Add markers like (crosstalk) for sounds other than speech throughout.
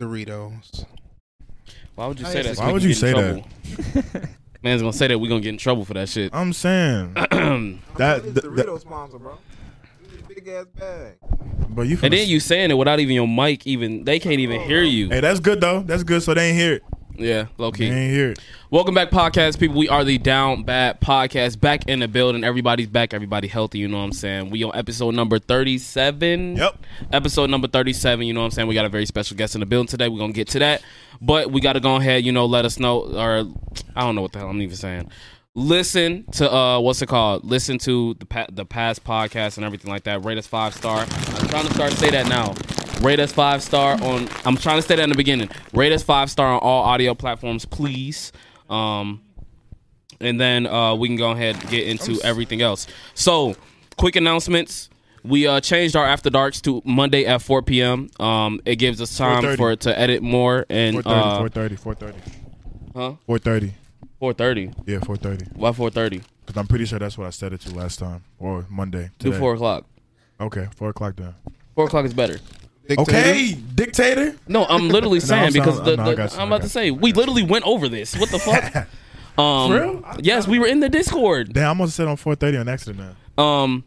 Doritos. Why would you How say is that? it- so Why we would can you get say in that? trouble? Man's gonna say that (laughs) we gonna get in trouble for that shit. (clears throat) I'm saying and that, It's that, that Doritos sponsor, bro. Big ass bag. but you. then finna- you saying it without even your mic. Even they can't even hear you. Hey, that's good though. That's good. So they ain't hear it. Yeah, low key. They ain't hear it. Welcome back, podcast people. We are the Down Bad Podcast, back in the building. Everybody's back. Everybody healthy. You know what I'm saying. We on episode number thirty-seven. Yep. Episode number thirty-seven. You know what I'm saying. We got a very special guest in the building today. We're gonna get to that, but we got to go ahead. You know, let us know, or I don't know what the hell I'm even saying. Listen to uh, what's it called? Listen to the pa- the past podcast and everything like that. Rate us five star. I'm trying to start to say that now. Rate us five star on. I'm trying to say that in the beginning. Rate us five star on all audio platforms, please. Um, and then uh, we can go ahead and get into everything else. So, quick announcements. We uh, changed our after darks to Monday at 4 p.m. Um, it gives us time 4:30. for it to edit more and 4:30, uh, 4:30, 4:30. Huh? 4:30. 4:30. Yeah, 4:30. Why 4:30? Because I'm pretty sure that's what I said it to last time or Monday. Do today. four o'clock. Okay, four o'clock then. Four o'clock is better. Okay, dictator. No, I'm literally saying I'm because sound- the, (laughs) no, I the- got you, I'm about I to got say we literally went over this. What the (laughs) fuck? Um, For real? I- Yes, we were in the Discord. Damn, I must have said on 4:30 on accident. Now. Um,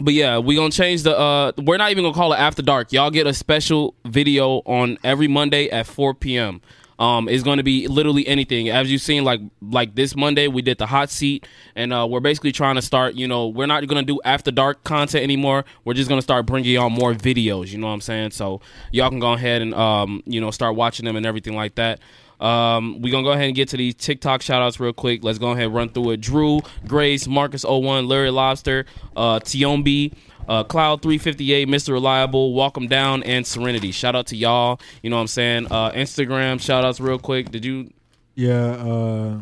but yeah, we gonna change the. uh We're not even gonna call it after dark. Y'all get a special video on every Monday at 4 p.m. Um, it's gonna be literally anything. As you've seen, like like this Monday, we did the hot seat, and uh, we're basically trying to start. You know, we're not gonna do after dark content anymore. We're just gonna start bringing y'all more videos. You know what I'm saying? So y'all can go ahead and um, you know, start watching them and everything like that. Um, we're gonna go ahead and get to these TikTok shout outs real quick. Let's go ahead and run through it. Drew, Grace, Marcus01, Larry Lobster, uh, Tiombi, uh, Cloud358, Mr. Reliable, Welcome Down, and Serenity. Shout out to y'all. You know what I'm saying? Uh, Instagram shout outs real quick. Did you? Yeah, uh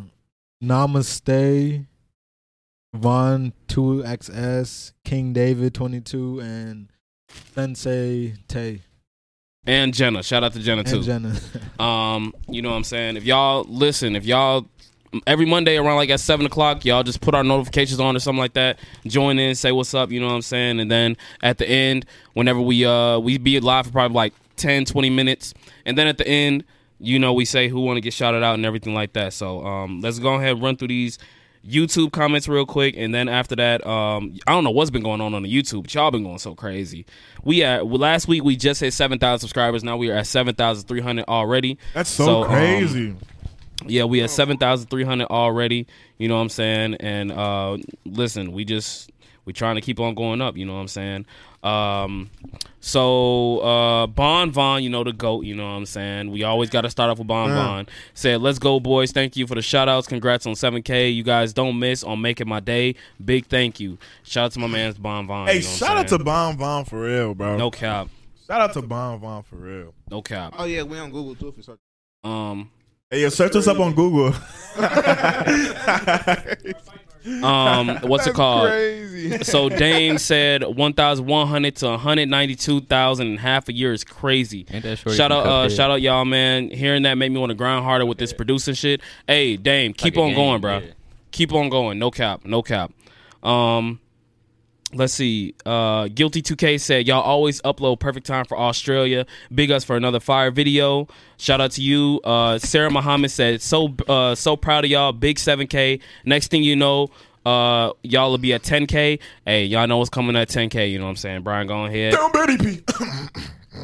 Namaste Von 2XS, King David 22 and Sensei Tay And Jenna. Shout out to Jenna too. and (laughs) Jenna. Um, you know what I'm saying? If y'all listen, if y'all every Monday around like at seven o'clock, y'all just put our notifications on or something like that. Join in, say what's up, you know what I'm saying? And then at the end, whenever we uh we be live for probably like 10, 20 minutes, and then at the end, you know, we say who wanna get shouted out and everything like that. So um let's go ahead and run through these YouTube comments real quick, and then after that, um, I don't know what's been going on on the YouTube, but y'all been going so crazy. We at well, last week we just hit seven thousand subscribers. Now we are at seven thousand three hundred already. That's so, um, crazy. yeah, we at Hmm. seven thousand three hundred already. You know what I'm saying? And uh, listen, we just we trying to keep on going up. You know what I'm saying? Um, so uh, Bon Von, you know the goat. You know what I'm saying? We always got to start off with Bon Hmm. Von. Said, "Let's go, boys! Thank you for the shout outs. Congrats on 7K. You guys don't miss on making my day. Big thank you. Shout out to my man's Bon Von. hey, you know what I'm shout out to saying? Bon Von for real, bro. no cap, Shout out to Bon Von for real. no cap. Oh yeah, we on Google too if you search. (laughs) Um, Hey, yo, search us up on Google. (laughs) um, what's it called? Crazy. (laughs) So Dame said 1,100 to 192,000 in half a year is crazy. Ain't that short? Shout out, uh, shout out, y'all, man. Hearing that made me want to grind harder with this producing shit. Hey, Dame, keep a on game, going, bro. yeah. Keep on going. No cap, no cap. Um, let's see. Uh, Guilty 2K said, Y'all always upload perfect time for Australia. Big us for another fire video. Shout out to you. Uh, Sarah Muhammad said, So uh, so proud of y'all. Big 7K. Next thing you know, uh, y'all will be at 10K. Hey, y'all know what's coming at 10K. You know what I'm saying? Brian, go ahead. Don't Betty E P.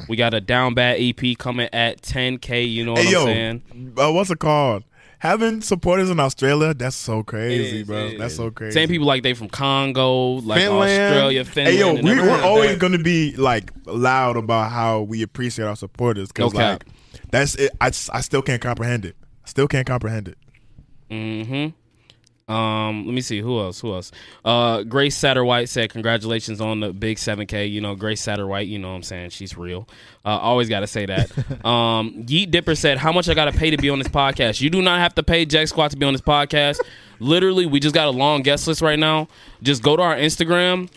We got a down bad EP coming at 10K. You know what Hey, I'm yo, saying? uh, what's it called? Having supporters in Australia, that's so crazy, is, bro. it That's so crazy. Same people like they from Congo, like Finland. Australia, Finland. Hey, yo, and we, everything we're like always that. going to be like loud about how we appreciate our supporters because No cap. like that's it. I, s- I still can't comprehend it. Still can't comprehend it. Mm-hmm. Um, let me see who else. Who else? Uh, Grace Satterwhite said, "Congratulations on the big 7K." You know, Grace Satterwhite. You know, what I'm saying she's real. Uh, always got to say that. um, Yeet Dipper said, "How much I got to pay to be on this podcast? You do not have to pay Jack Squat to be on this podcast. Literally, we just got a long guest list right now. Just go to our Instagram.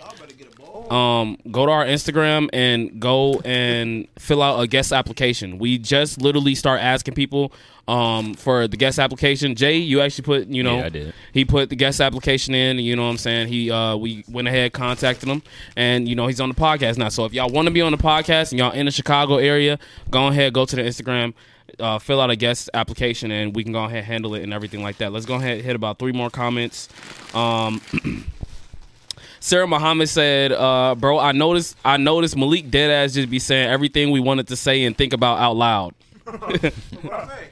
um, go to our Instagram and go and fill out a guest application. We just literally start asking people um, for the guest application. Jay, you actually put, you know, Yeah, I did. he put the guest application in. You know what I'm saying? He uh, we went ahead, contacted him, and you know he's on the podcast now. So if y'all want to be on the podcast and y'all in the Chicago area, go ahead, go to the Instagram. Uh, fill out a guest application and we can go ahead and handle it and everything like that. Let's go ahead and hit about three more comments. Um, Sarah Muhammad said, uh, "Bro, I noticed I noticed Malik Deadass just be saying everything we wanted to say and think about out loud. What I say?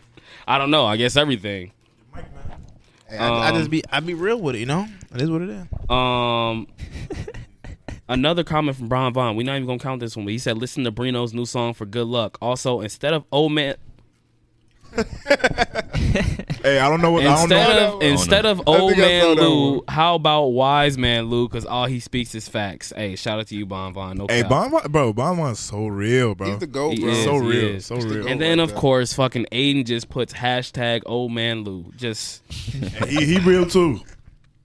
I don't know. I guess everything. Hey, I, I just be I be real with it, you know. It is what it is. Um, another comment from Brian Vaughn. We're not even gonna count this one. But he said, "Listen to Brino's new song for good luck." Also, instead of old man, Hey, I don't know what I don't instead know. of instead of I old think I saw man that Lou, one. how about wise man Lou? Because all he speaks is facts. Hey, shout out to you, Brian Vaughn. No hey, cap. Bon, Bon- bro, Bon Bon's so real, bro. He's the goat, He bro. is, so he real, is. so He's the real. And then Like of that. course, fucking Aiden just puts hashtag old man Lou. Just And he, he real too.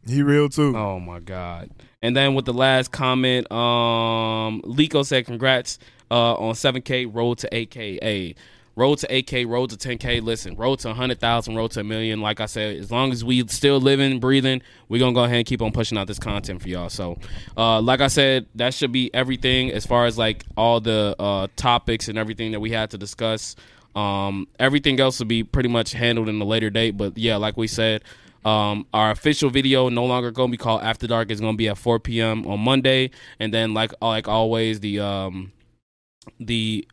He real too. oh my god. And then with the last comment, um, Lico said, "Congrats uh, on 7K, road to 8K, a road to 8K, road to 10K. Listen, road to 100,000, road to a million. Like I said, as long as we still living, breathing, we're gonna go ahead and keep on pushing out this content for y'all. So, uh, like I said, that should be everything as far as like all the uh, topics and everything that we had to discuss. Um, everything else will be pretty much handled in a later date. But yeah, like we said, um, our official video no longer gonna be called After Dark. It's gonna be at 4 p.m. on Monday, and then like uh, like always, the um, the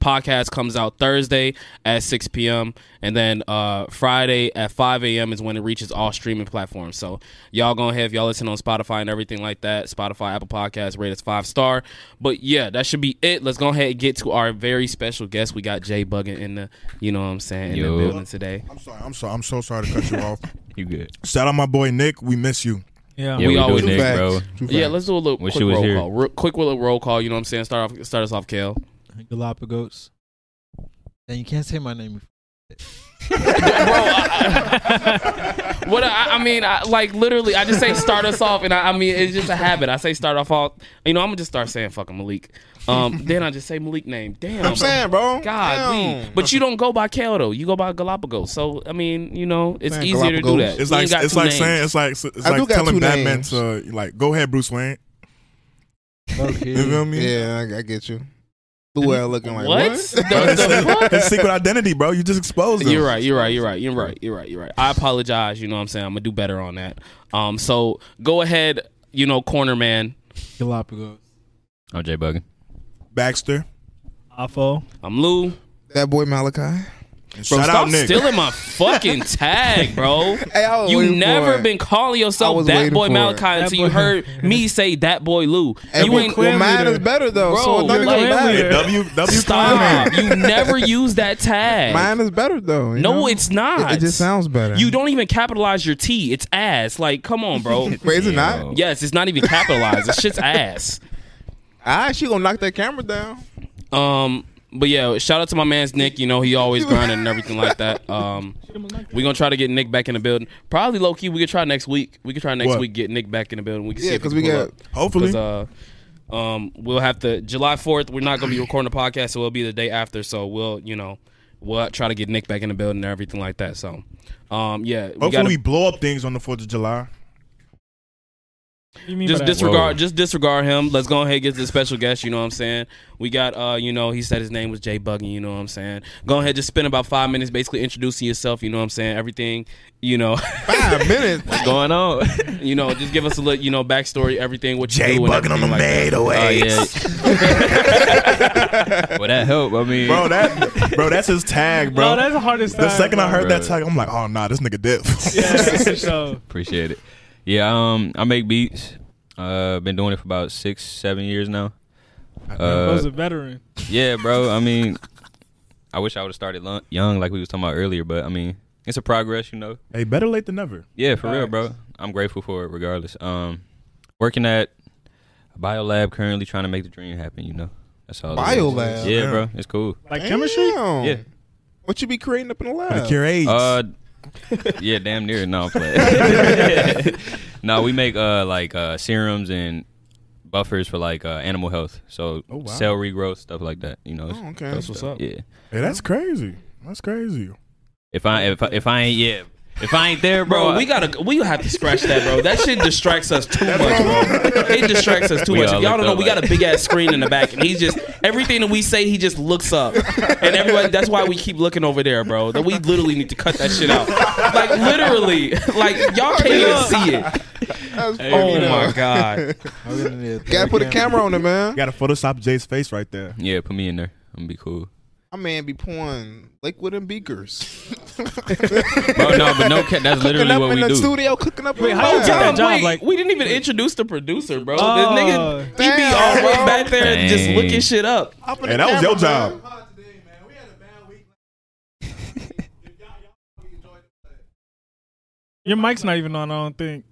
podcast comes out Thursday at 6 p.m. and then uh, Friday at 5 a.m. is when it reaches all streaming platforms. So y'all gonna have y'all listen on Spotify and everything like that. Spotify, Apple Podcasts, rate us five star. But yeah, that should be it. Let's go ahead and get to our very special guest. We got Jay Buggin in the you know what I'm saying in Yo. the building today. I'm sorry. I'm sorry. I'm so sorry to cut (laughs) you off. You good? Shout out my boy Nick. We miss you. Yeah. Yeah, we (laughs) we, always do do it next, bro. Yeah, let's do a little Wish quick it was roll here. call. Real, quick little roll call. You know what I'm saying? Start off, start us off, Kale. Galapagos. And you can't say my name. What I, (laughs) I mean, I, like literally, I just say start us off, and I, I mean it's just a habit. I say start off off. You know, I'm gonna just start saying fucking Malik. Um, then I just say Malik name. Damn, I'm saying, bro. God, Damn. we- but you don't go by Kale though. You go by Galapagos. So I mean, you know, it's Man, easier to do Galapagos. that. It's You like ain't got it's two like names. saying it's like it's I do like got telling two Batman names. to like go ahead, Bruce Wayne. You Okay. feel me? Yeah, I, I get you. Luell looking like What? what? (laughs) The- the fuck? (laughs) His secret identity, bro. You just exposed him. You're right. You're right. You're right. You're right. You're right. You're right. I apologize. You know what I'm saying? I'm gonna do better on that. Um, so go ahead. You know, corner man. Galapagos. I'm Jay Oh, Buggin. Baxter. Afo. I'm Lou. that boy Malachi. And Bro, shout stop out Nick. stealing (laughs) my fucking tag, bro. Hey, I was You waiting for never it. been calling I yourself was that waiting boy for it. Malachi until you boy- heard me (laughs) say that boy Lou. And you well, ain't well, clan mine leader. is better though. Bro, so it you're don't clan even leader. matter. W W stop. (laughs) Clan. you never use that tag. Mine is better though. you no, know? it's not. It, it just sounds better. You don't even capitalize your T. It's ass. Like, come on, (laughs) bro. Wait, is it Yo. not? yes, it's not even capitalized. This shit's ass. Ah, she gonna knock that camera down. Um, but yeah, shout out to my man's Nick. You know he always grinding and everything like that. Um, we gonna try to get Nick back in the building. Probably low key. We could try next week. We could try next What? week get Nick back in the building. We can see Yeah, if he because we pull got up. Hopefully. 'Cause, uh, um, we'll have to July Fourth. We're not gonna be recording the podcast, so it'll be the day after. So we'll, you know, we'll try to get Nick back in the building and everything like that. So, um, yeah, we Hopefully gotta- we blow up things on the Fourth of July. You mean just by that? disregard Whoa. just disregard him let's go ahead and get to the special guest you know what i'm saying we got uh you know he said his name was jay buggy you know what i'm saying go ahead just spend about five minutes basically introducing yourself you know what i'm saying everything you know (laughs) Five minutes. What's Going on. you know just give us a little you know backstory everything what you Jay do and bugging on the everything like that. away. Oh, yeah. (laughs) well, that help. I (laughs) mean, Bro, that bro, that's his tag, Bro, bro. that's the hardest the time, second I bro. (laughs) heard that Bruh. tag, I'm like, oh nah, this nigga dip. Yeah, for sure. appreciate it. Yeah, um, I make beats. Uh, been doing it for about six, seven years now. I was (laughs) Uh, a veteran. yeah, bro. I mean, I wish I would have started lo- young, like we was talking about earlier. But I mean, it's a progress, you know. (laughs) hey, better late than never. Yeah, for real, Facts. bro. I'm grateful for it, regardless. Um, working at a biolab currently, trying to make the dream happen. You know, that's all. it is. Biolab? yeah, Damn. bro. It's cool. Like chemistry? Yeah. What you be creating up in the To lab? cure AIDS. Uh, yeah, damn (laughs) near. No, I'm playing. no, we make uh like uh serums and buffers for like uh, animal health, so Oh, wow. cell regrowth stuff like that. You know, it's- Oh, okay. That's what's up. yeah. Hey, that's crazy. That's crazy. If I if I, if I ain't yeah, if I ain't there, bro, Bro, we gotta we have to scratch that, bro. That shit distracts us too much, bro. It distracts us too We much. all If y'all looked don't know, up we got like- a big ass screen in the back, and he's just everything that we say, he just looks up, and everybody. That's why we keep looking over there, bro. That we literally need to cut that shit out. Like literally, like y'all can't even see it. That's funny, Oh though. my god. Gotta put a camera on it, man. You got to Photoshop Jay's face right there. yeah, put me in there. I'm gonna be cool, (laughs) My man be pouring liquid in beakers. (laughs) bro. No, but no, ca- that's Cooking literally up what in we the do. studio, cooking up in how you the get lab. that Damn, job, wait, like- we didn't even introduce the producer, bro. Oh. This nigga, he be all Damn, the way bro. back there just Dang. looking shit up. Up in Hey, the that was camera, your job. man. Your mic's not even on. I don't think.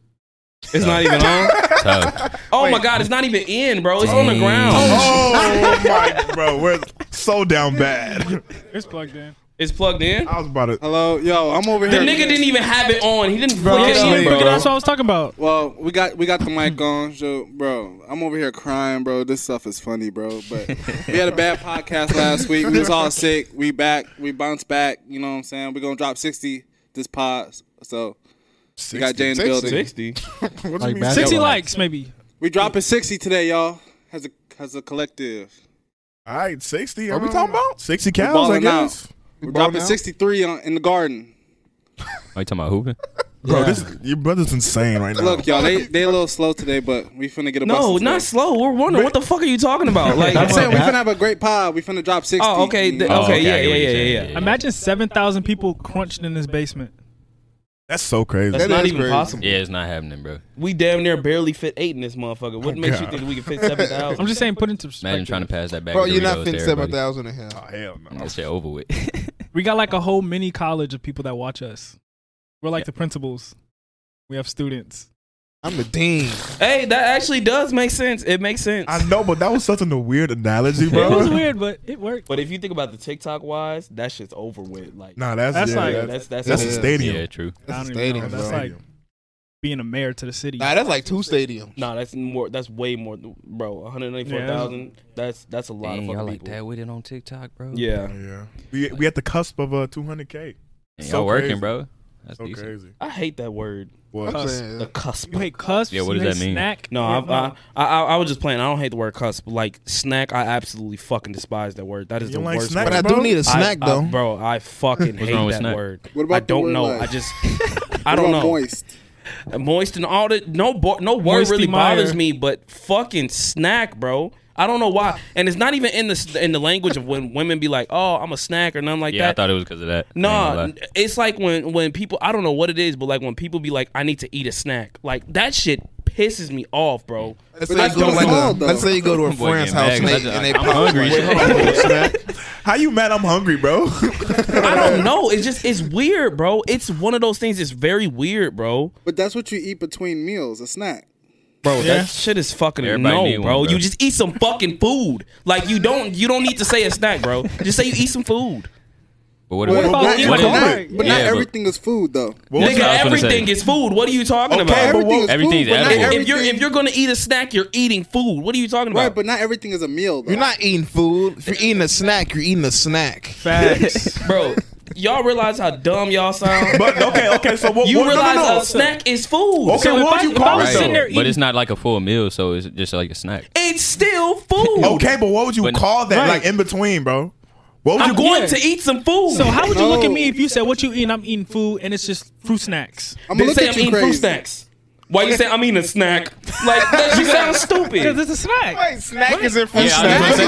It's not even on. Tough. Oh my god, it's not even in, bro. It's on the Dang. ground. (laughs) Oh my, bro, we're so down bad. It's plugged in. It's plugged in. (laughs) I was about to. Hello, yo, I'm over The here. nigga didn't even have it on. He didn't Bro, flick it I'm up, sleep, bro. bro. That's what I was talking about. Well, we got we got the mic on, so bro, I'm over here crying, bro. This stuff is funny, bro. (laughs) But we had a bad podcast last week. We was all sick. We back. We bounced back. You know what I'm saying? We're gonna drop 60 this pod. So we got Jay in the building. 60. What do you Like mean? back- Sixty Yeah. likes, maybe. We dropping 60 today, y'all. As a as a collective, All right, 60. What we talking about? 60 cows, I balling out. guess. we're Ball dropping now? 63 on, in the garden. Are Oh, you talking about hooping? Bro, this your brother's insane right now. Look, y'all, they they a little slow today, but we finna get a No, busted not today. slow. We're wondering what the fuck are you talking about? Like, I'm saying we That- finna have a great pod. We finna drop 60. oh, okay, th- Oh, okay, okay, I get yeah, yeah, what you're yeah, saying. yeah, yeah. Imagine seven thousand people crunched in this basement. That's so crazy. That's That not is even crazy. possible. Yeah, it's not happening, bro. We damn near barely fit eight in this motherfucker. What makes you Oh, God. think we can fit seven thousand? (laughs) I'm just saying, put into perspective. Imagine trying to pass that back. Bro, you're not finna fitting 7,000 in here. Oh, hell no. That shit over with. We got like a whole mini college of people that watch us. We're like the principals. We have students. I'm the dean. Hey, that actually does make sense. It makes sense. I know, but that was such a weird analogy, (laughs) It was bro. (laughs) weird, but it worked. But if you think about the TikTok wise, that shit's over with. Like, nah, that's That's yeah, like- that's, that's that's, that's a yeah. stadium. yeah, true. I That's don't a even know. stadium, That's bro. like being a mayor to the city. Nah, that's like two stadiums. Nah, that's more. That's way more, bro. One hundred ninety-four thousand. That's that's a lot Dang, of y'all fucking like people. that with it on TikTok, bro? Yeah, yeah. We we at the cusp of uh 200k. Dang, y'all So working, crazy. bro? That's So decent. crazy. I hate that word. What? I'm Cusp. saying. The cusp. You hate cusps. Yeah, what you does hate that mean? Snack. No, You I, have I, I I I was just playing. I don't hate the word cusp. but, Like snack, I absolutely fucking despise that word. That is You the don't like worst. snack, but word. I Bro, do need a I- snack, I- though. bro. I fucking hate wrong with that snack? word. What about I the don't word know. like? I just I don't We're know. Moist. Moist. and all that. No, bo- no word Moisty really Meyer. bothers me, but fucking snack, bro. I don't know why, and it's not even in the s- in the language of when women be like, "Oh, I'm a snack" or nothing like Yeah, I that. thought it was because of that. I ain't gonna Nah, lie. n- it's like when when people I don't know what it is, but like when people be like, I need to eat a snack. Like that shit pisses me off, bro. Let's But say, you that's go, what like it's a, called, though. let's say you go to a Boy, friend's house and getting mad 'cause I they, just- and they I'm pop hungry. (laughs) How you mad? I'm hungry, bro. I (laughs) don't know. It's just it's weird, bro. It's one of those things. It's very weird, bro. But that's what you eat between meals, a snack. Bro, Yeah. that shit is fucking Everybody need no, one, bro. bro. You just eat some fucking food. Like you don't you don't need to say a snack, bro. Just say you eat some food. But what, about about what, you what call is, it? But not Yeah, but- everything is food, though. What was Nigga, I was gonna everything say. is food. What are you talking Okay, about? but Everything what- is everything's food, but not edible. everything, if you're if you're gonna eat a snack, you're eating food. What are you talking about? right, but not everything is a meal. Though. You're not eating food. If you're eating a snack, you're eating a snack. Facts. bro, y'all realize how dumb y'all sound? (laughs) But (laughs) okay, okay. So what? You what, no, no, realize no. a snack is food. Okay, if what I- you if I call was it sitting though? there But eating- it's not like a full meal, so it's just like a snack. It's still food. Okay, but what would you But- call that? Right. Like in between, bro. What would I'm you going Yeah. to eat some food. So how would you look at No. me if you said what you eating? I'm eating food and it's just fruit snacks. (laughs) I'm They gonna look say I'm at you eating crazy. fruit snacks. Why you say I'm eating a snack? Like that, you (laughs) sound Because stupid. it's a snack. snack is in Yeah, I was gonna say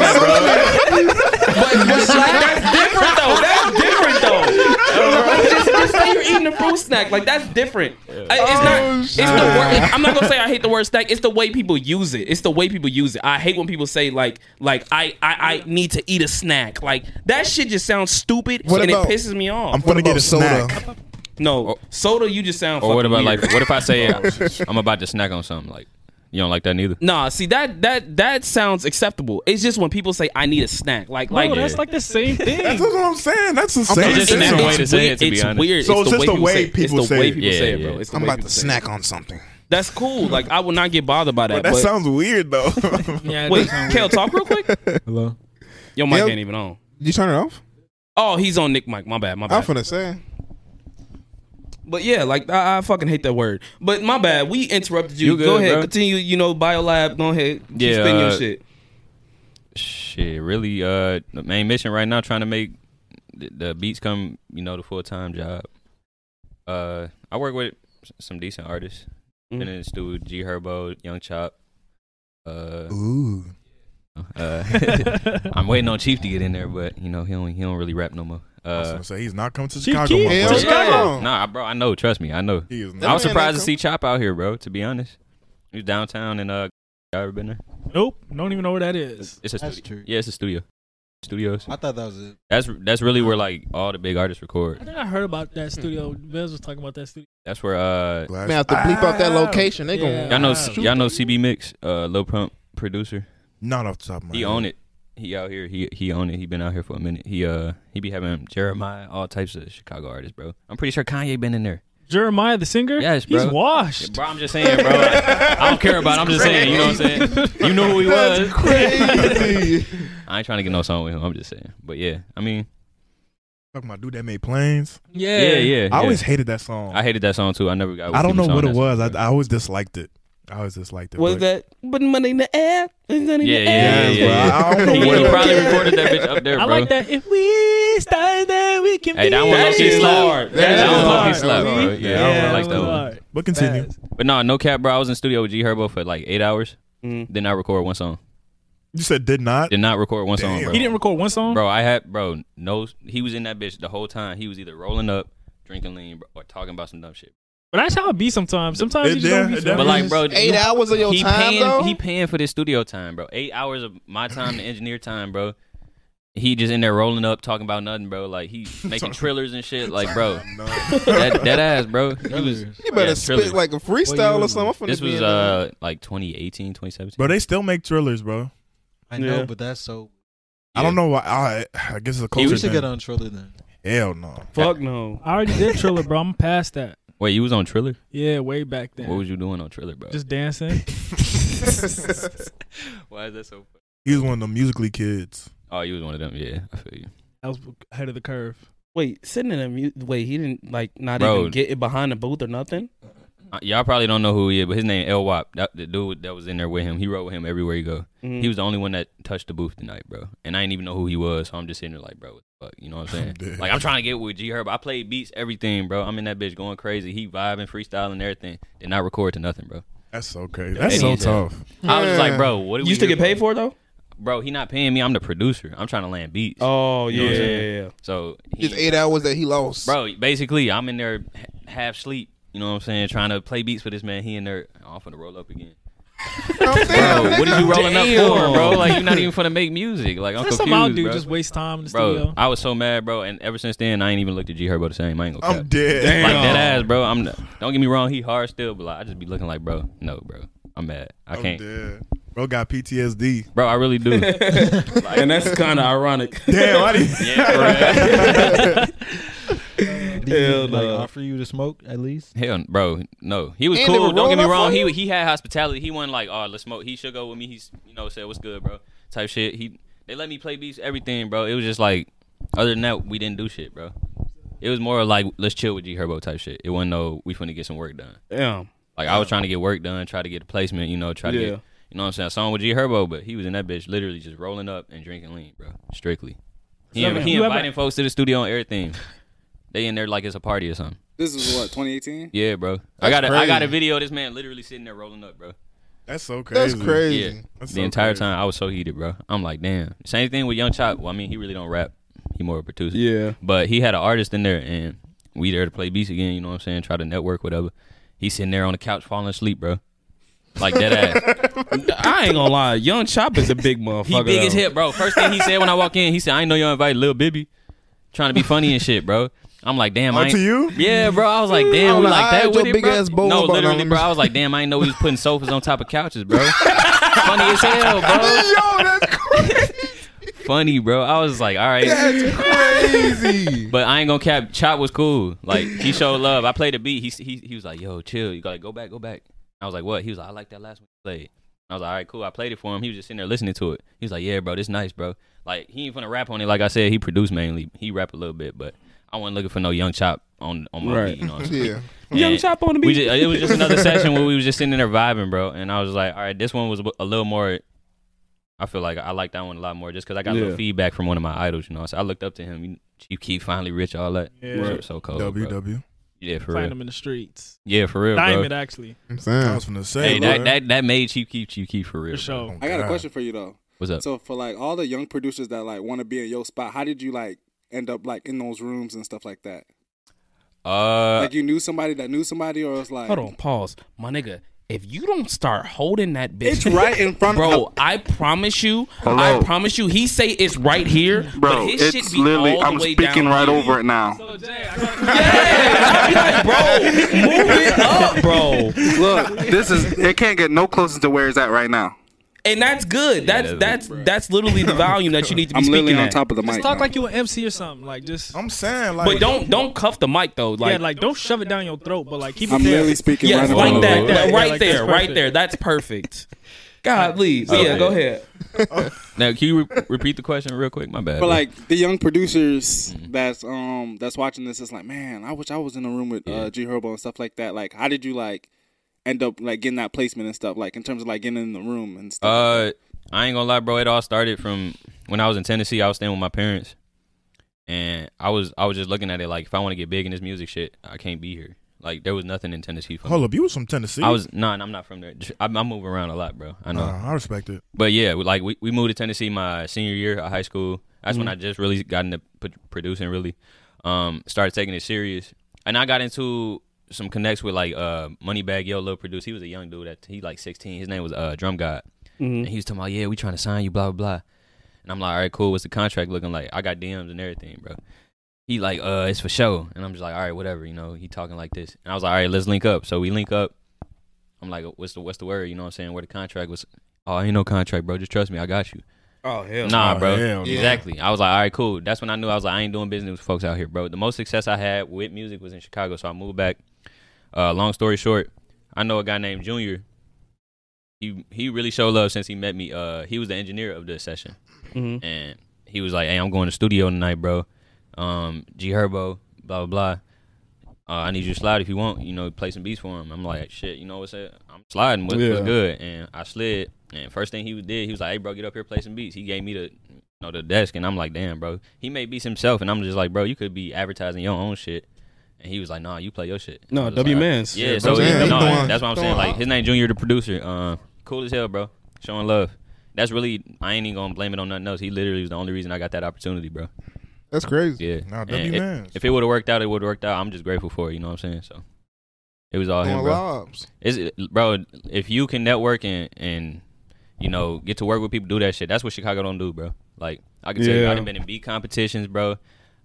that, bro. But that's, like, that's different though. That's different though. Like, just, just say you're eating a fruit snack. Like that's different. I- it's not. It's the word, I'm not gonna say I hate the word snack. It's the way people use it. It's the way people use it. I hate when people say like like I I, I need to eat a snack. Like that shit just sounds stupid What and about- it pisses me off. I'm gonna get a soda? snack. no soda, you just sound. Or what fucking about weird. like? What if I say uh, (laughs) I'm about to snack on something? Like you don't like that neither. Nah, see that that that sounds acceptable. It's just when people say I need a snack, like Bro, like that's like the same That's thing. what I'm saying. That's the sorry. same. It's just thing. a different way to say weird- it, to be it's honest. weird. So it's the just the way it. people It's the say way it. people say it, Yeah, bro. yeah. It's the I'm way about people to say it. snack on something. That's cool. Like I will not get bothered by that. That but- sounds weird though. Yeah. wait, Kale, talk real quick. (laughs) Hello. Your mic Yep. ain't even on. you turn it off? Oh, he's on Nick mic. My bad. My I'm bad. finna say. But yeah, like I, I fucking hate that word. But my bad. We interrupted you. You good, go ahead. bro. Continue. You know, biolab. Go ahead. Keep Yeah, spin your uh, shit. Shit, really. Uh, the main mission right now trying to make the, the beats come. You know, the full time job. Uh, I work with s- some decent artists. Mm. Mhm. Been in the studio, G Herbo, Young Chop. Uh, Ooh. uh, (laughs) (laughs) I'm waiting on Chief to get in there, but you know he don't he don't really rap no more. I was Uh, gonna say he's not coming to Chief Chicago. Keef? my Hell friend. yeah. Chicago? nah, bro, I know. Trust me, I know. He is I not. was surprised to see Chop out here, bro. To be honest, he was downtown and uh, y'all ever been there? Nope. Don't even know where that is. It's a That's studio. true. Yeah, it's a studio. Studios. I thought that was it. That's that's really where like all the big artists record. I think I heard about that studio. Vez was talking about that studio. That's where uh Glass- Man, have to bleep out that Ah. location. They Yeah. going y'all know Wow. y'all know CB Mix, uh Lil Pump producer. Not off the top of my He head. own it. He out here. He he own it. He been out here for a minute. He uh he be having Jeremiah, all types of Chicago artists, bro. I'm pretty sure Kanye been in there. Jeremiah the singer? Yes, He's bro. washed. Bro, I'm just saying, bro. I, (laughs) I don't care about. it. I'm just saying. You know what I'm saying? You know who he was. crazy. (laughs) I ain't trying to get no song with him. I'm just saying. But yeah, I mean, (laughs) Talking about dude that made planes. yeah, yeah. yeah. I always hated that song. I hated that song too. I never got. I don't know Keith's what song. it was. I, That's- I always disliked it. I always disliked it. Was but- that put money in the air? Put money in Yeah, the yeah, air? yeah, yeah, yeah. I don't know He, what he it probably was. recorded that bitch up there, bro. I like that. If we stay there, we can Hey, be that one That low key shit slapped. hard. That, That one shit low key hard. slapped, bro. Mhm. Yeah, Yeah, I that don't like that was one. hard. But continue. Facts. But no, no cap, bro. I was in studio with G Herbo for like eight hours. Mhm. Did not record one song. You said did not. Did not record one song, Damn. bro. He didn't record one song? Bro, I had bro. No, he was in that bitch the whole time. He was either rolling up, drinking lean, bro, or talking about some dumb shit. But that's how it be sometimes. Sometimes It- you just don't yeah, be it definitely But feeling like, it. bro, Eight you- hours of your he time paying, though. He paying for this studio time, bro. Eight hours of my time, the engineer time, bro. He just in there rolling up, talking about nothing, bro. Like (laughs) he making trillers and shit, (laughs) like bro. That, that ass, bro. He was. you better yeah, spit Triller. like a freestyle Well, you- or something. I'm finna This be was in there. uh like 2018, 2017. Bro, they still make thrillers, bro. I know, Yeah. but that's so. I don't know why. I, I guess it's a Yeah, culture We was should thing. get on Triller then. Hell no. Fuck no. I already did Triller, bro. I'm past that. Wait, you was (laughs) on Triller? Yeah, way back then. What was you doing on Triller, bro? Just dancing. (laughs) Why is that so? Funny? He was one of the musically kids. Oh, you was one of them. Yeah, I feel you. That was ahead of the curve. Wait, sitting in a mute. Wait, he didn't like not Bro. even get it behind the booth or nothing. Uh, Y'all probably don't know who he is, but his name L Wop. That the dude that was in there with him. He rode with him everywhere he go. Mhm. He was the only one that touched the booth tonight, bro. And I didn't even know who he was, so I'm just sitting there like, bro, what the fuck? You know what I'm saying? Damn. like I'm trying to get with G Herb. I played beats, everything, bro. I'm in that bitch going crazy. He vibing, freestyling, everything. Did not record to nothing, bro. That's so crazy. That's Eddie so is tough. I was just like, Yeah. bro, what? Are You we used to here get paid for it though. bro. He not paying me. I'm the producer. I'm trying to land beats. Oh You know yeah, what I'm yeah, saying? yeah. So he- Just eight hours that he lost. bro. Basically, I'm in there h- half sleep. You know what I'm saying? Trying to play beats for this man. He in there. oh, I'm finna roll up again. (laughs) Bro, what are you rolling up for, bro? Like you're not even finna make music. Like I'm That's something I'll confused, do. bro. Just waste time in the bro, studio. I was so mad, bro. And ever since then, I ain't even looked at G Herbo the same. I ain't gonna. I'm cap. dead. Like that ass, bro. I'm. Don't get me wrong. He hard still, but like, I just be looking like, bro. No, bro. I'm mad. I I'm can't, dead. Bro got PTSD. bro. I really do. And that's (laughs) kind of ironic. Damn, I didn't. yeah, bro. Did Hell he, like no. offer you to smoke at least? Hell, bro, no. He was And they cool. were Don't get rolling me up wrong. on He you? he had hospitality. He wasn't like, oh, let's smoke. He should go with me. He's you know said what's good, bro. Type shit. He they let me play beats, everything, bro. It was just like other than that, we didn't do shit, bro. It was more like let's chill with G Herbo type shit. It wasn't no we finna get some work done. Yeah. Like I was trying to get work done, try to get a placement, you know, try to Yeah. get you know what I'm saying. A song with G Herbo, but he was in that bitch literally just rolling up and drinking lean, bro. Strictly. He, So, he you ever- inviting folks to the studio and everything. They in there like it's a party or something. This is what 2018. Yeah, bro. I got a, I crazy. got a video of this man literally sitting there rolling up, bro. That's so crazy. That's crazy. Yeah. That's the so entire crazy. time I was so heated, bro. I'm like, damn. Same thing with Young Chop. Well, I mean, he really don't rap. He more of a producer. Yeah. But he had an artist in there and we there to play beats again, you know what I'm saying? Try to network, whatever. He's sitting there on the couch falling asleep, bro. Like (laughs) that ass. I ain't gonna lie, Young Chop is a big motherfucker. (laughs) he big as though. hell, bro. First thing he said when I walk in, he said, I ain't know y'all invited Lil Bibby. Trying to be funny and shit, bro. I'm like, damn, I Up ain't, to you? (laughs) Yeah, bro. I was like, I damn, don't we know, like I that had with your it, big bro. ass bowl no, up on literally, him. bro. I was like, damn, I didn't know he was putting sofas on top of couches, (laughs) bro. (laughs) Funny as hell, bro. Yo, that's Funny, bro. I was like, all right, crazy. but I ain't gonna cap. Chop was cool. Like he showed love. I played a beat. He he he was like, yo, chill. You gotta go back, go back. I was like, what? He was like, I like that last one you played. I was like, all right, cool. I played it for him. He was just sitting there listening to it. He was like, yeah, bro, this nice, bro. Like he ain't finna rap on it. Like I said, he produced mainly. He rap a little bit, but I wasn't looking for no young chop on on my Right. beat. You know what (laughs) I'm saying? Yeah. Young And Chop on the We beat. just, uh, it was just another session where we was just sitting there vibing, bro. And I was like, all right, this one was a little more. I feel like I like that one a lot more just because I got a Yeah. little feedback from one of my idols. You know, so I looked up to him. You- Chief Keef, finally rich, all that. Yeah. Shit was So cold. Oh, bro. WW. Yeah, for Find real. him in the streets. Yeah, for real, Diamond, bro. actually. I'm I saying. was gonna say. Hey, that, bro. that that made Chief Keef Chief Keef for real. For bro. sure. Oh, I got a God. question for you though. What's up? So for like all the young producers that like want to be in your spot, how did you like end up like in those rooms and stuff like that? Uh, like you knew somebody that knew somebody, or it's like Hold on, pause, my nigga. If you don't start holding that bitch, It's right in front (laughs) of- bro. I promise you, I Hello. promise you. He say it's right here, Bro, but his it's shit be literally, all the I'm way speaking down right here. over it now. So Jay, (laughs) Yeah, I be like, bro, move it up, bro. (laughs) Look, this is, it can't get no closer to where it's at right now. And that's good. That's that's- that's that's literally (laughs) the volume that you need to be I'm speaking literally on at. top of the just mic. talk now. like you an MC or something. Like just I'm saying like. But don't don't cuff the mic though. Like yeah, like don't shove it down your throat, but like keep it I'm there. literally speaking yes, right like now. that, Like that, like, right yeah, like there, that's right perfect. there. That's perfect. God, please. Okay. Yeah, go ahead. now can you re- repeat the question real quick? My bad. But bro. like the young producers Mm-hmm. that's um that's watching this is like, man, I wish I was in a room with uh, G Herbo and stuff like that. Like, how did you like end up like getting that placement and stuff? Like in terms of like getting in the room and stuff. Uh, I ain't gonna lie, bro. It all started from when I was in Tennessee. I was staying with my parents, and I was I was just looking at it like, if I want to get big in this music shit, I can't be here. Like there was nothing in Tennessee for me. hold up. You was from Tennessee. I was nah, I'm not from there. J- I'm, I move around a lot, bro. I know, Nah, I respect it. but yeah, we- like we, we moved to Tennessee my senior year of high school. That's when I just really got into p- producing. Really, um, started taking it serious, and I got into some connects with like uh Moneybag Yo, little producer. He was a young dude that he like 16. His name was uh Drum God. Mm-hmm. And he was talking about, yeah, we trying to sign you, blah, blah, blah. And I'm like, all right, cool. What's the contract looking like? I got DMs and everything, bro. He like, uh, it's for show. And I'm just like, all right, whatever, you know, he talking like this. And I was like, all right, let's link up. So we link up. I'm like, what's the what's the word? You know what I'm saying? Where the contract was Oh, ain't no contract, bro. Just trust me, I got you. Oh hell. Nah, Oh, bro. hell no. Exactly. I was like, all right, cool. That's when I knew I was like, I ain't doing business with folks out here, bro. The most success I had with music was in Chicago, so I moved back. Uh, long story short, I know a guy named Junior. He he really showed love since he met me. Uh, he was the engineer of the session, Mhm. and he was like, "Hey, I'm going to studio tonight, bro. Um, G Herbo, blah blah blah. Uh, I need you to slide if you want. You know, play some beats for him." I'm like, "Shit, you know what's that? I'm sliding. What, What's Yeah. good?" And I slid, and first thing he did, he was like, "Hey, bro, get up here, play some beats." He gave me the you know, the desk, and I'm like, damn, bro. He made beats himself, and I'm just like, bro, you could be advertising your own shit. And he was like, nah, you play your shit. No, I was W like, Mans. Yeah, so bro. yeah, Yeah, no, come on. that's what I'm saying. Like his name Junior, the producer. Uh, cool as hell, bro. Showing love. That's really I ain't even gonna blame it on nothing else. He literally was the only reason I got that opportunity, bro. That's crazy. Yeah. Nah, And W if- Mans. If it would have worked out, it would have worked out. I'm just grateful for it. You know what I'm saying? So it was all him, Going bro. lives. Is it, bro? If you can network and and you know get to work with people, do that shit. That's what Chicago don't do, bro. Like I can tell you, Yeah. I done been in beat competitions, bro.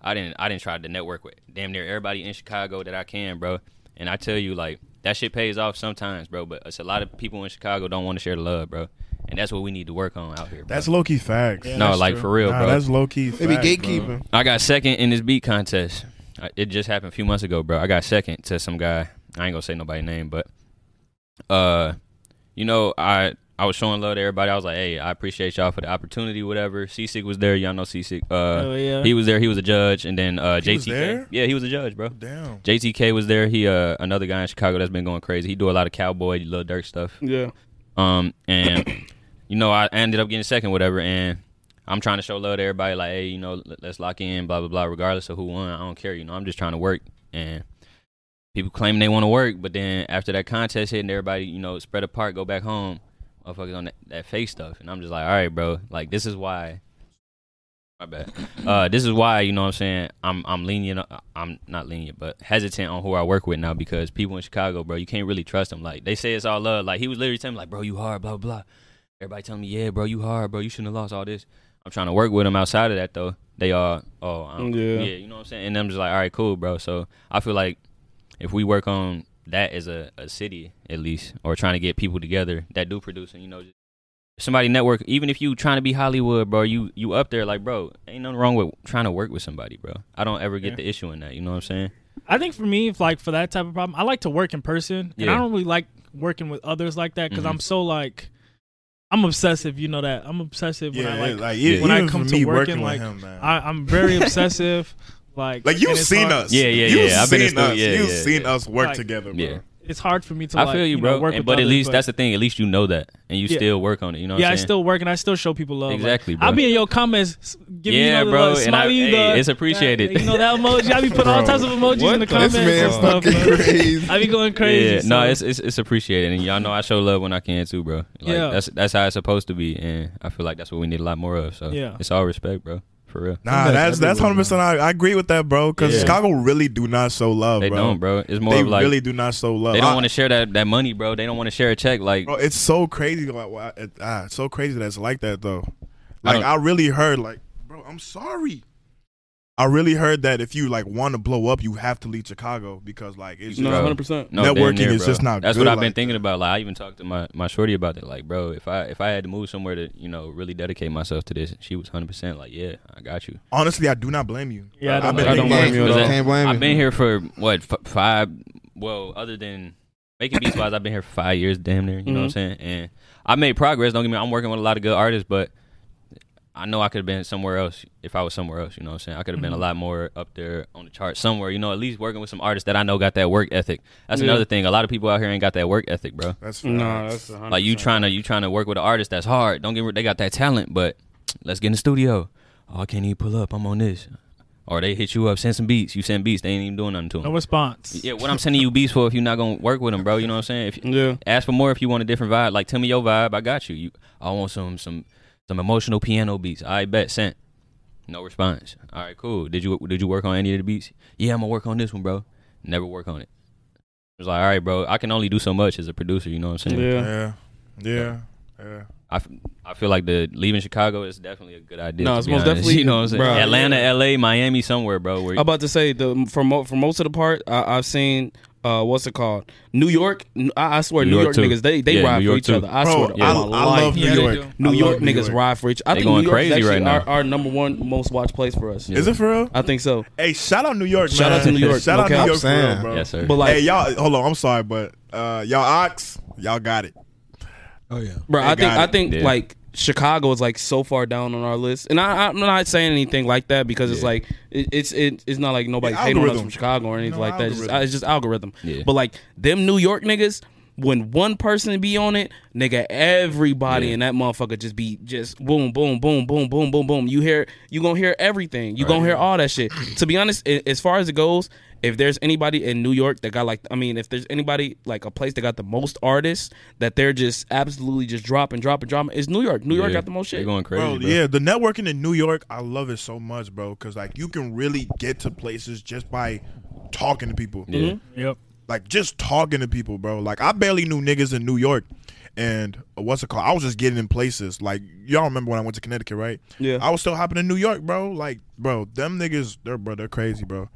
I didn't I didn't try to network with damn near everybody in Chicago that I can, bro. And I tell you, like that shit pays off sometimes, bro. But it's a lot of people in Chicago don't want to share the love, bro. And that's what we need to work on out here. Bro. That's low key facts. Yeah, no, that's like true. for real, nah, bro. that's low key. They be facts, bro. gatekeeping. I got second in this beat contest. I- It just happened a few months ago, bro. I got second to some guy. I ain't gonna say nobody's name, but uh, you know, I I was showing love to everybody. I was like, hey, I appreciate y'all for the opportunity, whatever. C-Sick was there. Y'all know C-Sick. Uh, Oh, yeah. he was there. He was a judge, and then uh, JTK. was there? Yeah, he was a judge, bro. Damn. JTK was there. He uh another guy in Chicago that's been going crazy. He do a lot of cowboy, little Dirk stuff. Yeah. Um, and (clears throat) you know, I ended up getting second, whatever. And I'm trying to show love to everybody, like, hey, you know, let- let's lock in, blah blah blah. Regardless of who won, I don't care. You know, I'm just trying to work. And people claim they want to work, but then after that contest hit and everybody, you know, spread apart, go back home, motherfuckers on that, that fake stuff. And I'm just like, all right, bro, like this is why. My bad. Uh, this is why you know what I'm saying. I'm I'm lenient. uh, I'm not lenient, but hesitant on who I work with now because people in Chicago, bro, you can't really trust them. Like they say it's all love. Like he was literally telling me, like, bro, you hard, blah blah. Everybody telling me, yeah, bro, you hard, bro. You shouldn't have lost all this. I'm trying to work with them outside of that though. They are, oh, I don't- Yeah. yeah, you know what I'm saying. And I'm just like, all right, cool, bro. So I feel like if we work on that as a, a city at least, or trying to get people together that do producing, you know, just somebody network. Even if you trying to be Hollywood, bro, you you up there, like, bro, ain't nothing wrong with trying to work with somebody, bro. I don't ever get Yeah. the issue in that. You know what I'm saying? I think for me, if like for that type of problem, I like to work in person, and Yeah. I don't really like working with others like that because Mhm. I'm so like, I'm obsessive. You know that I'm obsessive when yeah, I like. like Yeah. e- when I even come for to me work working and, with like, him, man. I, (laughs) I'm very obsessive. Like, like you've and it's seen hard- us, Yeah, yeah, You've yeah. I've been in seen school. us. Yeah, you've yeah, seen yeah. us work Like, together, bro. Yeah. It's hard for me to. I like, feel you, Know, bro. work And- with but at others, least but- that's the thing. At least you know that, and you Yeah. still work on it. You know. What yeah, I'm I saying? still work and I still show people love. Like, Exactly, bro. I'll be in your comments s- giving Yeah, you know, bro, the, like, and I- smiley, hey, the- it's appreciated. that- you know that emoji. I be putting all Bro. types of emojis in the What the- comments. This and man's stuff, bro. I be going crazy. Yeah, no, so- it's, it's it's appreciated, and y'all know I show love when I can too, bro. Like, Yeah. that's that's how it's supposed to be, and I feel like that's what we need a lot more of. So Yeah. it's all respect, bro, for real. Nah, that's that's hundred percent. I, I agree with that, bro. Because Yeah. Chicago really do not show love, They bro. don't, bro. It's more They of like really do not show love. they don't I- want to share that that money, bro. They don't want to share a check, like Bro, it's so crazy. Like, why- it, ah, it's so crazy that it's like that though. Like I don't- I, really heard, like, bro, I'm sorry. I really heard that if you like want to blow up, you have to leave Chicago because like it's No, Bro. hundred percent. no damn networking near, is bro. just not That's good what I've been like thinking that. about. Like I even talked to my my shorty about it. Like, bro, if I if I had to move somewhere to you know really dedicate myself to this, she was hundred percent like, yeah, I got you. honestly, I do not blame you. Yeah, I I've don't been I don't thinking blame you at Was all. that- Can't blame I've you. been here for what f- five? Well, other than making beats wise, I've been here for five years, damn near. You know what I'm Mhm. saying? And I made progress. Don't get me. wrong. I'm working with a lot of good artists, but I know I could have been somewhere else if I was somewhere else. You know what I'm saying? I could have been a lot more up there on the chart somewhere. You know, at least working with some artists that I know got that work ethic. That's Yeah. another thing. A lot of people out here ain't got that work ethic, bro. That's fair. No, that's 100%. Like you trying to you trying to work with an artist that's hard. Don't get me- they got that talent, but let's get in the studio. Oh, I can't even pull up. I'm on this. Or they hit you up, send some beats. You send beats, they ain't even doing nothing to them. no response. Yeah, what I'm sending you beats for if you're not gonna work with them, bro. You know what I'm saying? If, Yeah. Ask for more if you want a different vibe. Like tell me your vibe. I got you. You, I want some some some emotional piano beats. I bet sent. No response. All right, cool. Did you did you work on any of the beats? Yeah, I'm gonna work on this one, bro. Never work on it. It's like, all right, bro. I can only do so much as a producer. You know what I'm saying? Yeah. Yeah, yeah, yeah. I, f- I feel like the leaving Chicago is definitely a good idea. No, to it's be most honest. (laughs) definitely- Uh, you know what I'm saying. Bruh. Atlanta, L.A., Miami, somewhere, bro. Where I'm about to say the for mo- for most of the part I, I've seen uh, what's it called New York n- I, I swear New New, York York, too. niggas they they Yeah, ride New for York each too. other I Bro, swear I, I to my life love Yeah, New they York. do. I New love York niggas ride for each I They think going New York crazy is actually right now. our, our number one most watched place for us Is it for real? I think so Hey, shout out New York, Shout man. out to New York. Shout out Okay. New York, for I'm real, saying. bro. yes, sir. but like hey, y'all, hold on. I'm sorry, but uh, y'all ox, y'all got it. Oh yeah. Bro, They I think got I it. think Yeah. like Chicago is like so far down on our list, and I, I'm not saying anything like that because it's Yeah. like it, it's it, it's not like nobody It's hating on us algorithm. from Chicago or anything No, like that. It's just, algorithm. it's just algorithm. Yeah. But like them New York niggas, when one person be on it, nigga, everybody Yeah. in that motherfucker just be just boom, boom, boom, boom, boom, boom, boom. You hear you gonna hear everything. You gonna hear all that shit. to be honest, a- as far as it goes. If there's anybody in New York that got like, I mean, if there's anybody like a place that got the most artists that they're just absolutely just dropping, dropping, dropping, it's New York. New York Yeah. got the most They shit. going crazy, bro, bro. Yeah, the networking in New York, I love it so much, bro. Because like you can really get to places just by talking to people. Yeah. Yep. Like just talking to people, bro. Like I barely knew niggas in New York, and uh, what's it called? I was just getting in places. Like y'all remember when I went to Connecticut, right? Yeah. I was still hopping in New York, bro. Like, bro, them niggas, they're bro, they're crazy, bro.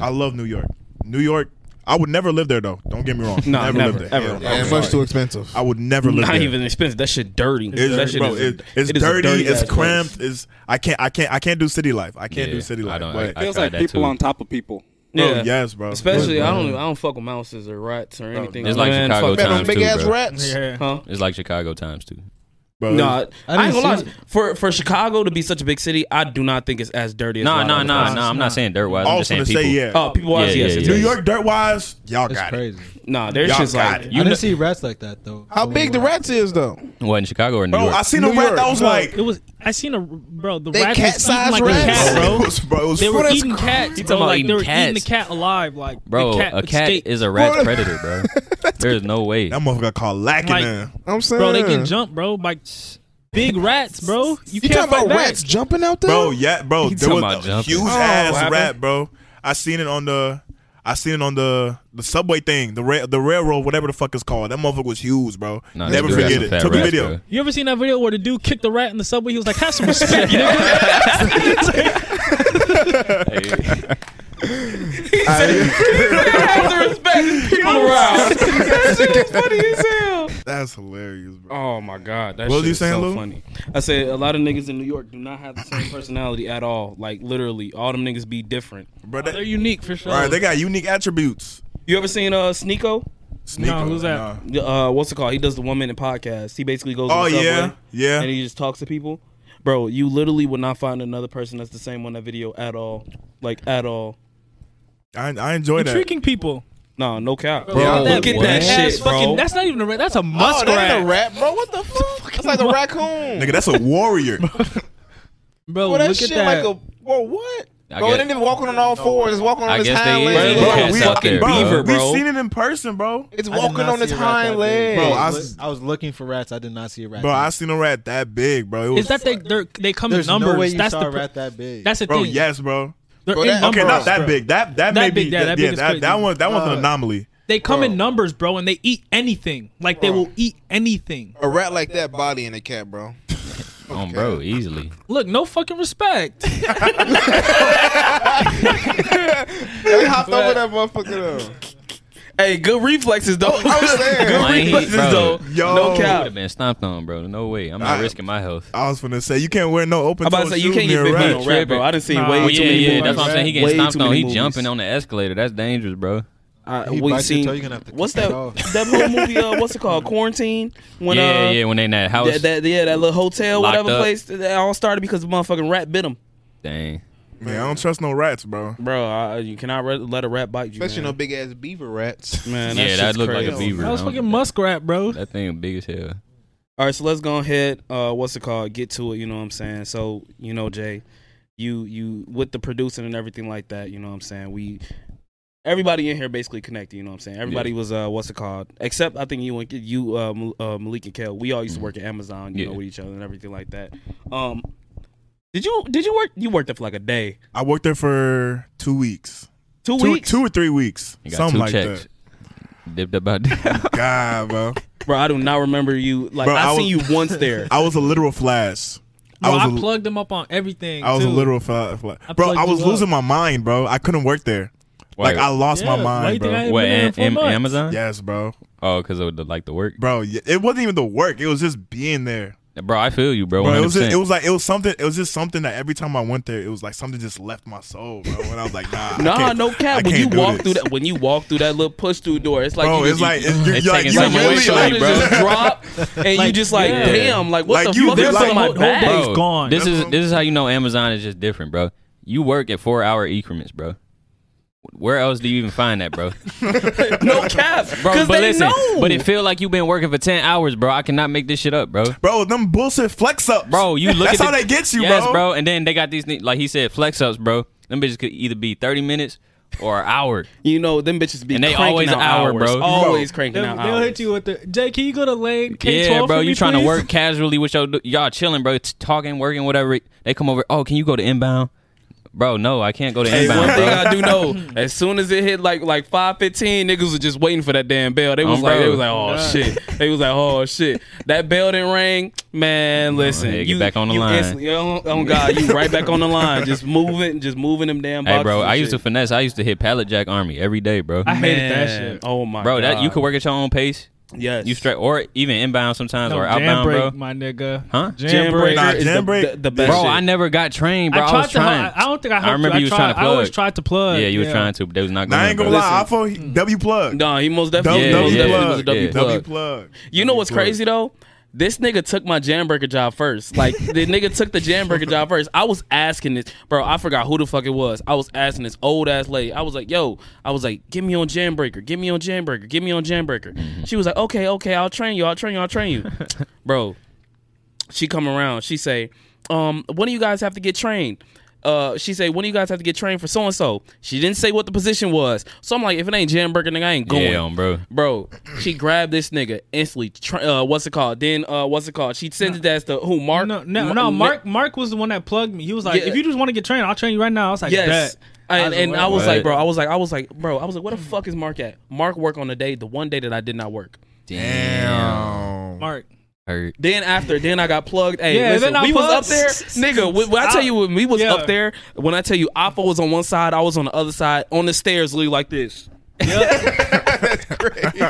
I love New York. New York. I would never live there though. Don't get me (laughs) wrong. No, never, live there. ever. Hell, Yeah, I'm much sorry. too expensive. I would never live Not there. even expensive. That shit dirty. It's, that shit bro, is, it- it's it is a dirty, dirty-ass it's place. cramped, it's I can't I can't I can't do city life. I can't Yeah, do city I life. don't- but- I- Feels tried like that people too. on top of people. Bro, Yeah. yes, bro. Especially, I don't, even, I don't fuck with mouses or rats or anything. It's Oh, like Man, Chicago fuck that. times too, bro. Yeah. Huh? It's like Chicago times too. Bro, No, it's- I, I ain't didn't gonna lie. see For for Chicago to be such a big city, I do not think it's as dirty. as a Nah, lot nah, of nah, other nah. I'm not saying dirt wise. I'm just also saying to people. say yeah. places. Oh, people watch. Yeah, yes, yeah, it's yeah. dirty. New York dirt wise, y'all That's got it. crazy. Nah, there's Y'all just got like it. I didn't see rats like that though. Oh, How big the rats is though? What in Chicago or New Bro, York? I seen New a rat York, that was bro. like It was. I seen a bro. The They rat was eating cat-sized like rats. a cat, bro, bro. it was, bro, it was They were that's eating crazy. You cats, talking bro. about Like they eating were eating the cats? cat alive, like the bro, cat a would cat stay- (laughs) is a rat's Bro, predator, bro. there is no way. that motherfucker called lacking Like- in. (laughs) I'm saying, bro. They can jump, bro. Like (laughs) big rats, bro. You, You can't talking fight about back. rats jumping out there, Bro, yeah, bro, He there talking was about a jumping. huge Oh, what ass happened? rat, bro. I seen it on the I seen it on the the subway thing, the ra- the railroad, whatever the fuck it's called. That motherfucker was huge, bro. Nah, Never this dude has forget some it. fat Took a rats, video. bro. You ever seen that video where the dude kicked the rat in the subway? He was like, "Have (laughs) some respect, nigga." Hey, (laughs) That's hilarious, bro. Oh my god, that What was shit you is saying, so Lou? funny. I said a lot of niggas in New York do not have the same personality at all. Like literally, all them niggas be different. Bro, They're that, unique for sure. all right, they got unique attributes. You ever seen uh Sneeko? Sneaker, who's that? nah. uh, what's it called? He does the one minute podcast. He basically goes. Oh on the subway yeah, yeah. And he just talks to people. Bro, you literally would not find another person that's the same on that video at all. Like at all. I, I enjoy You're that. tricking people. No, no cap. Look at look at that wet-ass shit, fucking- bro. that's not even a rat. That's a Oh, that muskrat, ain't a rat, bro. What the fuck? That's like a raccoon. Nigga, that's a (laughs) warrior. bro. Bro, that look at shit like that. a bro. What? I bro, guess- it ain't even walking on all fours. It's walking on I its guess hind they is. legs. They Bro, cats we- out there, bro, bro. we seen it in person, bro. It's I did walking not on see its a rat that hind big. legs. Bro, I, I was, s- I was looking for rats. I did not see a rat. Bro, that I big. seen a rat that big, bro. It was, Is that they? They're, they come There's in numbers. no way you that's saw the a pr- rat that big. That's the bro? thing. Yes, bro. they're Bro, in that- numbers. Okay, not that bro. big. That that, That may be big, yeah, yeah, that that, big is that, crazy. Uh, one that one's an anomaly. They come in numbers, bro, and they eat anything. Like they will eat anything. a rat like that body in a cat, bro. Um, bro, easily. Look, no fucking respect. They hopped over that motherfucker. (laughs) Though. Hey, good reflexes though. I'm saying. (laughs) good Wayne, reflexes bro. though. Yo. No Would cap. have been stomped on, bro. No way. I'm not I- risking my health. I was gonna say you can't wear no open I'm about to toe say you shoes can't near get a big rat. money on rat, bro. I didn't see Nah. way Oh, too yeah, many yeah. movies. That's what I'm saying. He getting Way too stomped on. many He movies. jumping on the escalator. That's dangerous, bro. Uh, He we bites your seen. toe, you're gonna have to what's cut that? it (laughs) off. That whole movie? Uh, what's it called? Quarantine. When yeah, uh, yeah. When they in that house, That, that yeah, that little hotel, Locked whatever up. place. That all started because the motherfucking rat bit him. dang. Man, I don't trust no rats, bro. Bro, I, you cannot re- let a rat bite you. Especially man. no big ass beaver rats. Man, yeah, that shit's looked like a crazy. beaver. That was I don't- fucking muskrat, bro. That thing big as hell. All right, so let's go ahead. Uh, what's it called? Get to it. You know what I'm saying? So you know, Jay, you you with the producing and everything like that. You know what I'm saying? We everybody in here basically connected. You know what I'm saying? Everybody was uh, what's it called? Except I think you and you uh, Mal- uh, Malik and Kel. We all Mm-hmm. used to work at Amazon. You Yeah. know, with each other and everything like that. Um, did you did you work? You worked there for like a day, I worked there for two weeks, two, two, weeks, two or three weeks, You got something two like checks. (laughs) Dipped up out there. that. God, bro, bro. I do not remember you. Like Bro, I, I was- seen you once there. I was a literal flash. Bro, I, was a- plugged him up on everything. I was a too. literal flash. I Bro, plugged I was you up. losing my mind, bro. I couldn't work there. Like Wait, I lost Yeah, my why you mind, think I bro. (laughs) ain't what? been there in Am- four Am- months? Amazon? Yes, bro. Oh, because of the, like the work. Bro, y- it wasn't even the work. It was just being there. Bro, I feel you, bro. Bro, 100%. it was just, it was like it was something. It was just something that every time I went there, it was like something just left my soul, bro. And I was like, (laughs) nah, (laughs) I Nah, can't- no I cap. When you can't do walk this. through that, when you walk through that little push through door, it's like bro, you, it's you- like you're, you're like taking you something your away really from like, shoulders you, bro. just drop, and you Like, just like, yeah. damn, like what Like, the you fuck did is like- on my Whole- whole day. back? It's gone. This That's is what- this is how you know Amazon is just different, bro. You work at four hour increments, bro. Where else do you even find (laughs) that, bro? No cap, Bro, because but they listen, know. but it feel like you've been working for ten hours, bro. I cannot make this shit up, (laughs) bro. (laughs) bro. Them bullshit flex ups, Bro, you look That's at how the- they get you, yes, bro. And then they got these things, like he said, flex ups, bro. Them bitches could either be thirty minutes or an hour. (laughs) you know them bitches be And they cranking always out an hour, hours, bro. Always cranking They'll, out they'll hours. hit you with the Jay. Can you go to lane K twelve? yeah, bro. for me, You trying please? to (laughs) work casually with your y'all chilling, bro. T- talking, working, whatever. They come over. Oh, can you go to inbound? Bro, no, I can't go to Hey, one inbound, thing bro. I do know, (laughs) as soon as it hit like like five fifteen, niggas was just waiting for that damn bell. They was Um, like, they bro. was like, oh shit. (laughs) They was like, oh shit. That bell didn't ring, man. Listen, ahead, get you back on the you line. instantly- Oh, oh, god, you right back on the (laughs) line, just moving, just moving them damn. Hey, boxes bro. and I used to shit. finesse. I used to hit pallet jack army every day, bro. I hated that Man, shit. Oh my, bro, that you God. could work at your own pace. Yes, You straight or even inbound sometimes No, or jam outbound, break, bro. my nigga. Huh? Jam breaker Nah, is jam the- break- the, the best. Bro, shit. I never got trained, bro. I, tried was to. trying. I don't think I. Helped I remember you. you was tried, trying to I always plug. tried to plug. yeah, you was trying to, but they was not Nah, going. I ain't gonna bro. lie, I feel W plug, No, he most definitely, W, yeah, most Yeah, yeah, definitely yeah. was a W Yeah. plug. W plug. You know what's W plug. crazy though? This nigga took my jam breaker job first. Like the nigga took the jam breaker job first. I was asking this, bro. I forgot who the fuck it was. I was asking this old ass lady. I was like, "Yo," I was like, "Get me on jam breaker. Get me on jam breaker. Get me on jam breaker." She was like, "Okay, okay, I'll train you. I'll train you. I'll train you, bro." She come around. She say, "Um, when do you guys have to get trained?" Uh, she say, "When do you guys have to get trained for so and so?" She didn't say what the position was. So I'm like, "If it ain't jam breaker, nigga, I ain't going." Yeah, um, bro. Bro, she grabbed this nigga instantly. Tr- uh, what's it called? Then uh, what's it called? She sent it as to who? Mark? No, no, Ma- no. Ma- Mark, Mark was the one that plugged me. He was like, Yeah. "If you just want to get trained, I'll train you right now." I was like, Yes. "Bet." And, was and like, I was what? like, bro, I was like, I was like, bro, I was like, where the fuck is Mark at? Mark work on the day, the one day that I did not work. Damn. Mark. Hurt. Then after, then I got plugged. Hey, Yeah, listen, then I we was plugged. up there, nigga. When, when I tell you, when we was Yeah. up there, when I tell you, Alpha was on one side, I was on the other side, on the stairs, literally like this.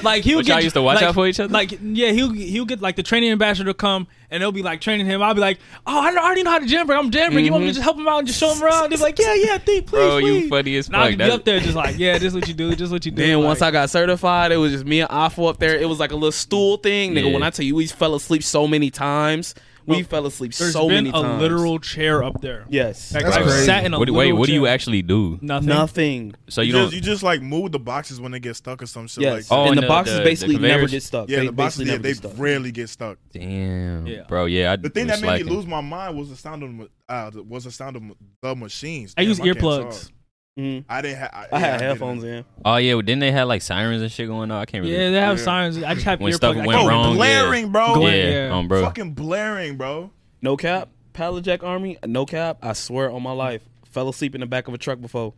like he'll But get y'all used to watch like, out for each other? Like yeah, he'll he'll get like the training ambassador to come and they'll be like training him. I'll be like, oh, I already know how to jam, but I'm jamming. You want me to just help him out and just show him around? They're like, yeah, yeah, think, please, Bro, you please." funny as And I'll fuck. just be That's- up there just like, yeah, this is what you do, this is what you do. Then like, once I got certified, it was just me and Afo up there. It was like a little stool thing, nigga. Yeah. When I tell you, we fell asleep so many times. We Bro, fell asleep there's so been many a times. literal chair up there. yes, Like, That's I've crazy. sat in a What, literal wait, what do you chair. actually do? Nothing. nothing. So you just, don't. you just like move the boxes when they get stuck or some shit Yes, like that. Oh, and and the, the- boxes the- the basically never conveyors? get stuck. yeah, they the basically boxes yeah, never they get stuck. rarely get stuck. Damn, Yeah. bro. Yeah, I, The thing was that made me slacking. lose my mind was the sound of ma- uh, the- was the sound of ma- the machines. I Damn, use can't earplugs. talk. Mhm. I didn't have. I, I yeah, had didn't. headphones in. Oh yeah, well, then they had like sirens and shit going on. I can't really. Yeah, they have signs. I just have When earplugs. Oh, stuff I went can't- Bro, wrong, yeah. blaring, bro. Glenn, yeah, yeah. um, bro. Fucking blaring, bro. No cap, pallet jack army. No cap. I swear on my life, fell asleep in the back of a truck before.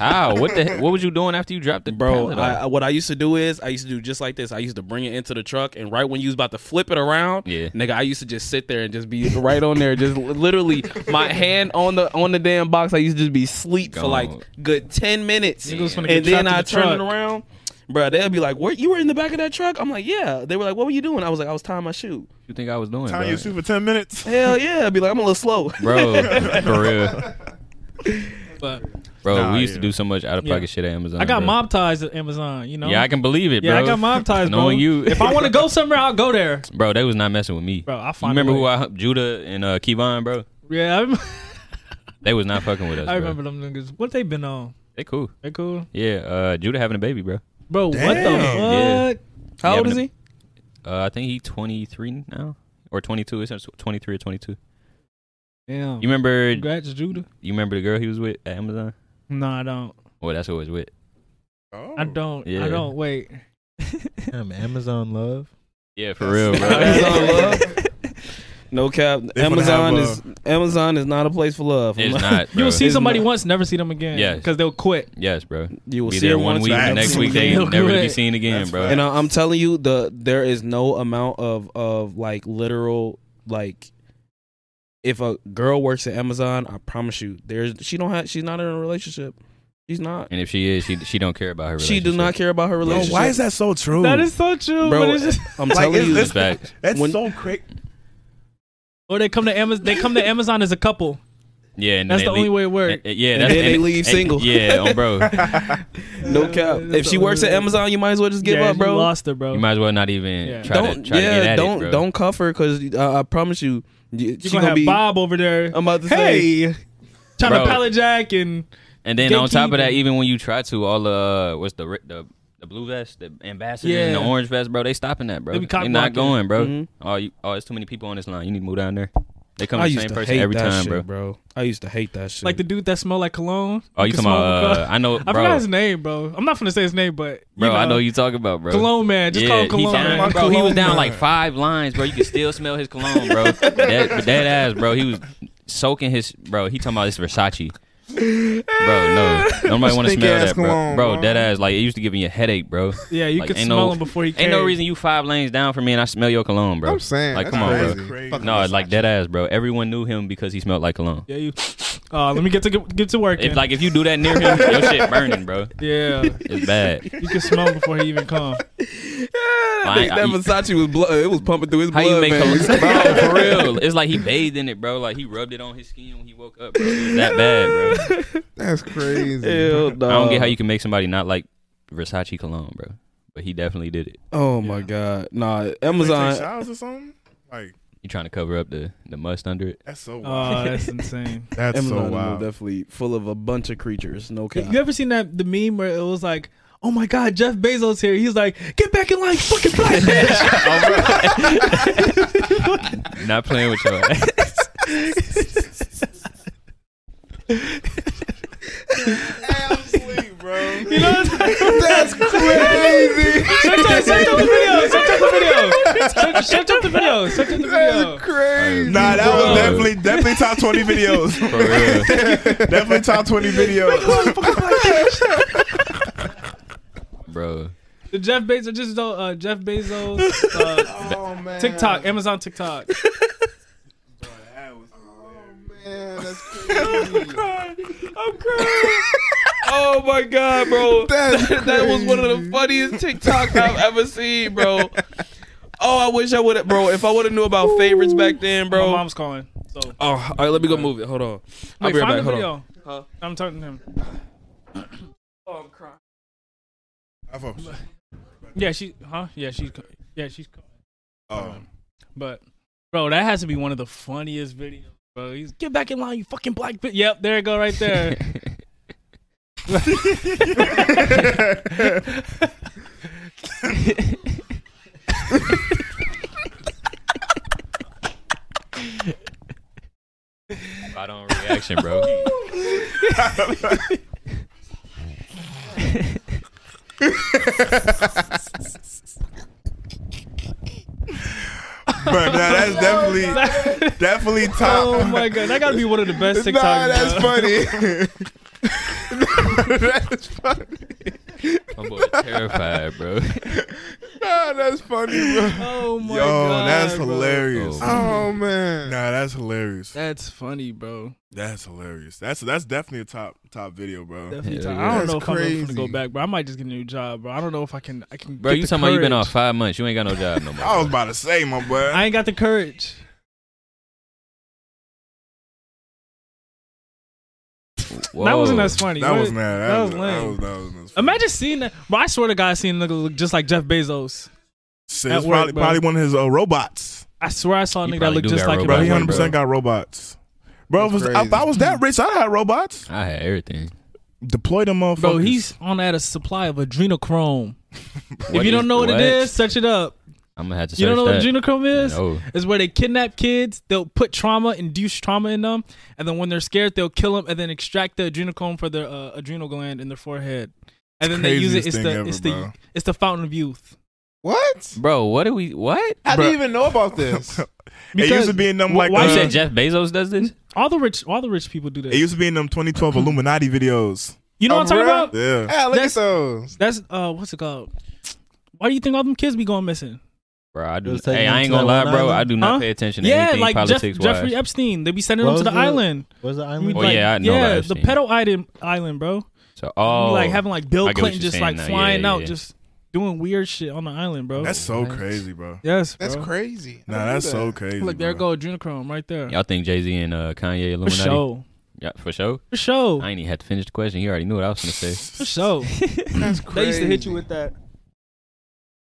How? What the? Heck? What was you doing after you dropped the Bro, pallet I, off? I- what I used to do is I used to do just like this. I used to bring it into the truck, and right when you was about to flip it around, Yeah. nigga, I used to just sit there and just be right on there, just li- literally my hand on the on the damn box. I used to just be sleep for Gone. like good ten minutes, Niggas finna get and then trapped in I the turn it truck. around, bro. They'll be like, "Where you were in the back of that truck?" I'm like, "Yeah." They were like, "What were you doing?" I was like, "I was tying my shoe." you think I was doing? Time bro? you shoot for ten minutes. Hell yeah! I'd be like, "I'm a little slow." (laughs) bro, for real, But bro. Nah, we used yeah. to do so much out of pocket Yeah. shit at Amazon. I got bro. mob ties at Amazon. You know. Uh-huh. Yeah, I can believe it, bro. Yeah, I got mob ties, bro. (laughs) Knowing you, If I want to go somewhere, I'll go there, bro, they was not messing with me. bro. I you find. remember a who way. I helped? Judah and uh, Kevon, bro. Yeah, I, rem- They was not fucking with us. (laughs) I bro. remember them niggas. What they been on? They cool. They cool, Yeah, uh, Judah having a baby, bro. bro. Damn. What the fuck? Yeah, How old but is the- he? Uh, I think he 23 now or 22. It's not 23 or 22. Damn. You remember? You Oh. Congrats, Judah. remember the girl he was with at Amazon? No, I don't. Oh, that's who it was with. Oh. I don't. Yeah. I don't. Wait. (laughs) Damn, Amazon love. Yeah, for real, (laughs) bro. Amazon love. No cap. They finna Amazon have, is uh, Amazon is not a place for love. (laughs) it's not. Bro. (laughs) You'll see It's somebody not- once, never see them again. Yes. because they'll quit. Yes, bro. You will be see there it one once, week, you the will next see week it they again. ain't never to be Correct. seen again, That's bro. facts. And I, I'm telling you, the there is no amount of of like literal like. If a girl works at Amazon, I promise you, there's she don't have she's not in a relationship. She's not. And if she is, she she don't care about her. She do not care about her Bro, relationship. why is that so true? That is so true. Bro, but it's just- I'm Like, telling it's- you, it's- Facts. That's when- so crazy. or they come to Amazon. They come to Amazon as a couple. Yeah, and then That's they the only leave- way it works. and- and- yeah, And that's, then they leave and- single. Yeah, oh, bro. no cap. Uh, If she works at Amazon, you might as well just give Yeah, up, you bro. Lost her, bro. You might as well not even Yeah. try don't to try yeah, to get at don't it, bro. don't cuff her because uh, I promise you, you she You're gonna have be. Bob over there. I'm about to say, hey, trying Bro. to pallet jack and And then on top of that, gatekeeping. even when you try to, all the uh, what's the ri- the the blue vest, the ambassadors, and the Yeah. orange vest, bro, they stopping that, bro. They be cock not blocking. going, bro. Mhm. Oh, you, oh, it's too many people on this line. You need to move down there. They come I the used same to person hate every that time, shit, bro. bro. I used to hate that shit. like the dude that smelled like cologne. Oh, you can talking about? smoke Uh, I know, I forgot bro. his name, bro. I'm not gonna say his name, but Bro, you know, I know you talking about, bro. Cologne man. Just yeah, call him he cologne. down- man. bro. he was Cologne down man. like five lines, bro. You could still smell his cologne, bro. that, but that ass, bro. He was soaking his, bro. He talking about this Versace, bro. No, nobody want to Stinky smell ass that, bro. cologne, bro. bro. That ass, like it used to give me a headache, bro. Yeah, you Like, could ain't smell no- him before he came. Ain't no reason you five lanes down from me and I smell your cologne, bro. I'm saying, like, that's come on, crazy. bro. Crazy. Fucking No, like that ass, bro. Everyone knew him because he smelled like cologne. Yeah, you. Uh, let me get to get, get to work. If man. like if you do that near him, your shit burning, bro. yeah, It's bad. you can smell him before he (laughs) even come. I- Nigga, I- that Versace was blood. It was pumping through his How blood. you make (laughs) veins. cologne, (laughs) bro? For (laughs) real, it's like he bathed in it, bro. Like he rubbed it on his skin when he woke up. Bro. It was that bad, bro. That's crazy. (laughs) Hell no. I don't get how you can make somebody not like Versace cologne, bro. But he definitely did it. Oh my god. Nah, They take Amazon. showers or something? Like He trying to cover up the the must under (laughs) it. that's so wild. Oh, that's insane. that's Amazon so is wild. definitely full of a bunch of creatures. No cap. You ever seen that the meme where it was like, "Oh my God, Jeff Bezos here." He's like, "Get back in line, fucking (laughs) black bitch." Not playing with your ass. You know what I'm saying? That's crazy. Search up, search up the video. Search up the video. Search, search up the video. Search up the video. Nah, that Bro. was definitely definitely top (laughs) twenty videos. (laughs) (laughs) For real. definitely top twenty videos. Bro. The Jeff Bezos, just uh, Jeff Bezos, uh, Oh man. TikTok, Amazon TikTok. Man, that's crazy. I'm crying. (laughs) Oh my god, (laughs) bro! That's that, (laughs) that was one of the funniest TikToks I've ever seen, bro. Oh, I wish I would have, bro. If I would have knew about favorites back then, My bro. mom's calling. So Oh, all right, let me go move it. Hold on. I'll Wait, be right back. find the Hold on. video. I'm talking to him. oh, I'm crying. iPhones. Yeah, she. Huh? Yeah, she's. co- Yeah, she's. co- Oh. (laughs) But, bro, that has to be one of the funniest videos, bro. He's get back in line, you fucking black. Bi-. Yep, there you go, right there. (laughs) Right on reaction, bro. Bro, nah, that's (laughs) definitely (laughs) definitely top. (laughs) oh my god, that gotta be one of the best TikToks. nah, that's bro. funny. My boy terrified, (laughs) (laughs) bro. nah, that's funny, bro. (laughs) Oh (laughs) (laughs) my Yo, god, that's bro. hilarious. Oh. Oh man. Nah, that's hilarious. That's funny, bro. That's hilarious. That's that's definitely a top top video, bro. Definitely. Yeah, time. yeah. I don't That's know if I'm gonna crazy. go back, bro. I might just get a new job, bro. I don't know if I can. I can. Bro, get you the talking about you been courage. Oh, off five months? You ain't got no job no more. I was bro. about to say, my boy. I ain't got the courage. That wasn't Whoa. as funny. that What- wasn't that. That, that was, that was lame. was that was- that was Imagine seeing that. Bro, I swear to God, seeing a nigga look just like Jeff Bezos. Shit, at it's work, probably, bro. probably one of his uh, robots. I swear I saw a He nigga that probably looked do just got like him. robots. Bro, he Like hundred one, percent bro. got robots. Bro, if, That's it was- if I crazy. was that rich, I'd have robots. I had everything. Deploy them, motherfuckers. (laughs) Bro, he's on at a supply of adrenochrome. if What you don't is- know what, what? it is, search it up. I'm gonna have to. You don't know search what that. adrenochrome is? No. It's where they kidnap kids, they'll put trauma, induce trauma in them, and then when they're scared, they'll kill them and then extract the adrenochrome for their uh, adrenal gland in their forehead. And then they use it. Craziest It's thing the ever, it's bro. the it's the fountain of youth. What? Bro, what do we? What? How do Bruh. you even know about (laughs) Ah, this? it used to be in them like why You uh, said Jeff Bezos does this? All the rich all the rich people (laughs) do it this. used Uh, to be in them 2012 Illuminati videos. You know what I'm talking Oh, really? about? Yeah, Ah, look That's- at those. That's uh, what's it called? Why do you think all them kids be going missing? Bro, I do. Let's take Hey, him I ain't to gonna lie, that bro. one I do not Huh? pay attention to Yeah, anything like Jeff- politics wise. Jeffrey Epstein. They be sending What them to the, was the- island. Where's the We island? Oh, like- yeah, I know yeah, about the Epstein. pedo island, island, bro. so, We oh, like having like I Bill get what Clinton you're just saying like now. Yeah, flying yeah, out, yeah. just doing weird shit on the island, bro. that's so What? crazy, bro. yes, bro. That's crazy. I Nah, didn't that's know so that. crazy. Look, there bro. go adrenochrome right there. y'all think Jay Z and uh, Kanye For Illuminati? sure, Yeah, for sure. for sure, I ain't even had to finish the question. He already knew what I was gonna say, (laughs) for sure. That's They crazy. used to hit you with that,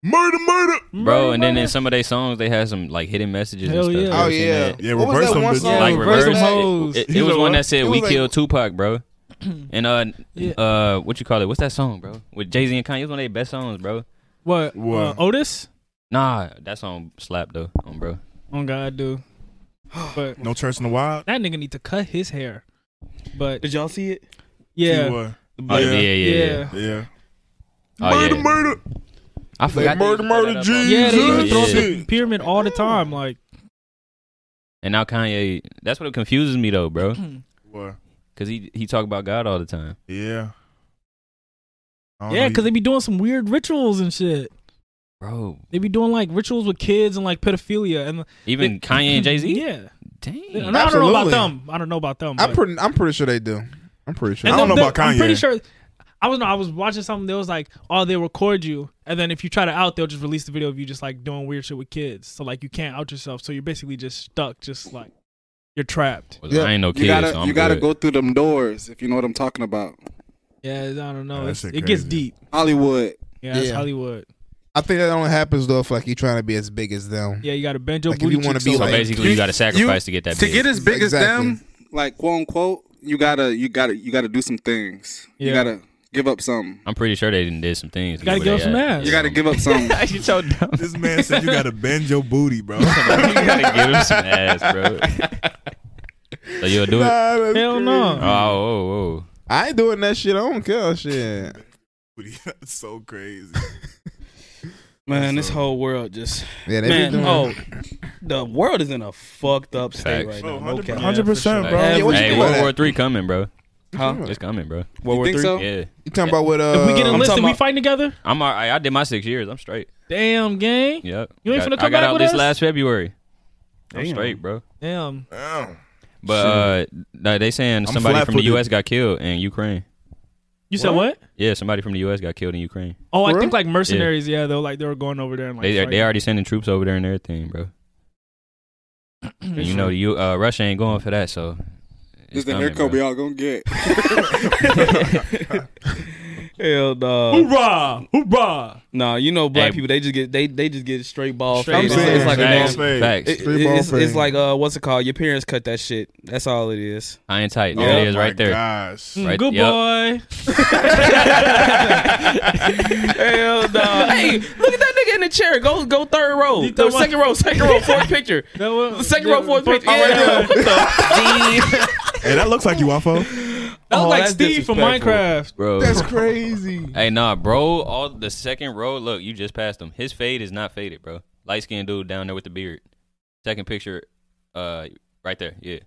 Murder, murder. bro. Murder, And then in murder. some of their songs, they had some like hidden messages. Hell and Oh stuff. You ever yeah. seen yeah. that? Yeah, What was reverse that them one bitches. song? Like Oh, reverse reverse them it. hoes. It, it He was was like, one what? that said He we was like- killed Tupac, bro. And uh, Yeah. uh, what you call it? What's that song, bro? With Jay Z and Kanye, it was one of their best songs, bro. (clears throat) What? What? Uh, Otis? Nah, that song slapped though, on bro. Oh God, dude. But No church in the wild. that nigga need to cut his hair. But Did y'all see it? yeah, Keyword. Oh, yeah, yeah, yeah. yeah. yeah. Yeah. Oh, murder, yeah. murder. I forgot. they murder, used to throw murder, that up Jesus. on- Yeah, they used to throw up Yeah. the pyramid all the (clears throat) time. Like, And now Kanye, that's what confuses me though, bro, What? because he he talk about God all the time. Yeah. I don't yeah, know, because they be doing some weird rituals and shit. Bro, They be doing like rituals with kids and like pedophilia and even Kanye and Jay Z. (clears throat) Yeah, Dang. And I don't know about Absolutely. them. I don't know about them. I'm but- pretty. I'm pretty sure they do. I'm pretty sure. I And don't them- know about them- I'm pretty Kanye. sure. I was no, I was watching something. that was like, oh, they record you, and then if you try to out, they'll just release the video of you just like doing weird shit with kids. So like, you can't out yourself. So you're basically just stuck. Just like, you're trapped. Well, I ain't no kid, You gotta, so I'm you gotta good. go through them doors if you know what I'm talking about. Yeah, I don't know. That It's- shit it gets crazy. deep. Hollywood. Yeah, that's Yeah. Hollywood. I think that only happens though if like you trying to be as big as them. Yeah, you got to bend your Like, if booty. you wanna cheeks be over. So like- basically, you got to sacrifice to get that. to big. get as big as Exactly. them. Like quote unquote, you gotta you gotta you gotta do some things. You Yeah. gotta give up some. I'm pretty sure they didn't did some things. to Gotta where give they them at. some ass. You gotta give up some. (laughs) you so dumb. (laughs) This man said you (laughs) gotta bend your booty, bro. (laughs) you gotta give him some ass, (laughs) bro. so you'll do it. Hell no. Oh, oh, oh. I ain't doing that shit. I don't care. Shit. (laughs) That's so crazy. Man, this whole world just Yeah, they man. be doing. Oh, the world is in a fucked up state Facts. right Oh, now. No cap. Hundred percent, sure. bro. Yeah, what you hey, think World about War Three coming, bro. Huh? It's coming, bro. World You War think Three. so? Yeah, You talking about what? Uh, If we get I'm enlisted, talking we about- fighting together. I'm. All right. I did my six years. I'm straight. Damn, gang. Yep. You ain't got, finna come I got back out with this us? last February. I'm Damn. straight, bro. Damn. Damn. But uh, they- they saying I'm somebody from the flat-footed. U.S. got killed in Ukraine. You said what? Yeah, somebody from the U.S. got killed in Ukraine. Oh, I For think like mercenaries. Yeah, though, like they were going over there and like They fighting. they already sending troops over there and everything, bro. And you know, you uh, Russia ain't going for that, so. It's It's the hair coming, Kobe bro. all gonna get. (laughs) Hell no. Hoorah! Hoorah! Nah, you know black Hey. people they just get they they just get straight ball. Straight fades. ball. it's like a facts, norm- Straight ball. facts. it- Straight ball it's, it's fades. like uh what's it called? Your parents cut that shit. That's all it (laughs) is. Iron tight. There Oh it is, right there. Oh Gosh. Mm, Right- Good yep. boy. Hell no. hey, look at that nigga in the chair. Go go third row. You thought Third- second row, second row, fourth (laughs) picture. That was- Second row, fourth picture. Oh, right Yeah. there. (laughs) Hey, that looks like you, Waffle. (laughs) That was Oh, like that's Steve from disrespectful. Minecraft. Bro. crazy. Hey, nah, bro. All the second row. Look, you just passed him. His fade is not faded, bro. Light skinned dude down there with the beard. Second picture, uh, right there. Yeah.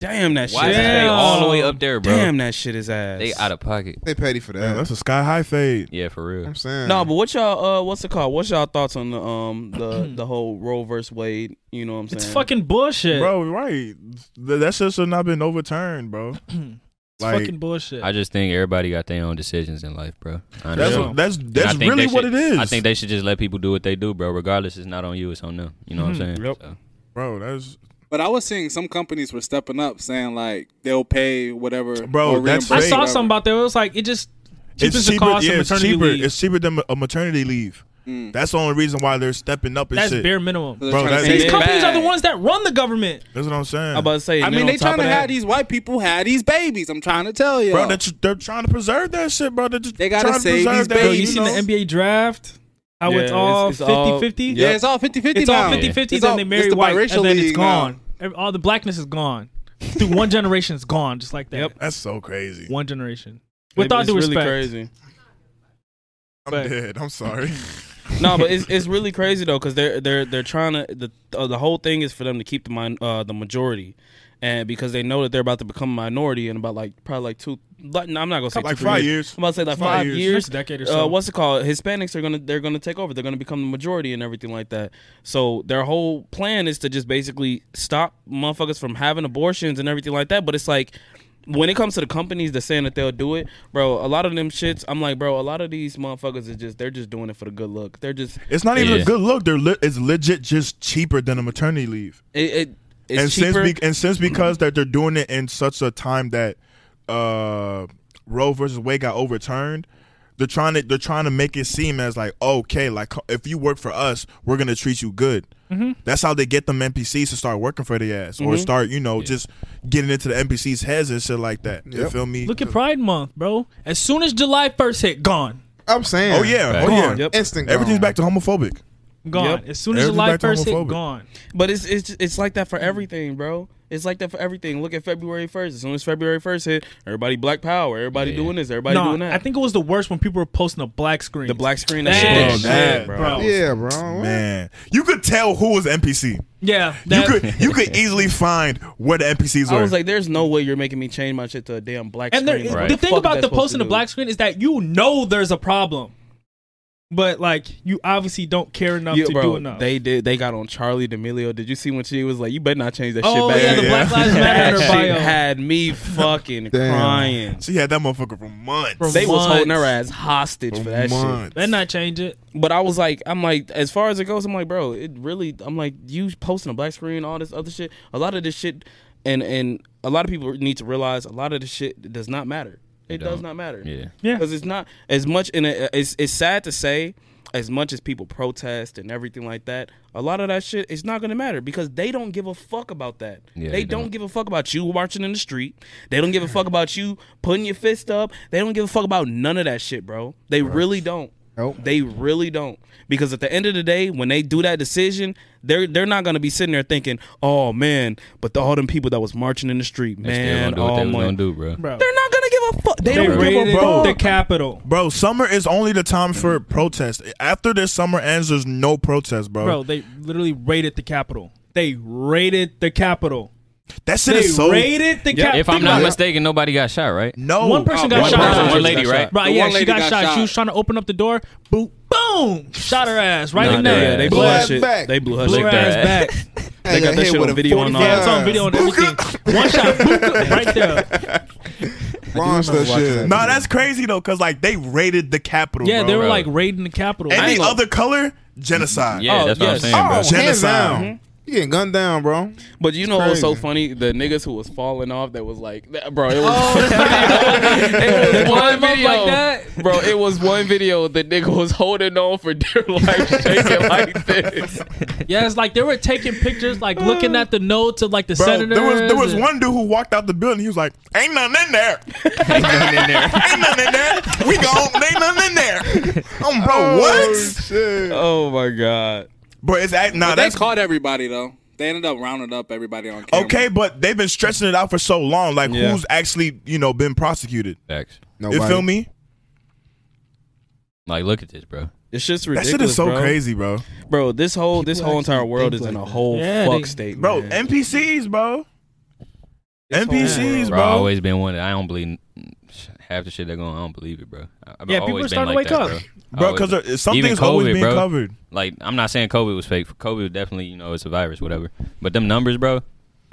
Damn that shit. Why is his fade Damn. all the way up there, bro? Damn that shit is ass. They out of pocket. They petty for Man, that. that's a sky high fade. Yeah, for real. I'm saying. No, but what y'all uh what's it called? What's y'all thoughts on the um the the whole Roe versus Wade, you know what I'm saying? It's fucking bullshit. Bro, right. Th- That shit should not been overturned, bro. (clears throat) it's fucking bullshit. I just think everybody got their own decisions in life, bro. That's Honestly. Yeah. what, that's I that's think really they what should- it is. I think they should just let people do what they do, bro. Regardless, it's not on you; it's on them. You know what I'm saying? Yep. So, bro, that's But I was seeing some companies were stepping up, saying like they'll pay whatever. Bro, or that's I reimburse fake. saw whatever. something about that. It was like it just cheapens it's the cheaper. cost yeah, of it's maternity cheaper. leave. It's cheaper than a maternity leave. Mm. That's the only reason why they're stepping up and That's shit. bare minimum. They're Bro, trying to that's- take These it companies back. are the ones that run the government. That's what I'm saying. I'm about to say. I and mean, then they on top trying to of have that, these white people have these babies. I'm trying to tell you, bro, they're, tr- they're trying to preserve that shit, bro. They're just They gotta trying to save preserve these that, Bro, babies. you seen the NBA draft? How Yeah, it's all it's- it's all- 50-50? yeah, it's all 50-50 It's now. all 50-50, It's then all- they it's marry the white, and biracial then it's league now. gone. Every- All the blackness is gone. Through one generation, it's gone, just like that. Yep. That's so crazy. One generation. it's- With all it's due really respect. crazy. I'm but- dead. I'm sorry. (laughs) no, but (laughs) it's it's really crazy though because they're they're they're trying to the uh, the whole thing is for them to keep the min- uh, the majority, and because they know that they're about to become a minority in about like probably like two. Like, no, I'm not gonna say like two, three five years. I'm about to say like Five five, years. years. Next decade or Uh, so. what's it called? Hispanics are gonna they're gonna take over. They're gonna become the majority and everything like that. So their whole plan is to just basically stop motherfuckers from having abortions and everything like that. But it's like when it comes to the companies that's saying that they'll do it, bro, a lot of them shits, I'm like, bro, a lot of these motherfuckers is just they're just doing it for the good look. They're just It's not even Yeah. a good look. They're le- it's legit just cheaper than a maternity leave. it, it it's and cheaper. since be- and since because that they're doing it in such a time that uh Roe versus Wade got overturned, they're trying to they're trying to make it seem as like okay, like if you work for us, we're gonna treat you good. Mm-hmm. That's how they get them NPCs to start working for the ass or start you know just getting into the NPCs' heads and shit like that. You feel me? Look at Pride Month, bro. As soon as July 1st hit, gone. I'm saying. oh yeah, Right. oh yeah. Yep. Instant. Everything's gone. back to homophobic. Gone. Yep. As soon as Everything's July back to 1st hit, homophobic. gone. But it's it's it's like that for everything, bro. It's like that for everything. Look at February first. As soon as February first hit, everybody black power. Everybody doing this. Everybody No, doing that. I think it was the worst when people were posting a black screen. the black screen. That shit shit, is that, shit, bro. bro. Yeah, bro. What? Man, you could tell who was NPC. Yeah. You That, could (laughs) you could easily find where the NPCs were. I was like, "There's no way you're making me change my shit to a damn black and screen." there, bro. the What thing fuck is about the that supposed post in to do? the black screen is that you know there's a problem, but like you obviously don't care enough yeah, to bro, do enough. they did. They got on Charlie D'Amelio. Did you see when she was like, "You better not change that oh shit yeah, back." the Yeah. (laughs) Black Lives Matter that in her shit bio. had me fucking Damn. crying. she had that motherfucker for months. For They was months. holding her ass hostage for that shit. months. Better not change it. But I was like, I'm like, as far as it goes, I'm like, bro, it really, I'm like, you posting a black screen, all this other shit, a lot of this shit, and and a lot of people need to realize a lot of this shit does not matter. It, does don't. not matter. Yeah. Yeah. because it's not as much. And it, it's it's sad to say, as much as people protest and everything like that, a lot of that shit is not going to matter because they don't give a fuck about that. Yeah, they they don't don't. give a fuck about you marching in the street. They don't give a fuck about you putting your fist up. They don't give a fuck about none of that shit, bro. They really don't. Nope. They really don't. Because at the end of the day, when they do that decision, they're they're not gonna be sitting there thinking, "Oh man," but the, all them people that was marching in the street, They still man, gonna do what all they was month." gonna do, bro. Bro, They're not gonna give a fuck. They, they don't give raided a fuck. the Capitol. Bro, summer is only the time for protest. After this summer ends, there's no protest, bro. Bro, they literally raided the Capitol. They raided the Capitol. that shit They is so raided the Capitol. If I'm not mistaken, nobody got shot, right? no. Oh, one person got one shot. person, one Right, lady, right? Right, The yeah, one she lady got, got shot. She shot. was trying to open up the door. Boom, boom, shot her ass right Nah, in they- there. Yeah, they Blew blew her- that shit. back. They blew her blew shit her ass back. back. (laughs) They got that shit on video and all. Yeah, it's on video and everything. One shot, boom, right there. launched that shit. Nah, that's crazy though, cause like they raided the Capitol. Yeah, bro. they were bro. like raiding the Capitol. Any Like, other color, genocide. Yeah, Oh, that's what yes. I'm saying, bro. Oh, hands Genocide. down. You getting gunned down, bro. But you know what was so crazy. funny? The niggas who was falling off that was like, that- bro, Oh, it was, (laughs) it was one video. Bro, it was one video the nigga was holding on for dear life, shaking like this. (laughs) yeah, it's like they were taking pictures, like looking at the notes of like the Bro, senators. there was there was and- one dude who walked out the building. He was like, "Ain't nothing in there. (laughs) ain't nothing in there. ain't nothing in there. We gone. Ain't nothing in there." I'm bro. Oh, what? shit. Oh my god. Bro, it's act. Nah, They that's caught everybody though. They ended up rounding up everybody on camera. okay. But they've been stretching it out for so long. Like, Yeah. who's actually you know been prosecuted? Facts. Nobody. You feel me? Like, look at this, bro. This shit's That ridiculous. shit is so bro. crazy, bro. Bro, this whole this People whole entire actually world think is in like a that. whole Yeah, fuck they- state. Bro, man. NPCs, bro. NPCs, Bro, bro. I always been one that I don't believe half the shit that going. on. I don't believe it, bro. I, I've Yeah, people always are been starting to like wake that, bro. up. Bro, Always been. because something's Even always COVID, being bro. covered. like I'm not saying COVID was fake. COVID was definitely you know it's a virus, whatever. But them numbers, bro,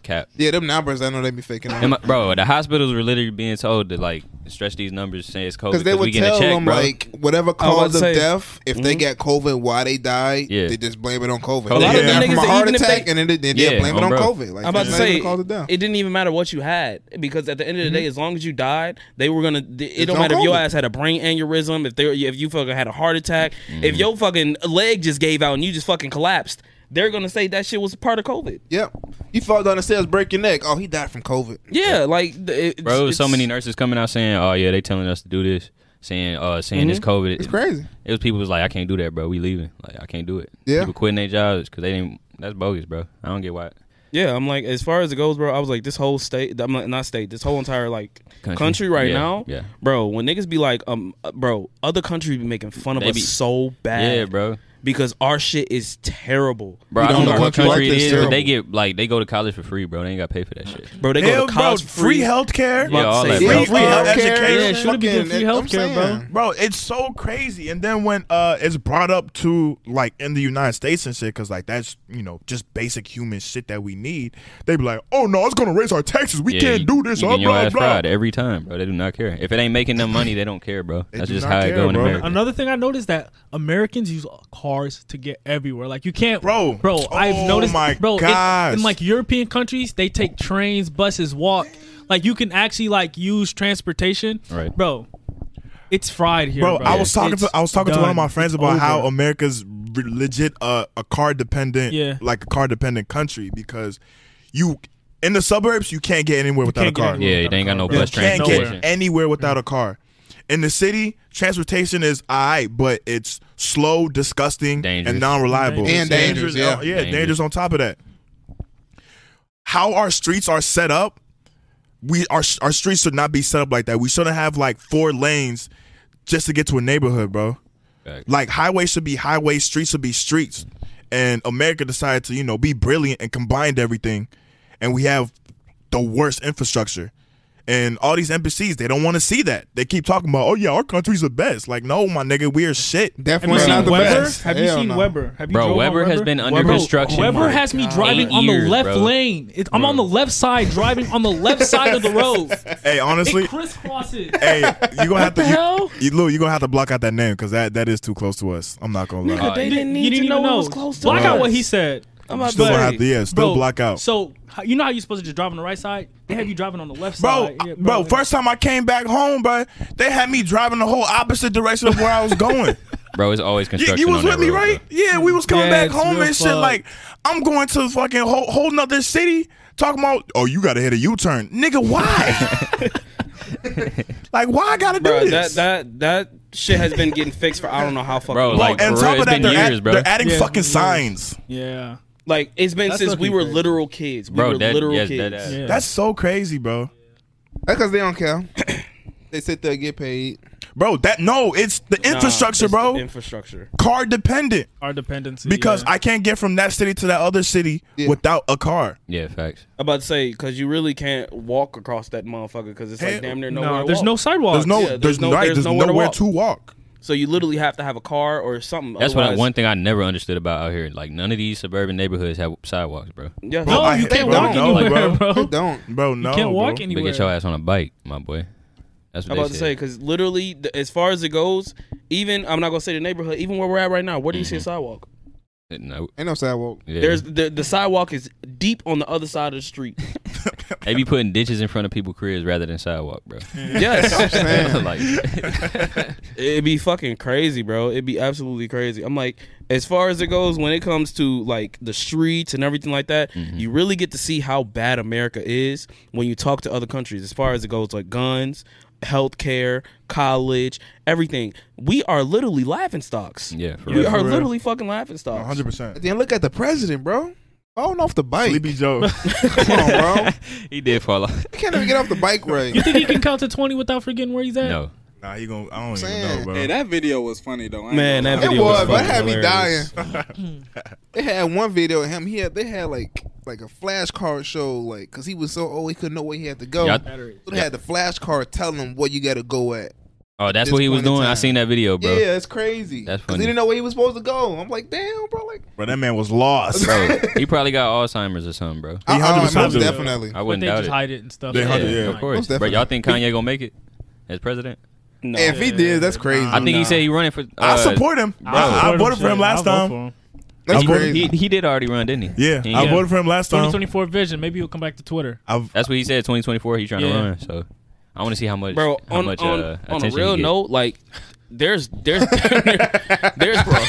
cap. Yeah, them numbers, I know they be faking out. And my- bro, the hospitals were literally being told to like stretch these numbers, saying it's COVID Because they we would getting tell a check, them bro. like whatever I was cause of about to say- death, if they got COVID, why they died, Yeah. they just blame it on COVID. A lot they of died from them niggas a that heart even if attack, they- and then they, they Yeah, blame it on bro. COVID. Like, I'm about to they blame say the cause of death. it didn't even matter what you had because at the end of the day, as long as you died, they were gonna. It don't on matter if your COVID. ass had a brain aneurysm, if they, if you fucking had a heart attack, if your fucking leg just gave out and you just fucking collapsed, they're gonna say that shit was part of COVID. Yep. You fall down the stairs, break your neck. Oh, he died from COVID. Yeah, like th- it, bro, it was it's- so many nurses coming out saying, "Oh yeah, they telling us to do this," saying, "Uh, saying it's COVID." It's crazy. It was people was like, "I can't do that, bro. We leaving. Like, I can't do it." Yeah. people quitting their jobs because they didn't. That's bogus, bro. I don't get why. Yeah, I'm like, as far as it goes, bro, I was like, this whole state, I'm like, not state, this whole entire like Country. country, right Yeah, now, yeah. bro. When niggas be like, um, uh, bro, other countries be making fun of They us be- so bad, Yeah, bro. because our shit is terrible, Bro, We I don't don't know know what country country like it this is, but they terrible. get like they go to college for free, bro. They ain't got to pay for that shit. bro. They go Hell, to bro, college free healthcare. Yeah, all that. Free bro. Yeah, Free free healthcare. education. Yeah, should have been Fucking- free I'm healthcare, bro. saying. Bro, it's so crazy. And then when uh it's brought up to like in the United States and shit, because like that's you know just basic human shit that we need. They be like, oh no, it's gonna raise our taxes. We Yeah, can't you- do this. You Uh, get your blah ass blah. fried every time, bro. They do not care. If it ain't making them money, they don't care, bro. That's do just not how it care, go in bro. America. Another thing I noticed that Americans use cars to get everywhere. Like you can't, Bro. bro. Oh I've noticed, my bro. in- gosh. In, like European countries, they take trains, buses, walk. Like you can actually like use transportation, Right. bro? It's fried here, Bro, bro. I was talking to It's I was talking to one of done. my friends It's about how over. America's re- legit uh, a car dependent, Yeah. like a car dependent country because you in the suburbs you can't get anywhere without a can't get car. anywhere. yeah, they ain't got no Bro, bus you can't can't transportation. get anywhere without a car. In the city, transportation is alright, but it's slow, disgusting, Dangerous. and non-reliable, And dangerous, yeah. Oh, uh, yeah, dangerous. Dangerous. On top of that, how our streets are set up, we our our streets should not be set up like that. We shouldn't have like four lanes just to get to a neighborhood, bro. Fact. Like highways should be highways, streets should be streets. And America decided to, you know, be brilliant and combined everything. And we have the worst infrastructure. And all these NPCs, they don't want to see that. They keep talking about, oh yeah, our country's the best. Like, no, my nigga, we are shit. Have you Definitely not seen the Weber? best. Have you Hell seen no. Weber? Have you Bro, drove on Weber has been under Bro, construction Weber for has me driving eight on the years, left bro. lane. It's, I'm on the left side, driving on the left (laughs) side of the road. Hey, honestly, (laughs) It crisscrosses. hey, you gonna have to, hell? you, you, Lou, you gonna have to block out that name because that that is too close to us. I'm not gonna Uh, lie. Nigga, they You didn't need you to even know, it was close to Block us. out what he said. I'm about Still to gonna say. have to, yeah, still Bro, block out. So how- you know how you're supposed to just drive on the right side? They have you driving on the left Bro, side. I- bro, first time I came back home, bro, they had me driving the whole opposite direction of where I was (laughs) going. Bro, it's always You, construction. you was on that with me, road, right? Yeah, we was coming Yeah, back it's home real and shit. fucked. Like, I'm going to fucking whole, whole nother city. Talking about, oh, you gotta hit a U-turn, nigga. (laughs) Why? like, why I gotta do bro. That this? that that shit has been getting fixed for I don't know how fucking Bro, long. like, Like, and for top real, of it's that, been they're, years, add, bro. they're adding Yeah, it's fucking been years. signs. yeah, it's been That's since fucking we were crazy. literal kids. We Bro, were that- literal yes, kids. that- yeah. That's so crazy, bro. That's because they don't care. they sit there and get paid. Bro, that no, it's the Nah, infrastructure, it's bro. the Infrastructure. car dependent our dependency. because yeah. I can't get from that city to that other city without a car. Yeah, facts. I'm about to say because you really can't walk across that motherfucker because it's Hell, like damn near no, nowhere. to there's walk. no sidewalk. There's no, Yeah, there's, there's no, no- right, there's there's nowhere nowhere, to walk. to walk. So you literally have to have a car or something. That's what otherwise- one thing I never understood about out here. Like none of these suburban neighborhoods have sidewalks, bro. Yeah, No, I- you can't bro, walk no, anywhere, bro. bro. They don't. Bro, no, You can't walk bro. But anywhere. get your ass on a bike, my boy. That's I'm about what they to said. say because literally, th- as far as it goes, even I'm not gonna say the neighborhood, even where we're at right now, where do you see a sidewalk? No, Ain't no sidewalk. Mm-hmm. yeah. There's the the sidewalk is deep on the other side of the (laughs) street. (laughs) they be putting ditches in front of people's cribs rather than sidewalk, bro. yes, (laughs) like it'd be fucking crazy, bro. It'd be absolutely crazy. I'm like, as far as it goes, when it comes to like the streets and everything like that, Mm-hmm. you really get to see how bad America is when you talk to other countries. As far as it goes, like guns, healthcare, college, everything. We are literally laughing stocks. yeah, for We real. are literally fucking laughing stocks. 100. percent Then look at the president, bro. Falling off the bike. Sleepy Joe. Come on, bro. he did fall off. You can't even get off the bike right. You think he can count to twenty without forgetting where he's at? No, nah, he gonna. I don't even Saying. know, bro. Hey, that video was funny though. I ain't Man, gonna that lie. It video was was, but it fucking had me dying. hilarious. they had one video of him. He had they had like like a flashcard show, like because he was so old he couldn't know where he had to go. Y'all- Battery. So they had the flashcard telling him where you got to go at. oh, that's This what he was point in doing. I time. seen that video, bro. Yeah, it's crazy. That's 'Cause funny. He didn't know where he was supposed to go. I'm like, damn, bro. Like, Bro, that man was lost. Bro. (laughs) Bro, he probably got Alzheimer's or something, bro. uh-uh, 100% most do. definitely. I But wouldn't they doubt just it. hide it and stuff. They hide it, yeah, yeah. of course. Most Bro, definitely. y'all think Kanye gonna make it as president? No. If he did, that's crazy. I think he nah. said he running for. (laughs) I uh, support him. I, I voted for him last time. That's I'm crazy. He he did already run, didn't he? Yeah, He- I voted for him last Twenty time. twenty four vision. Maybe he'll come back to Twitter. I've, That's what he said. Twenty twenty four. He's trying to Yeah. run. So I want to see how much, bro how on much on, uh, on a attention real he get. note like there's there's (laughs) there's (laughs) bro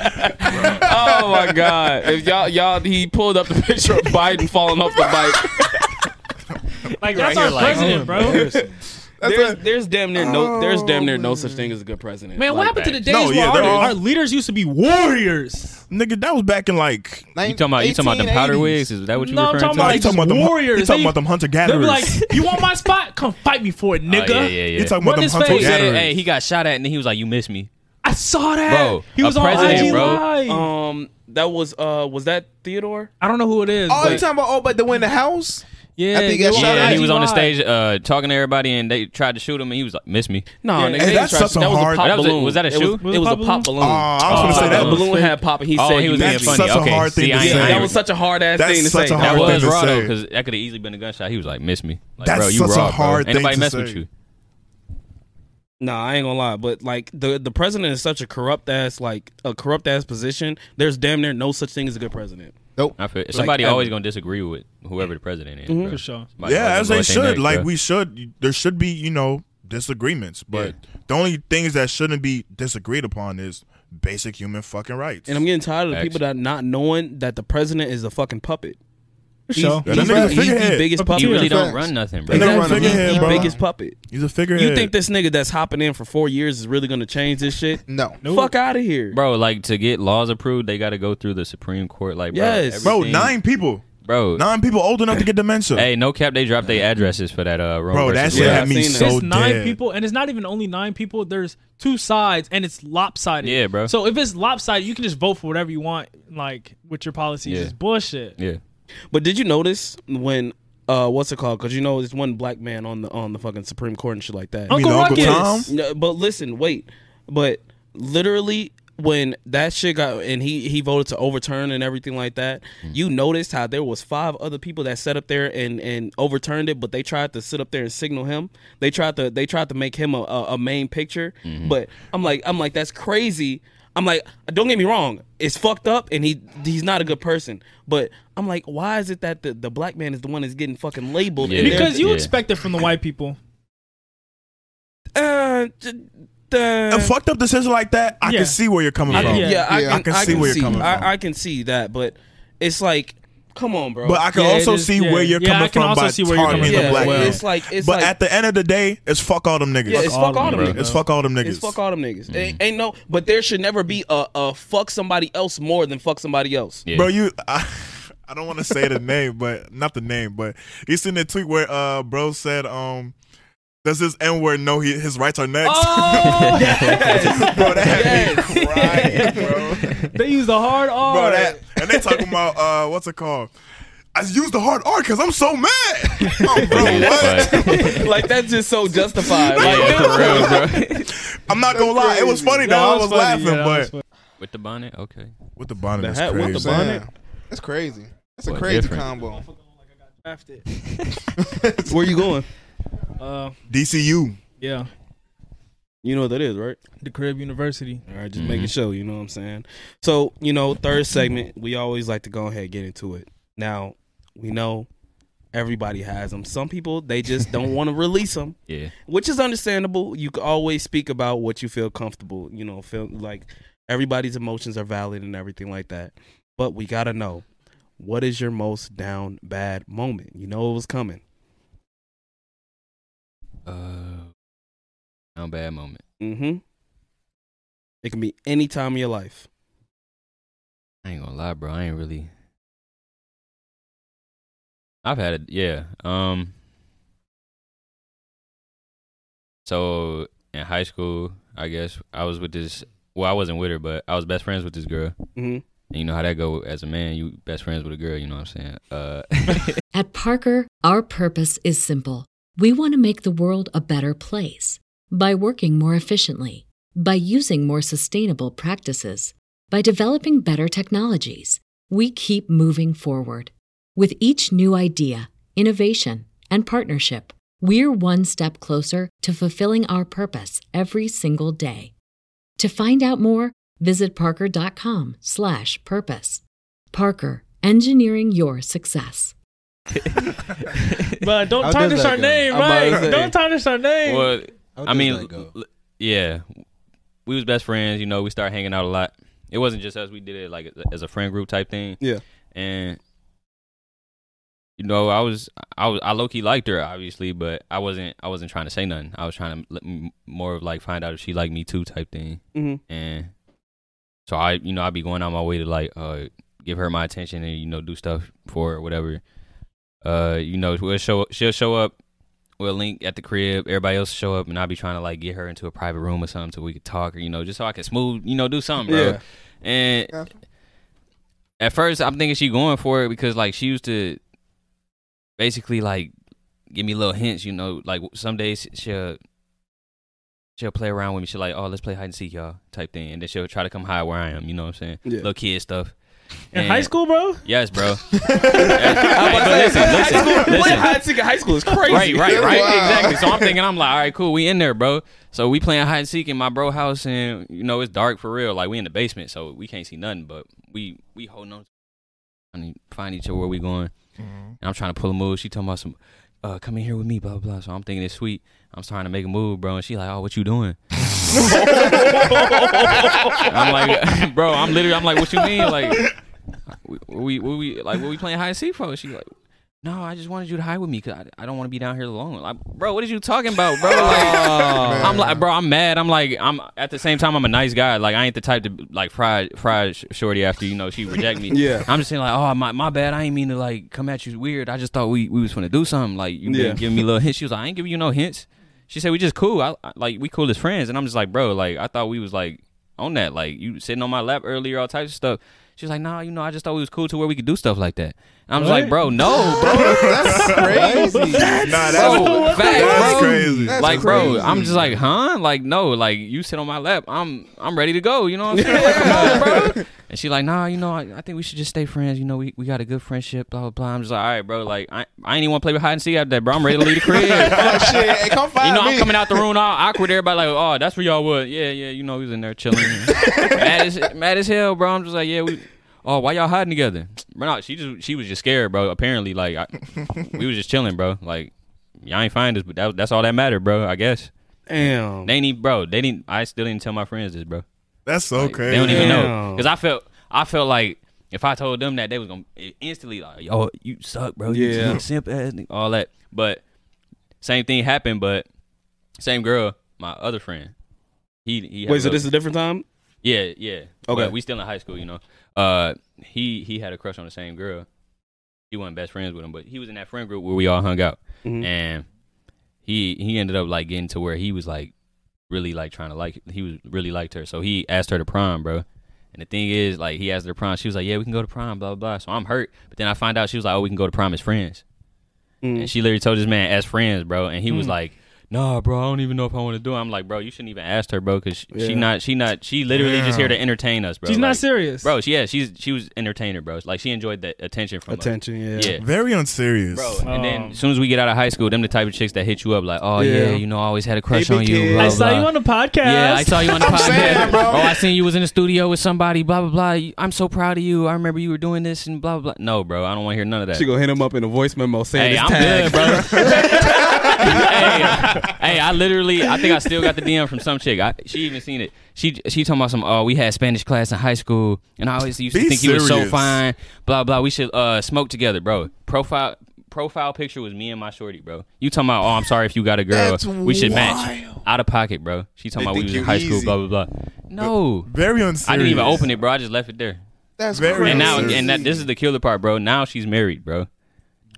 oh my god if y'all y'all he pulled up the picture of biden falling off the (laughs) bike Like that's here, our (laughs) like, president, bro. (laughs) there's, there's damn near no there's damn Oh, near no man. such thing as a good president Man, what Like happened to the that. days No, yeah, where they're our, all- our leaders used to be warriors? nigga, that was back in like. You talking about you talking about the powder wigs? Is that what you No, I'm referring talking to? No, Like you talking about them warriors, You talking they- about them hunter They'd be gatherers? like, "You want my spot? Come fight me for it, Oh, nigga." yeah, yeah, yeah. (laughs) You talking about Run them his hunter Who face. said, gatherers? hey, he got shot at and then he was like, "You missed me." I saw that. Bro, he a was on president, IG bro. Live. um that was uh was that theodore I don't know who it is. Oh, but- you talking about? Oh, but the win the house. yeah, think he that's was shot Yeah, at he was on the IG Live. stage uh, talking to everybody, and they tried to shoot him, and he was like, "Miss me." no Yeah. nigga, Hey, they that's tried to- such a that was hard- a pop That was a- balloon was that a It shoe? it was, a pop balloon Oh, I was gonna Oh, say the that that. was- balloon had pop and he oh, said he was being That's funny. such a okay, hard thing see, to I ain't- say. I ain't- that was such a hard ass That's thing to such say a That hard was thing to raw though, say. because that could have easily been a gunshot. He was like, "Miss me." Like, That's bro, you such a raw, hard bro. thing Ain't nobody to mess say. with you. Nah, I ain't gonna lie, but like the the president is such a corrupt ass like a corrupt ass position. There's damn near no such thing as a good president. I feel somebody ever. always gonna disagree with whoever the president is. bro. For sure. Somebody Yeah, always as gonna they vote their should. neck, Like bro. we should. There should be, you know, disagreements. But the only things that shouldn't be disagreed upon is basic human fucking rights. And I'm getting tired of the Facts. people that not knowing that the president is a fucking puppet. For sure. Yeah, He's, he's that nigga's a the, he's the figurehead. biggest But puppet. he really don't Facts. run nothing, bro. They don't Exactly. run a He's figurehead, the bro. biggest puppet. He's a figurehead. You think this nigga that's hopping in for four years is really gonna change this shit? No. Fuck out of here, Bro, like to get laws approved, they got to go through the Supreme Court. Like, bro, Yes. bro? everything- Nine people. bro. Nine people old enough to get dementia. Hey, no cap. They dropped their addresses for that. Uh, Rome bro, that versus shit Wade. Wade. had me I've seen it. so it's nine dead. people, and it's not even only nine people. There's two sides, and it's lopsided. Yeah, bro. So if it's lopsided, you can just vote for whatever you want, like with your policies. Yeah. It's bullshit. Yeah, But did you notice when uh what's it called? Because you know there's one black man on the on the fucking Supreme Court and shit like that. You mean Uncle Uncle Ruckus. Tom? No, but listen, wait. But literally, when that shit got and he he voted to overturn and everything like that, you noticed how there was five other people that sat up there and and overturned it, but they tried to sit up there and signal him. They tried to they tried to make him a, a, a main picture. But I'm like I'm like that's crazy. I'm like, don't get me wrong, it's fucked up, and he he's not a good person. But I'm like, why is it that the, the black man is the one that's getting fucking labeled? Yeah. and they're- Because you Yeah. expect it from the white people. uh, d- d- A fucked up decision like that, I Yeah. can see where you're coming Yeah. from. Yeah. yeah, I, Yeah, can, I can see where you're coming I, from. I can see that, but it's like, come on, bro. But I can Yeah, it also is- see yeah. where you're Yeah, I coming can from also by see where you're targeting coming the yeah, black well. man. it's like it's but like at the end of the day, it's fuck all them niggas. yeah, it's all fuck all them, them bro. niggas. it's fuck all them niggas. It's fuck all them niggas. Ain't, ain't no, but there should never be a, a fuck somebody else more than fuck somebody else. yeah. Bro, you. (laughs) I, I don't want to say the name, but not the name, but you seen the tweet where uh bro said um. Does this N word know he, his rights are next? (laughs) Oh, yes. bro, that had me crying, bro. (laughs) They use the hard R. Bro, that and they talking about uh, what's it called? I used the hard R because I'm so mad. Oh, bro, Yeah, what? that's (laughs) (laughs) right. like that's just so justified. (laughs) Yeah, Like, for real, (laughs) bro. I'm not gonna lie, it was funny though. That I was, funny, laughing, yeah, that was but funny. With the bonnet, okay. with the bonnet, The that's hat with crazy. the Damn. bonnet. That's crazy. That's a What crazy different? combo. where you going? Uh, DCU. yeah, You know what that is, right? the crib (laughs) university. All right, just making sure. You know what I'm saying? So, you know, third segment, we always like to go ahead and get into it. Now, we know everybody has them. Some people they just don't want to release them, Yeah. which is understandable. You can always speak about what you feel comfortable. You know, feel like everybody's emotions are valid and everything like that. But we gotta know what is your most down bad moment. You know it was coming. Uh, not a bad moment. Mm-hmm. It can be any time of your life. I ain't gonna lie, bro. I ain't really. I've had it, yeah. Um. So in high school, I guess I was with this. Well, I wasn't with her, but I was best friends with this girl. Mm-hmm. And you know how that go as a man. You best friends with a girl. You know what I'm saying? Uh, At Parker, our purpose is simple. We want to make the world a better place by working more efficiently, by using more sustainable practices, by developing better technologies. We keep moving forward. With each new idea, innovation, and partnership, we're one step closer to fulfilling our purpose every single day. To find out more, visit parker.com/purpose. slash purpose. Parker, engineering your success. But don't How tarnish does that our go? name, I'm about to right? say. Don't tarnish our name. well, How I does mean, that go? l- l- yeah, we was best friends. You know, we started hanging out a lot. It wasn't just us. We did it like as a friend group type thing. Yeah. and you know, I was, I was, I low key liked her, obviously, but I wasn't, I wasn't trying to say nothing. I was trying to let m- more of like find out if she liked me too type thing. Mm-hmm. And so I, you know, I'd be going out my way to like uh give her my attention and you know do stuff for her or whatever. Uh, you know, we'll show she'll show up with a link at the crib. Everybody else show up, and I'll be trying to like get her into a private room or something so we could talk or you know just so I can smooth you know do something, bro. Yeah. And at first, I'm thinking she going for it because like she used to basically like give me little hints, you know, like some days she'll she'll play around with me. She'll like, oh, let's play hide and seek, y'all, type thing, and then she'll try to come hide where I am. You know what I'm saying? Yeah. Little kid stuff. in And- high school, bro. Yes, bro. I was about to say, high Listen, listen, school, listen. playing high school, high school is crazy. Right, right, right. Wow. Exactly. So I'm thinking, I'm like, all right, cool. We in there, bro. So we playing hide and seek in my bro house, and you know it's dark for real. Like we in the basement, so we can't see nothing. But we we holding on, trying to find each other where we going. And I'm trying to pull a move. She talking about some, uh, come in here with me, blah blah. blah. So I'm thinking it's sweet. I'm starting to make a move, bro. And she like, oh, what you doing? I'm like, (laughs) bro, I'm literally, I'm like, what you mean? Like, we, we, we, we like, what we playing hide and seek for? She like, no, I just wanted you to hide with me because I, I don't want to be down here alone. Like, bro, what are you talking about, bro? Like, I'm like, bro, I'm mad. I'm like, I'm at the same time, I'm a nice guy. Like, I ain't the type to like fry fry sh- shorty after you know she reject me. Yeah. I'm just saying like, oh my my bad. I ain't mean to like come at you weird. I just thought we we was gonna do something. Like you Yeah. been giving me little hints. She was like, I ain't giving you no hints. She said we just cool. I, I- like we cool as friends. And I'm just like, bro, like I thought we was like on that. Like you sitting on my lap earlier, all types of stuff. She's like, nah, you know, I just thought we was cool to where we could do stuff like that. And I'm just like, (laughs) bro, no, bro, (laughs) That's crazy. nah, that's, bro, that's facts, bro. crazy. That's like, bro, crazy. I'm just like, huh? Like, no, like you sit on my lap, I'm I'm ready to go. You know what (laughs) I'm saying? Like, come on, bro. And she like, nah, you know, I, I think we should just stay friends. You know, we, we got a good friendship, blah blah blah. I'm just like, all right, bro. Like, I I ain't even want to play with hide and seek after that, bro. I'm ready to leave the crib. (laughs) Oh shit! Hey, come find You know, me. I'm coming out (laughs) the room all awkward. Everybody like, oh, that's where y'all was. Yeah, yeah. You know, we was in there chilling. (laughs) mad, as, mad as hell, bro. I'm just like, yeah, we. Oh, why y'all hiding together? Bro, no, she just she was just scared, bro. Apparently, like I, we was just chilling, bro. Like y'all ain't find us, but that, that's all that mattered, bro. I guess Damn. they ain't even, bro. They didn't. I still didn't tell my friends this, bro. That's so Like, crazy. They don't even know Damn. because I felt I felt like if I told them that they was gonna instantly like, yo, you suck, bro. You Yeah. simp ass, nigga," all that. But same thing happened, but same girl, my other friend. He he. had Wait, so a- this is a different time? yeah yeah Okay. But we still in high school, you know. Uh, he he had a crush on the same girl. He wasn't best friends with him, but he was in that friend group where we all hung out Mhm. and he he ended up like getting to where he was like really like trying to like he was really liked her so he asked her to prom bro and the thing is like he asked her to prom she was like yeah we can go to prom blah blah blah so i'm hurt but then i find out she was like oh we can go to prom as friends Mm. Hmm. and she literally told this man as friends bro and he was Mm. like nah, bro, I don't even know if I want to do it. I'm like, bro, you shouldn't even ask her, bro, because she not, she not, she literally just here to entertain us, bro. She's not Like, serious. bro. She, yeah, she's she was entertainer, bro. Like she enjoyed that attention from us. Attention, yeah. yeah. Very unserious. Bro, and then Oh. Oh. as soon as we get out of high school, them the type of chicks that hit you up like, oh yeah, Yeah. you know, I always had a crush big on you. kid. blah, I saw blah." you on the podcast. Yeah, I saw you (laughs) on the podcast. saying, bro. Oh, I seen you was in the studio with somebody. Blah blah blah. I'm so proud of you. I remember you were doing this and blah blah. blah. No, bro, I don't want to hear none of that. She gonna hit him up in a voice memo saying Hey, it's I'm tag. good, bro. hey, hey, I literally, I think I still got the DM from some chick. I, she even seen it. She she talking about some. Oh, we had Spanish class in high school, and I always used to Be think you were so serious. fine. Blah blah. We should uh smoke together, bro. Profile profile picture was me and my shorty, bro. You talking about? Oh, I'm sorry if you got a girl. That's we should match. wild. Out of pocket, bro. She talking They about think we was in you high school. easy. Blah blah blah. No, Very unserious. I didn't even open it, bro. I just left it there. That's Very crazy. And now, Crazy. and that this is the killer part, bro. Now she's married, bro.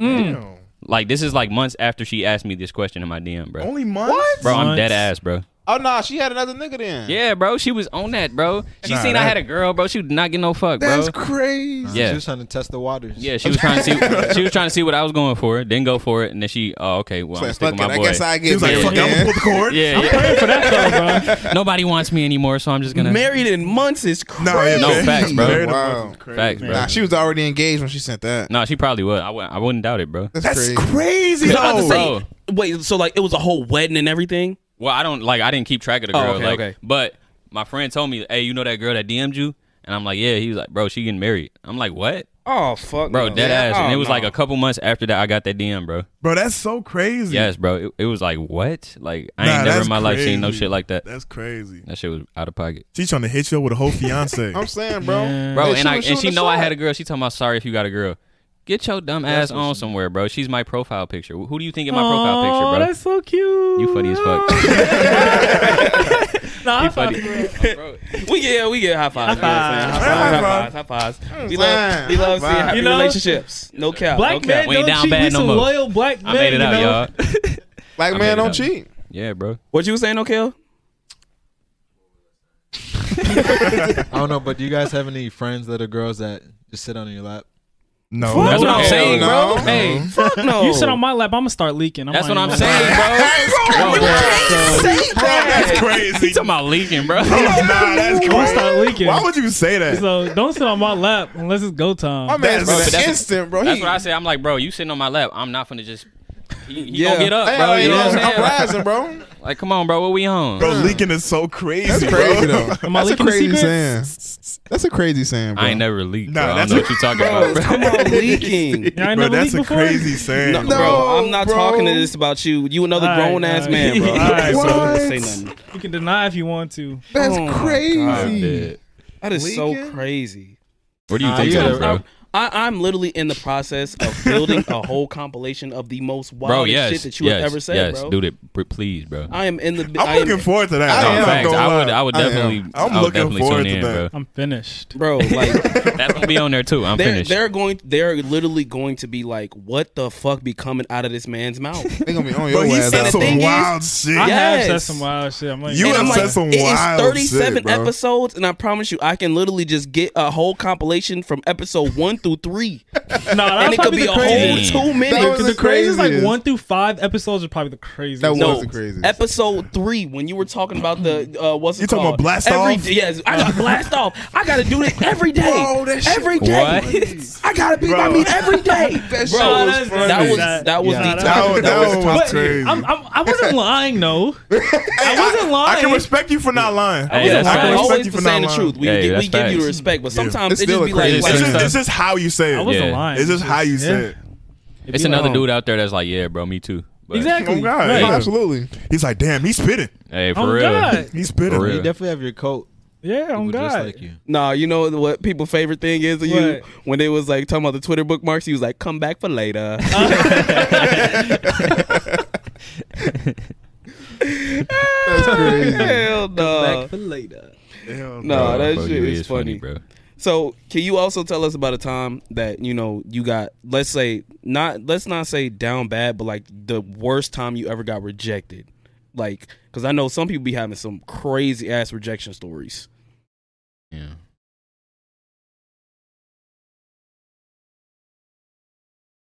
Mm. Damn. Like this is like months after she asked me this question in my DM, bro. Only months. What? Bro, I'm Months. dead ass, bro. oh nah, she had another nigga then. Yeah, bro, she was on that, bro. She Nah, seen I that- had a girl, bro. She did not get no fuck, bro. that's crazy. Yeah. She was trying to test the waters. yeah, she was trying to see. She was trying to see what I was going for. Didn't go for it, and then she, oh, okay, well, It's like, I'm sticking fuck it, my I boy. guess I He get was like, married. fuck, it, I'm gonna pull the cord. yeah, yeah. praying for that though, (laughs) bro. Nobody wants me anymore, so I'm just gonna. Married in months is crazy. No, yeah, No, man. facts, bro. Married a Wow. person is crazy. Facts, bro. Nah, she was already engaged when she sent that. No, she probably was. I wouldn't, I wouldn't doubt it, bro. That's, That's crazy. crazy, I was though. about to say, Bro. wait, so like it was a whole wedding and everything? Well, I don't like. I didn't keep track of the Oh, girl. okay, like, okay. But my friend told me, hey, you know that girl that DM'd you? And I'm like, yeah. He was like, bro, she getting married. I'm like, what? Oh fuck, Bro, no. dead ass. Oh, and it was no. like a couple months after that, I got that DM, bro. Bro, that's so crazy. Yes, bro. It, it was like what? Like I Nah, ain't never that's in my life seen no crazy. shit like that. That's crazy. That shit was out of pocket, She trying to hit you up with a whole (laughs) fiance. I'm saying, bro. bro. They and shooting- I and she shooting know the I shot. had a girl. She talking about sorry if you got a girl. Get your dumb ass on somewhere, bro. She's my profile picture. Who do you think in my profile Aw, picture, bro? That's so cute. You funny as (laughs) fuck. nah, You I'm funny. funny. we get we get high fives. High High fives. High fives. High fives. We love we love seeing happy You know? relationships. No cap. Black no men cap. We ain't don't down cheat. bad we no some more. loyal black men. I made it you out, know? y'all. Black made it man don't up. cheat. yeah, bro. What you was saying, O'Kel? I don't know, but do you guys have any friends that are girls that just sit on your lap? no, That's what I'm Hell saying, no. bro. Hey, Fuck no. (laughs) You sit on my lap, I'm gonna start leaking. Oh. I'm that's not what I'm even gonna saying, lie. bro. Yo, that's crazy. He talking about leaking, bro. Bro, nah, that's Don't crazy. start leaking. Why would you say that? so don't sit on my lap unless it's go time. My man's That's- been that's- instant, bro. That's He- what I said. I'm like, bro, you sitting on my lap. I'm not finna just. He, he Yeah. gonna get up, Hey, bro. hey, You know what I'm, I'm saying? rising, (laughs) bro. Like, come on, bro. What we on? Bro, leaking is so crazy. That's crazy bro. (laughs) though. Am I That's a leaking the crazy secrets? saying. That's a crazy saying, bro. I ain't never leaked. Nah, bro. I that's don't know a- what you talking Bro, about, (laughs) bro. come on, (laughs) leaking. Y'all ain't Bro, never that's leaked a before? crazy saying. No, No, bro, I'm not bro. talking to this about you. You another All right, grown ass all right. man, bro. All right, So I'm bro. gonna say nothing. You can deny if you want to. That's Oh my I'm crazy. dead. That is so Leaking? crazy. What do you Nah, think, you of gotta- it, bro? I, I'm literally in the process of building a whole compilation of the most wild Bro, yes, shit that you yes, have ever said, yes. bro. Do that, pr- please, bro. I am in the. I I'm am- looking forward to that. I No, I'm am. not facts. gonna I would, lie. I would I am. definitely, i I'm would looking definitely forward tune to in, that. bro. I'm finished. bro. (laughs) Like That's gonna be on there too. I'm they're finished. they're going they're literally going to be like, what the fuck be coming out of this man's mouth? They gonna be on your Bro, he ass. said the out. some thing is- wild shit. I have Yes. said some wild shit. I'm (laughs) like, You And have I'm said like, some it is wild 37 shit, bro. episodes, and I promise you, I can literally just get a whole compilation from episode one through three, nah, that's and it could probably be the a craziest. whole two That was minutes. the the craziest, like craziest. one through five episodes, are probably the craziest. That was No, the craziest. episode three when you were talking about the uh, what's it You talking called? about Blast every, Off? Yes, I got blast off. I gotta do it every day. Bro, that shit every was day. funny. (laughs) I gotta beat my Bro. meat every (laughs) day. That Bro, shit was that was funny. that was, That- that was yeah. the That time. was- that was time. But crazy. I'm, I'm, I wasn't (laughs) lying, though. I Hey, wasn't lying. I can respect you for not lying. Hey, that's I facts. respect always you for for not saying the lying. truth. We, Hey, gi- we that's give you facts. the respect, but Yeah. sometimes It's it just still be a like, crazy like It's Same just, stuff. it's just how you say I it. wasn't Yeah. lying. It's just how you say it. It'd it's be another like- dude out there that's like, yeah, bro, me too. But, Exactly. Oh, God. Right. Yeah. Absolutely. He's like, damn, he's spitting. Hey, for Oh, real. God. He's For You real. spitting. definitely have your coat. Yeah, oh, people God. just like you. nah, you know what people favorite thing is of you What? when they was like talking about the Twitter bookmarks. He was like, "Come back for later." (laughs) That's crazy. Hell no, later. no, that Bro, you shit is funny. bro. So, can you also tell us about a time that you know you got? Let's say not. Let's not say down bad, but like the worst time you ever got rejected. Like, because I know some people be having some crazy ass rejection stories. Yeah.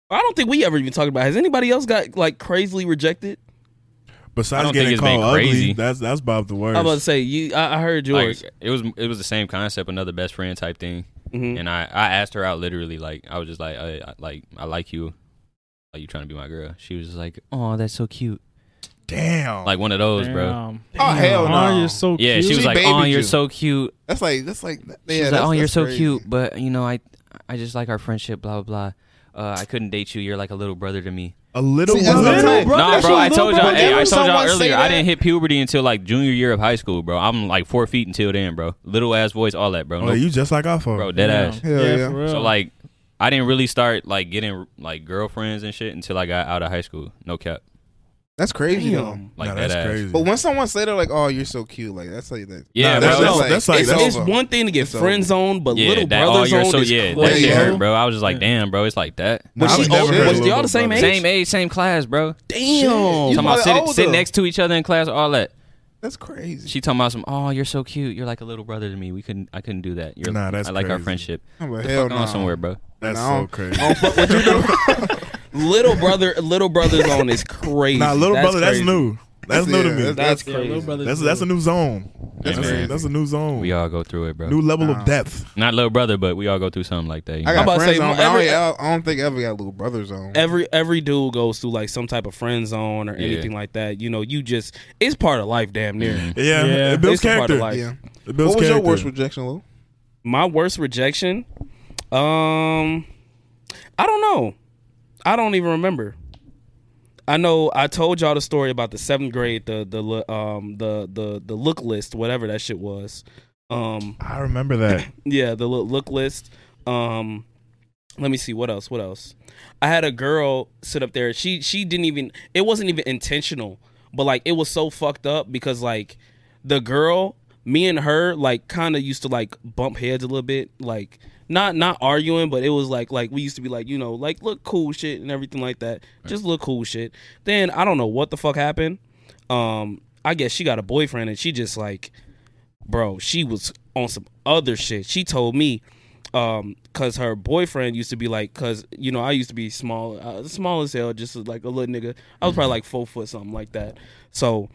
I don't think we ever even talked about. Has anybody else got like crazily rejected? I Besides don't think getting it's been called ugly, crazy. that's that's about the worst. I'm about to say you. I, I heard Like, it was it was the same concept, another best friend type thing. Mm-hmm. And I, I asked her out literally like I was just like I, I like I like you, are you trying to be my girl? She was just like, oh, that's so cute. Damn. Like one of those, bro. Damn. Oh, hell no. Aw, you're so Yeah, she cute. was She like, babied oh, you're you. so cute. That's like that's like yeah. She was like, that's- oh, you're that's so crazy. cute, but you know, I I just like our friendship, blah blah blah. Uh, I couldn't date you. You're like a little brother to me. A little No, brother? Little brother? Nah, That's bro. a I little told y'all. brother? Hey, I Didn't told y'all someone say earlier. I that? didn't hit puberty until like junior year of high school, bro. I'm like four feet until then, bro. Little ass voice, all that, bro. Oh, No- you just like I thought. bro, dead ass. Hell Yeah, yeah. for real. So like, I didn't really start like getting like girlfriends and shit until I got out of high school. No cap. That's crazy Damn. though. Like, Nah, that's dead ass. crazy. But when someone say they're like, "Oh, you're so cute," like that's like that. Yeah, bro. it's, it's one thing to get It's friend over. zoned, but yeah, little that, brother oh, you're zoned so is yeah, that crazy. shit hurt, bro. I was just like, damn, bro, it's like that. Was Nah, she I've never older? heard Was of y'all the same brother. age? Same age, same class, bro. Damn. Talking about probably sit, sit older. next to each other in class, all that. That's crazy. She talking about some. Oh, you're so cute. You're like a little brother to me. We couldn't. I couldn't do that. You're, Nah, that's I like our crazy. friendship. Oh, but Get the hell fuck on nah. somewhere, bro. That's Nah, I so don't- crazy. Oh, but what you do? little brother, little brother zone is crazy. Nah, little brother, that's crazy. new. That's new to me. That's Yeah, crazy. little brother's That's- that's new. a new zone. That's man. a- that's a new zone. We all go through it, bro. New level of Nah. depth. Not little brother, but we all go through something like that. you I know? got friend say, zone. my- every- I, don't, I don't think I ever got little brother zone. Every every dude goes through like some type of friend zone or Yeah. anything like that. You know, you just it's part of life, damn near. Yeah, it It's builds part of character. life. Yeah. It builds what was your character. worst rejection, Lou? My worst rejection, um, I don't know. I don't even remember. I know I told y'all the story about the seventh grade, the the lo- um the the the look list, whatever that shit was. Um, I (laughs) remember that. yeah, the look, look list. Um, let me see what else. What else? I had a girl sit up there. She she didn't even. It wasn't even intentional, but like it was so fucked up because like the girl, me and her, like kind of used to like bump heads a little bit, like. Not not arguing, but it was like like we used to be like you know like look cool shit and everything like that. Just look cool shit. Then I don't know what the fuck happened. Um, I guess she got a boyfriend and she just like bro, she was on some other shit. She told me, um, cause her boyfriend used to be like, cause you know I used to be small, uh, small as hell, just like a little nigga. I was probably like four foot something like that. So.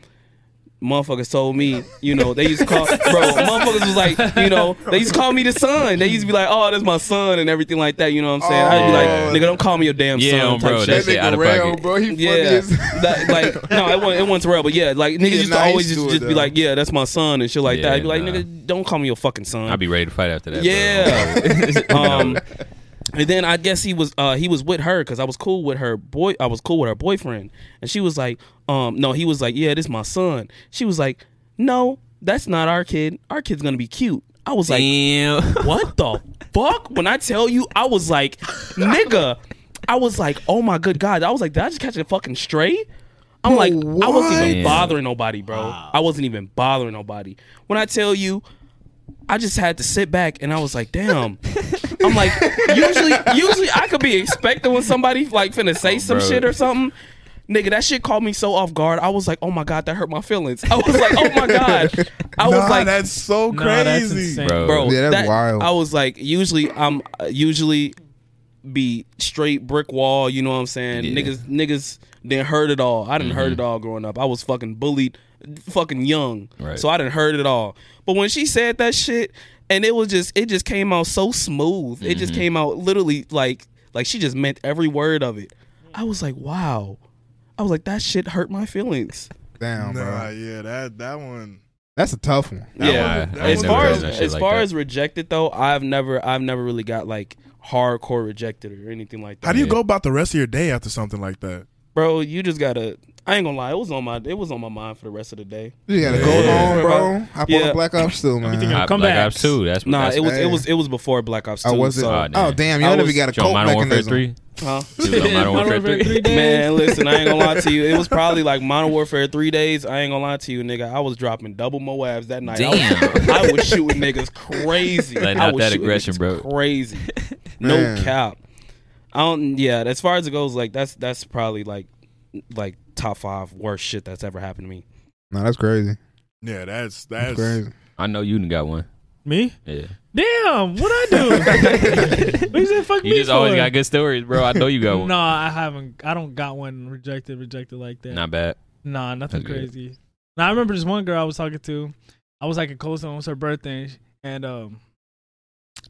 Motherfuckers told me, you know, they used to call, bro. Motherfuckers was like, you know, they used to call me the son. They used to be like, oh, that's my son and everything like that. You know what I'm saying? I'd be like, Oh, yeah. nigga, don't call me your damn Yeah, son. type bro, shit. that shit That nigga out of pocket. real, bro. He funny as- (laughs) That- like, no, it wasn't, it wasn't real, but yeah, like niggas Yeah, used nah, to I always used to do just, it, just be though. like, yeah, that's my son and shit like that. Yeah, I'd be like, nah. nigga, don't call me your fucking son. I'd be ready to fight after that. (laughs) Yeah. Bro. um, and then I guess he was uh, he was with her because I was cool with her boy. I was cool with her boyfriend, and she was like, um, no, he was like, yeah, this is my son. She was like, no, that's not our kid. Our kid's gonna be cute. I was like, what the fuck? When I tell you, I was like, nigga, I was like, oh my good god, I was like, did I just catch a fucking stray? I'm like, I wasn't even what? bothering nobody, bro. I wasn't even bothering nobody. When I tell you, I just had to sit back and I was like, (laughs) damn. I'm like, usually, usually I could be expecting when somebody like finna say some Oh, bro. shit or something. Nigga, that shit caught me so off guard. I was like, oh my god, that hurt my feelings. I was like, oh my (laughs) god. I was Nah, like, that's so Nah, that's crazy, insane. bro. Yeah, that's that- wild. I was like, usually I'm uh, usually be straight brick wall. You know what I'm saying? Niggas, niggas didn't heard it all. I didn't heard it all growing up. I was fucking bullied, fucking young. Right. So I didn't heard it all. But when she said that shit, and it was just, it just came out so smooth. It just came out literally like, like she just meant every word of it. I was like, wow. I was like, that shit hurt my feelings. Damn, Nah, bro. yeah, that that one. That's a tough one. That yeah. was- that as was far crazy. as That shit as like far that. as rejected though, I've never I've never really got like hardcore rejected or anything like that. How do you go about the rest of your day after something like that? bro? You just gotta. I ain't gonna lie. It was on my it was on my mind for the rest of the day. You gotta go home, bro. Hop on the Black Ops too, man. Nah, Black Ops Two. That's nah, that's it was what- it was it was before Black Ops Two. I wasn't. so- Oh, damn. Oh, damn, you I never was- got a You on cope Modern Warfare mechanism. 3? Huh? (laughs) You was on Modern Modern Warfare Warfare 3? 3 days? Man, listen, I ain't gonna lie to you. It was probably like Modern Warfare three days. I ain't gonna lie to you, nigga. I was dropping double Moabs that night. I, was, Damn. I was shooting niggas crazy. Letting I out was that shooting aggression, niggas (laughs) bro. Crazy. No Man. cap. I don't. Yeah, as far as it goes, like that's that's probably like like top five worst shit that's ever happened to me. No, that's crazy. Yeah, that's that's. I know you done got one. Me? Yeah. Damn, what I (laughs) do? what you say? Fuck You me just always for? (laughs) got good stories, bro. I know you got one. No, I haven't. I don't got one rejected, rejected like that. Not bad. Nah, nothing That's good. crazy. Now I remember this one girl I was talking to. I was like in Coldstone. It was her birthday, and sh- and um,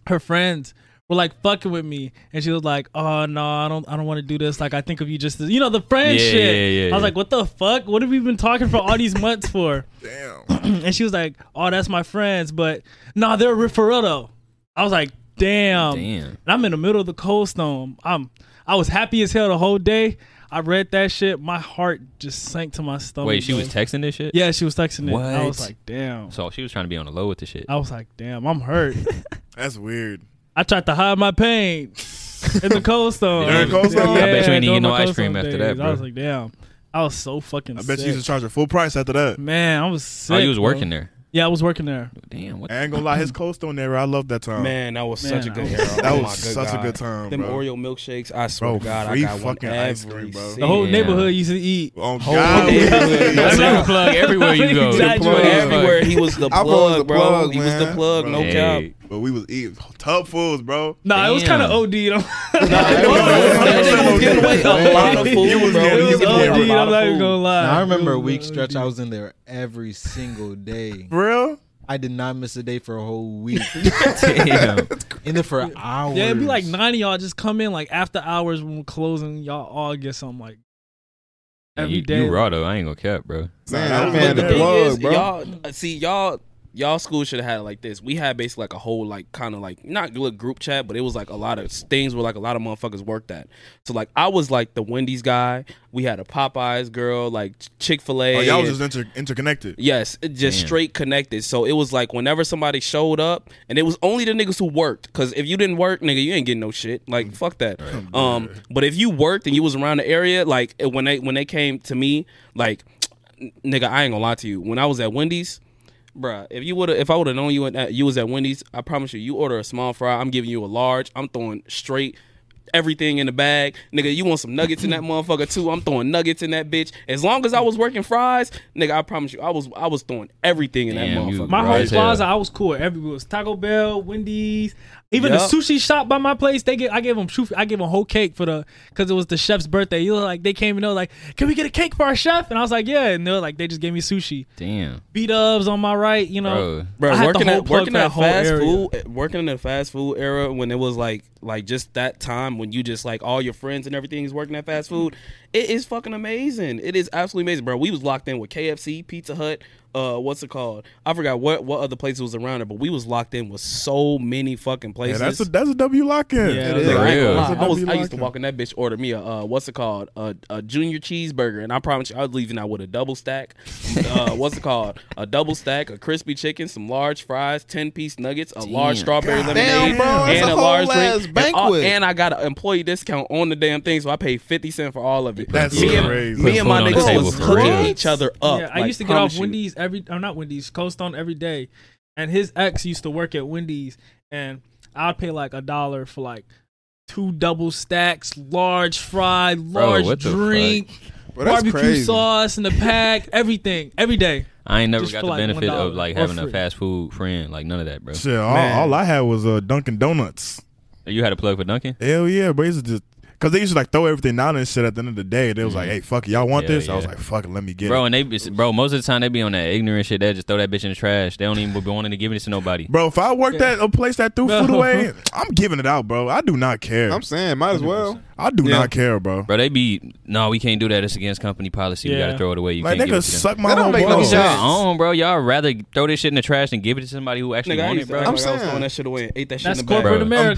her friends were like fucking with me, and she was like, "Oh no, I don't, I don't want to do this. Like I think of you just, as, you know, the friend Yeah, shit." yeah, yeah, I was yeah. like, "What the fuck? What have we been talking for all these months for?" Damn. (clears throat) and she was like, "Oh, that's my friends, but nah, they're referral though." I was like, "Damn." Damn. And I'm in the middle of the cold storm. I'm, I was happy as hell the whole day. I read that shit. My heart just sank to my stomach. Wait, she bro. was texting this shit? Yeah, she was texting it. What? I was like, damn. So she was trying to be on the low with the shit. I was like, damn, I'm hurt. That's weird. I tried to hide my pain in the cold storm. During the cold storm? Yeah, I bet you ain't during eat no my ice cold cream storm after days. that, bro. I was like, damn. I was so fucking I bet sick. you used to charge her full price after that. Man, I was sick. Oh, you was bro. working there. Yeah, I was working there. Damn, what? I ain't gonna lie, (laughs) his Cold Stone era, I love that time. Man, that was such a good Man, I- era. That Oh was my good such a God. good time, Them bro. Oreo milkshakes, I swear Bro, to God, I free got one fucking ice every cream, bro. The Oh, whole single- neighborhood used to eat. Oh Whole God, we- (laughs) neighborhood. That's Yeah. a plug (laughs) everywhere (laughs) you go. Exactly. Plug Yeah. everywhere. He was the I was the plug, bro. plug, he was the man. plug. No Hey. cap. but we was eating tough fools, bro. Nah, it was kind of Damn. OD. You know? (laughs) That nigga was giving away a lot of He food, was bro. getting- He he was was giving away getting a OD. I'm lot not of even food. gonna lie. Now, I remember It a was week OD. stretch. I was in there every single day. For real? I did not miss a day for a whole (laughs) week. Damn. in there for hours. Yeah, it'd be like nine of y'all just come in like after hours when we're closing. Y'all all get something like every you, day. you raw though. I ain't gonna cap, bro. Man, Nah, I'm that was man, The the Yeah. thing plug, is, bro. y'all uh, see y'all y'all school should have had it like this. We had basically like a whole like kind of like not good group chat, but it was like a lot of things where like a lot of motherfuckers worked at. So like I was like the Wendy's guy. We had a Popeyes girl, like Chick Fil A. Oh, y'all was just inter- interconnected. Yes, it just Damn. straight connected. So it was like whenever somebody showed up, and it was only the niggas who worked. Cause if you didn't work, nigga, you ain't getting no shit. Like fuck that. Um, but if you worked and you was around the area, like it- when they when they came to me, like nigga, I ain't gonna lie to you. When I was at Wendy's, bruh, if you would have, if I would have known you at- at you was at Wendy's, I promise you, you order a small fry, I'm giving you a large. I'm throwing straight. Everything in the bag, nigga. You want some nuggets in that motherfucker too? I'm throwing nuggets in that bitch. As long as I was working fries, nigga, I promise you, I was I was throwing everything in Damn, that you- motherfucker. My Raw whole as hell. plaza, I was cool. Everywhere it was Taco Bell, Wendy's, even Yup. the sushi shop by my place. They get I gave them I gave them whole cake for the because it was the chef's birthday. You know, like they came and they were like, "Can we get a cake for our chef?" And I was like, "Yeah." And they're like, they just gave me sushi. Damn, B Dubs on my right, you know. bro. Bro, I had the working whole at plug working for at that whole fast area. food, eh, working in the fast food era when it was like like just that time when you just like all your friends and everything is working at fast food, it is fucking amazing. It is absolutely amazing, bro. We was locked in with KFC, Pizza Hut, uh, what's it called? I forgot what what other places was around it, but we was locked in with so many fucking Yeah, places. that's a that's a W lock in. Yeah, Nigga, I, ain't real. gonna lie. That's a I was W I used to lock-in. walk in that bitch order me a uh, what's it called a, a junior cheeseburger and I promise you I was leaving out with a (laughs) double stack uh, what's it called a double stack a crispy chicken some large fries ten piece nuggets a large Damn. strawberry lemonade damn, bro, that's and a a, whole large ass drink and, all- banquet. and I got an employee discount on the damn thing so I paid fifty cent for all of it. That's me crazy. And, me and my Put food niggas on the table was for cooking real. each other up. Yeah, I like, used to get off promise you. Wendy's every, or not Wendy's, Cold Stone every day, and his ex used to work at Wendy's, and I'd pay like a dollar for like two double stacks, large fry, Bro, large what the drink, Bro, that's barbecue crazy. sauce in the pack, everything, every day. I ain't never Just got for the like benefit $1 of like or having free. a fast food friend, like none (laughs) of that, bro. Shit, all, Man. all I had was uh, Dunkin' Donuts. You had a plug for Duncan? Hell yeah, bro. It's just because they used to like throw everything out and shit at the end of the day. They was like, "Hey, fuck, it, y'all want Mm-hmm. Yeah, this?" I was yeah. like, "Fuck, it, let me get Bro, it." and they be- bro, most of the time they be on that ignorant shit. They just throw that bitch in the trash. They don't even be wanting to give it to nobody. Bro, if I worked at a place that threw No. food (laughs) away, I'm giving it out, bro. I do not care. I'm saying, might as well. I do Yeah. not care, bro. Bro, they be no, we can't do that. It's against company policy. We Yeah. gotta throw it away. You Like can't they give it could to them. suck my That don't own make no balls. It's y'all sense. own, bro. Y'all rather throw this shit in the trash than give it to somebody who actually Nigga, I want used it, to bro. act like I I'm was saying. throwing that shit away and ate that shit That's in the back. corporate Bro, I'm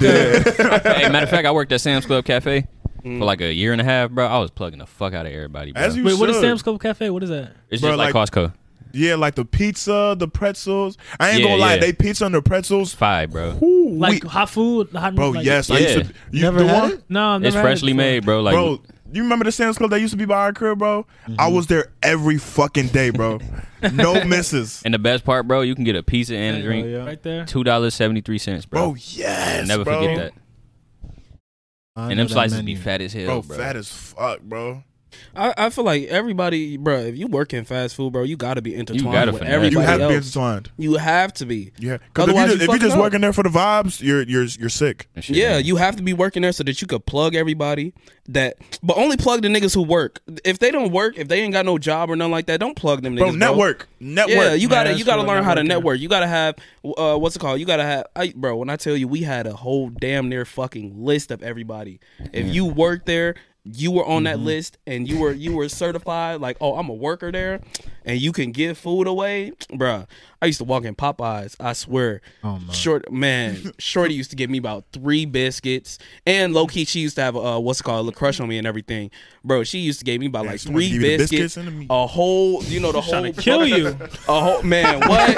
(laughs) America. (laughs) hey, matter of fact, I worked at Sam's Club Cafe Mm. for like a year and a half, bro. I was plugging the fuck out of everybody, bro. As you (laughs) Wait, what is should. Sam's Club Cafe? What is that? it's bro, just like, like- Costco. Yeah, like the pizza, the pretzels. I ain't Yeah, gonna lie, yeah. they pizza and the pretzels. Five, bro. Ooh, Like we- hot food? Hot, bro, like- yes, I Yeah. used to. You Never the had one- it? No, I've never It's had it freshly before. made, bro. Like bro. You remember the Sam's Club that used to be by our crib, bro? I Mm-hmm. was there every fucking day, (laughs) bro. no misses, and the best part, bro, you can get a pizza and a drink. right there. Two dollars seventy three cents, bro. bro. Oh, Yes, Never bro. forget that. I And know them that slices menu. be fat as hell, (laughs) bro, bro. Fat as fuck, bro. I, I feel like everybody, bro. If you work in fast food, bro, you got to be intertwined gotta with finesse. everybody You have to be else. intertwined. You have to be. Yeah, because if, you Otherwise, just, if you're fucking just up. working there for the vibes, you're you're you're sick. Yeah, you have to be working there so that you could plug everybody that, but only plug the niggas who work. If they don't work, if they ain't got no job or nothing like that, don't plug them. Bro, niggas, network. Network. Yeah, you Man, gotta that's you gotta true, learn how to networking. network. You gotta have uh, what's it called? You gotta have, I, bro. When I tell you, we had a whole damn near fucking list of everybody. If Damn. you worked there, you were on that Mm-hmm. Mhm. list, and you were you were certified. Like, oh, I'm a worker there, and you can give food away, Bruh, I used to walk in Popeyes. I swear, Oh, man. short (laughs) man, Shorty used to give me about three biscuits, and low key she used to have uh, what's it called a crush on me and everything, bro. She used to give me about like someone three give you the biscuits biscuits, and the meat. a whole, you know, the whole Trying to kill you. a whole man, what?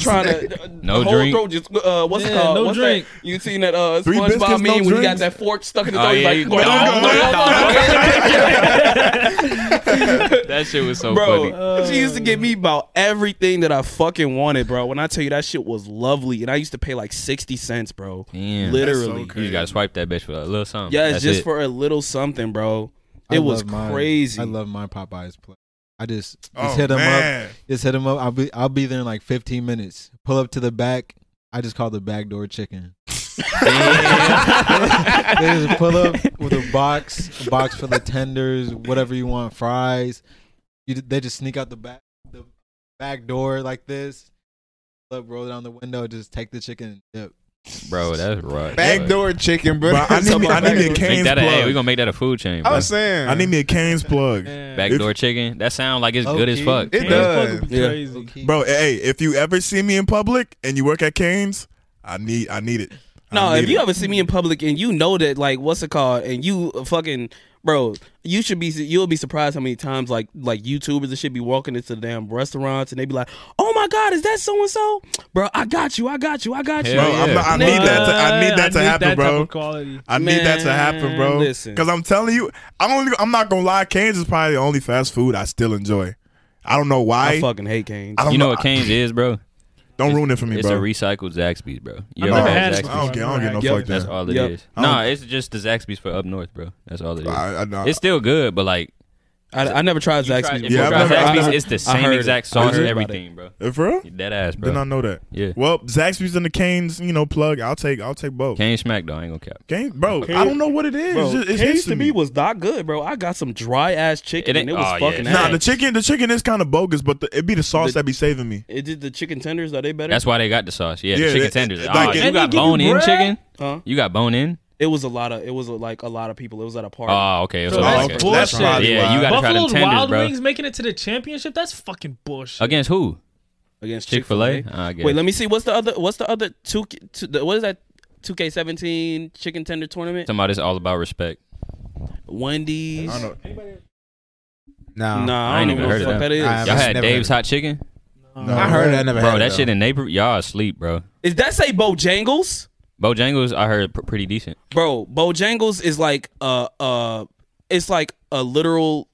trying to No the whole drink. Throat just, uh, what's it Yeah, called? no what's drink. That? You seen that uh, Three SpongeBob biscuits, meme no when you drinks? got that fork stuck in the Oh, throat? yeah, like, you- going, that shit was so bro, uh, funny. she used to give me about everything that I fucking wanted, bro. When I tell you that shit was lovely, and I used to pay like sixty cents, bro. Damn. Literally, you just gotta swipe that bitch for a little something. yeah, it's Um, That's just it. for a little something, bro. It I was love my- crazy. I love my Popeyes play. I just just Oh, hit him man. up. Just hit him up. I'll be I'll be there in like 15 minutes. Pull up to the back. I just call the backdoor (laughs) chicken. they just pull up with a box, a box for the tenders, whatever you want, fries. You, they just sneak out the back, the back door like this. Pull Up, roll down the window, just take the chicken and dip. bro, that's right. Backdoor chicken, bro. Bro, I need me, I need me a Make Canes that a, hey, we plug. gonna make that a food chain. I Bro. was saying. I need me a Canes plug. Backdoor chicken. That sound like it's good as Low-key. fuck. It bro. does. Yeah. Crazy. Bro, eh, hey, if you ever see me in public and you work at Canes, I need I need it. I No, need if you it. ever see me in public and you know that, like, what's it called, and you fucking, bro, you should be, you'll be surprised how many times, like, like YouTubers and shit be walking into the damn restaurants and they be like, oh my God, is that so and so? Bro, I got you, I got you, I got you. Hell Bro, I'm yeah. not- I need that to I need that to happen, that bro. Type of quality. I need that to happen, Man, bro. listen. Because I'm telling you, I only I'm not gonna lie. Canes is probably the only fast food I still enjoy. I don't know I, why. fucking hate Canes. I don't You know know- what Canes is, bro? don't ruin it for me, it's bro. a recycled Zaxby's, bro. You ever I've no, never I had had don't, it before. Zaxby's? get I don't get no Yep. fuck That's that. all it is. Yep. I Nah, don't- it's just the Zaxby's for up north, bro. That's all it is. I, I, I, it's still good, but like I, I never tried you Zaxby's. try- if before. you I've try never- I- Zaxby's, it's the I same heard it. exact I sauce heard and about everything, bro. Eh, for real? Dead ass, Did bro. not know that. Yeah. Well, Zaxby's and the Canes, you know, plug. I'll take I'll take both. Canes smack though. I ain't gonna cap. Canes, bro. I Canes- don't know what it is. Bro, it's just, it's Canes hits to me was not good, bro. I got some dry ass chicken It and ain't- it was oh, yeah. fucking Nah, ass. the chicken, the chicken is kind of bogus, but the, it be the sauce The- that be saving me. it did the chicken tenders. Are they better? That's why they got the sauce. Yeah, Yeah, the chicken that- tenders. like oh, it- you And they got give you bone in bread? chicken? huh? You got bone in? It was a lot of. It was like a lot of people. It was at a party. Oh, okay. So Bro, that's that's okay. bullshit. That's probably yeah, why. you gotta try Buffalo them tenders, Wild bro. Wings making it to the championship? That's fucking bullshit. Against who? against Chick Fil Chick-fil-A? Ah, A. I guess. Wait, let me see. What's the other? What's the other two? two the, what is that? Two K seventeen chicken tender tournament. Somebody's all about respect. Wendy's. I don't know. No. Nah, I, I ain't don't even even know heard what the fuck of that. that I is. Y'all haven't- had never Dave's heard hot chicken? No. I heard it. I never had Bro, it, that though. shit in Naper, y'all asleep, bro. Is that say Bojangles? Bojangles, I heard pr- pretty decent. Bro, Bojangles is like uh uh, it's like a literal.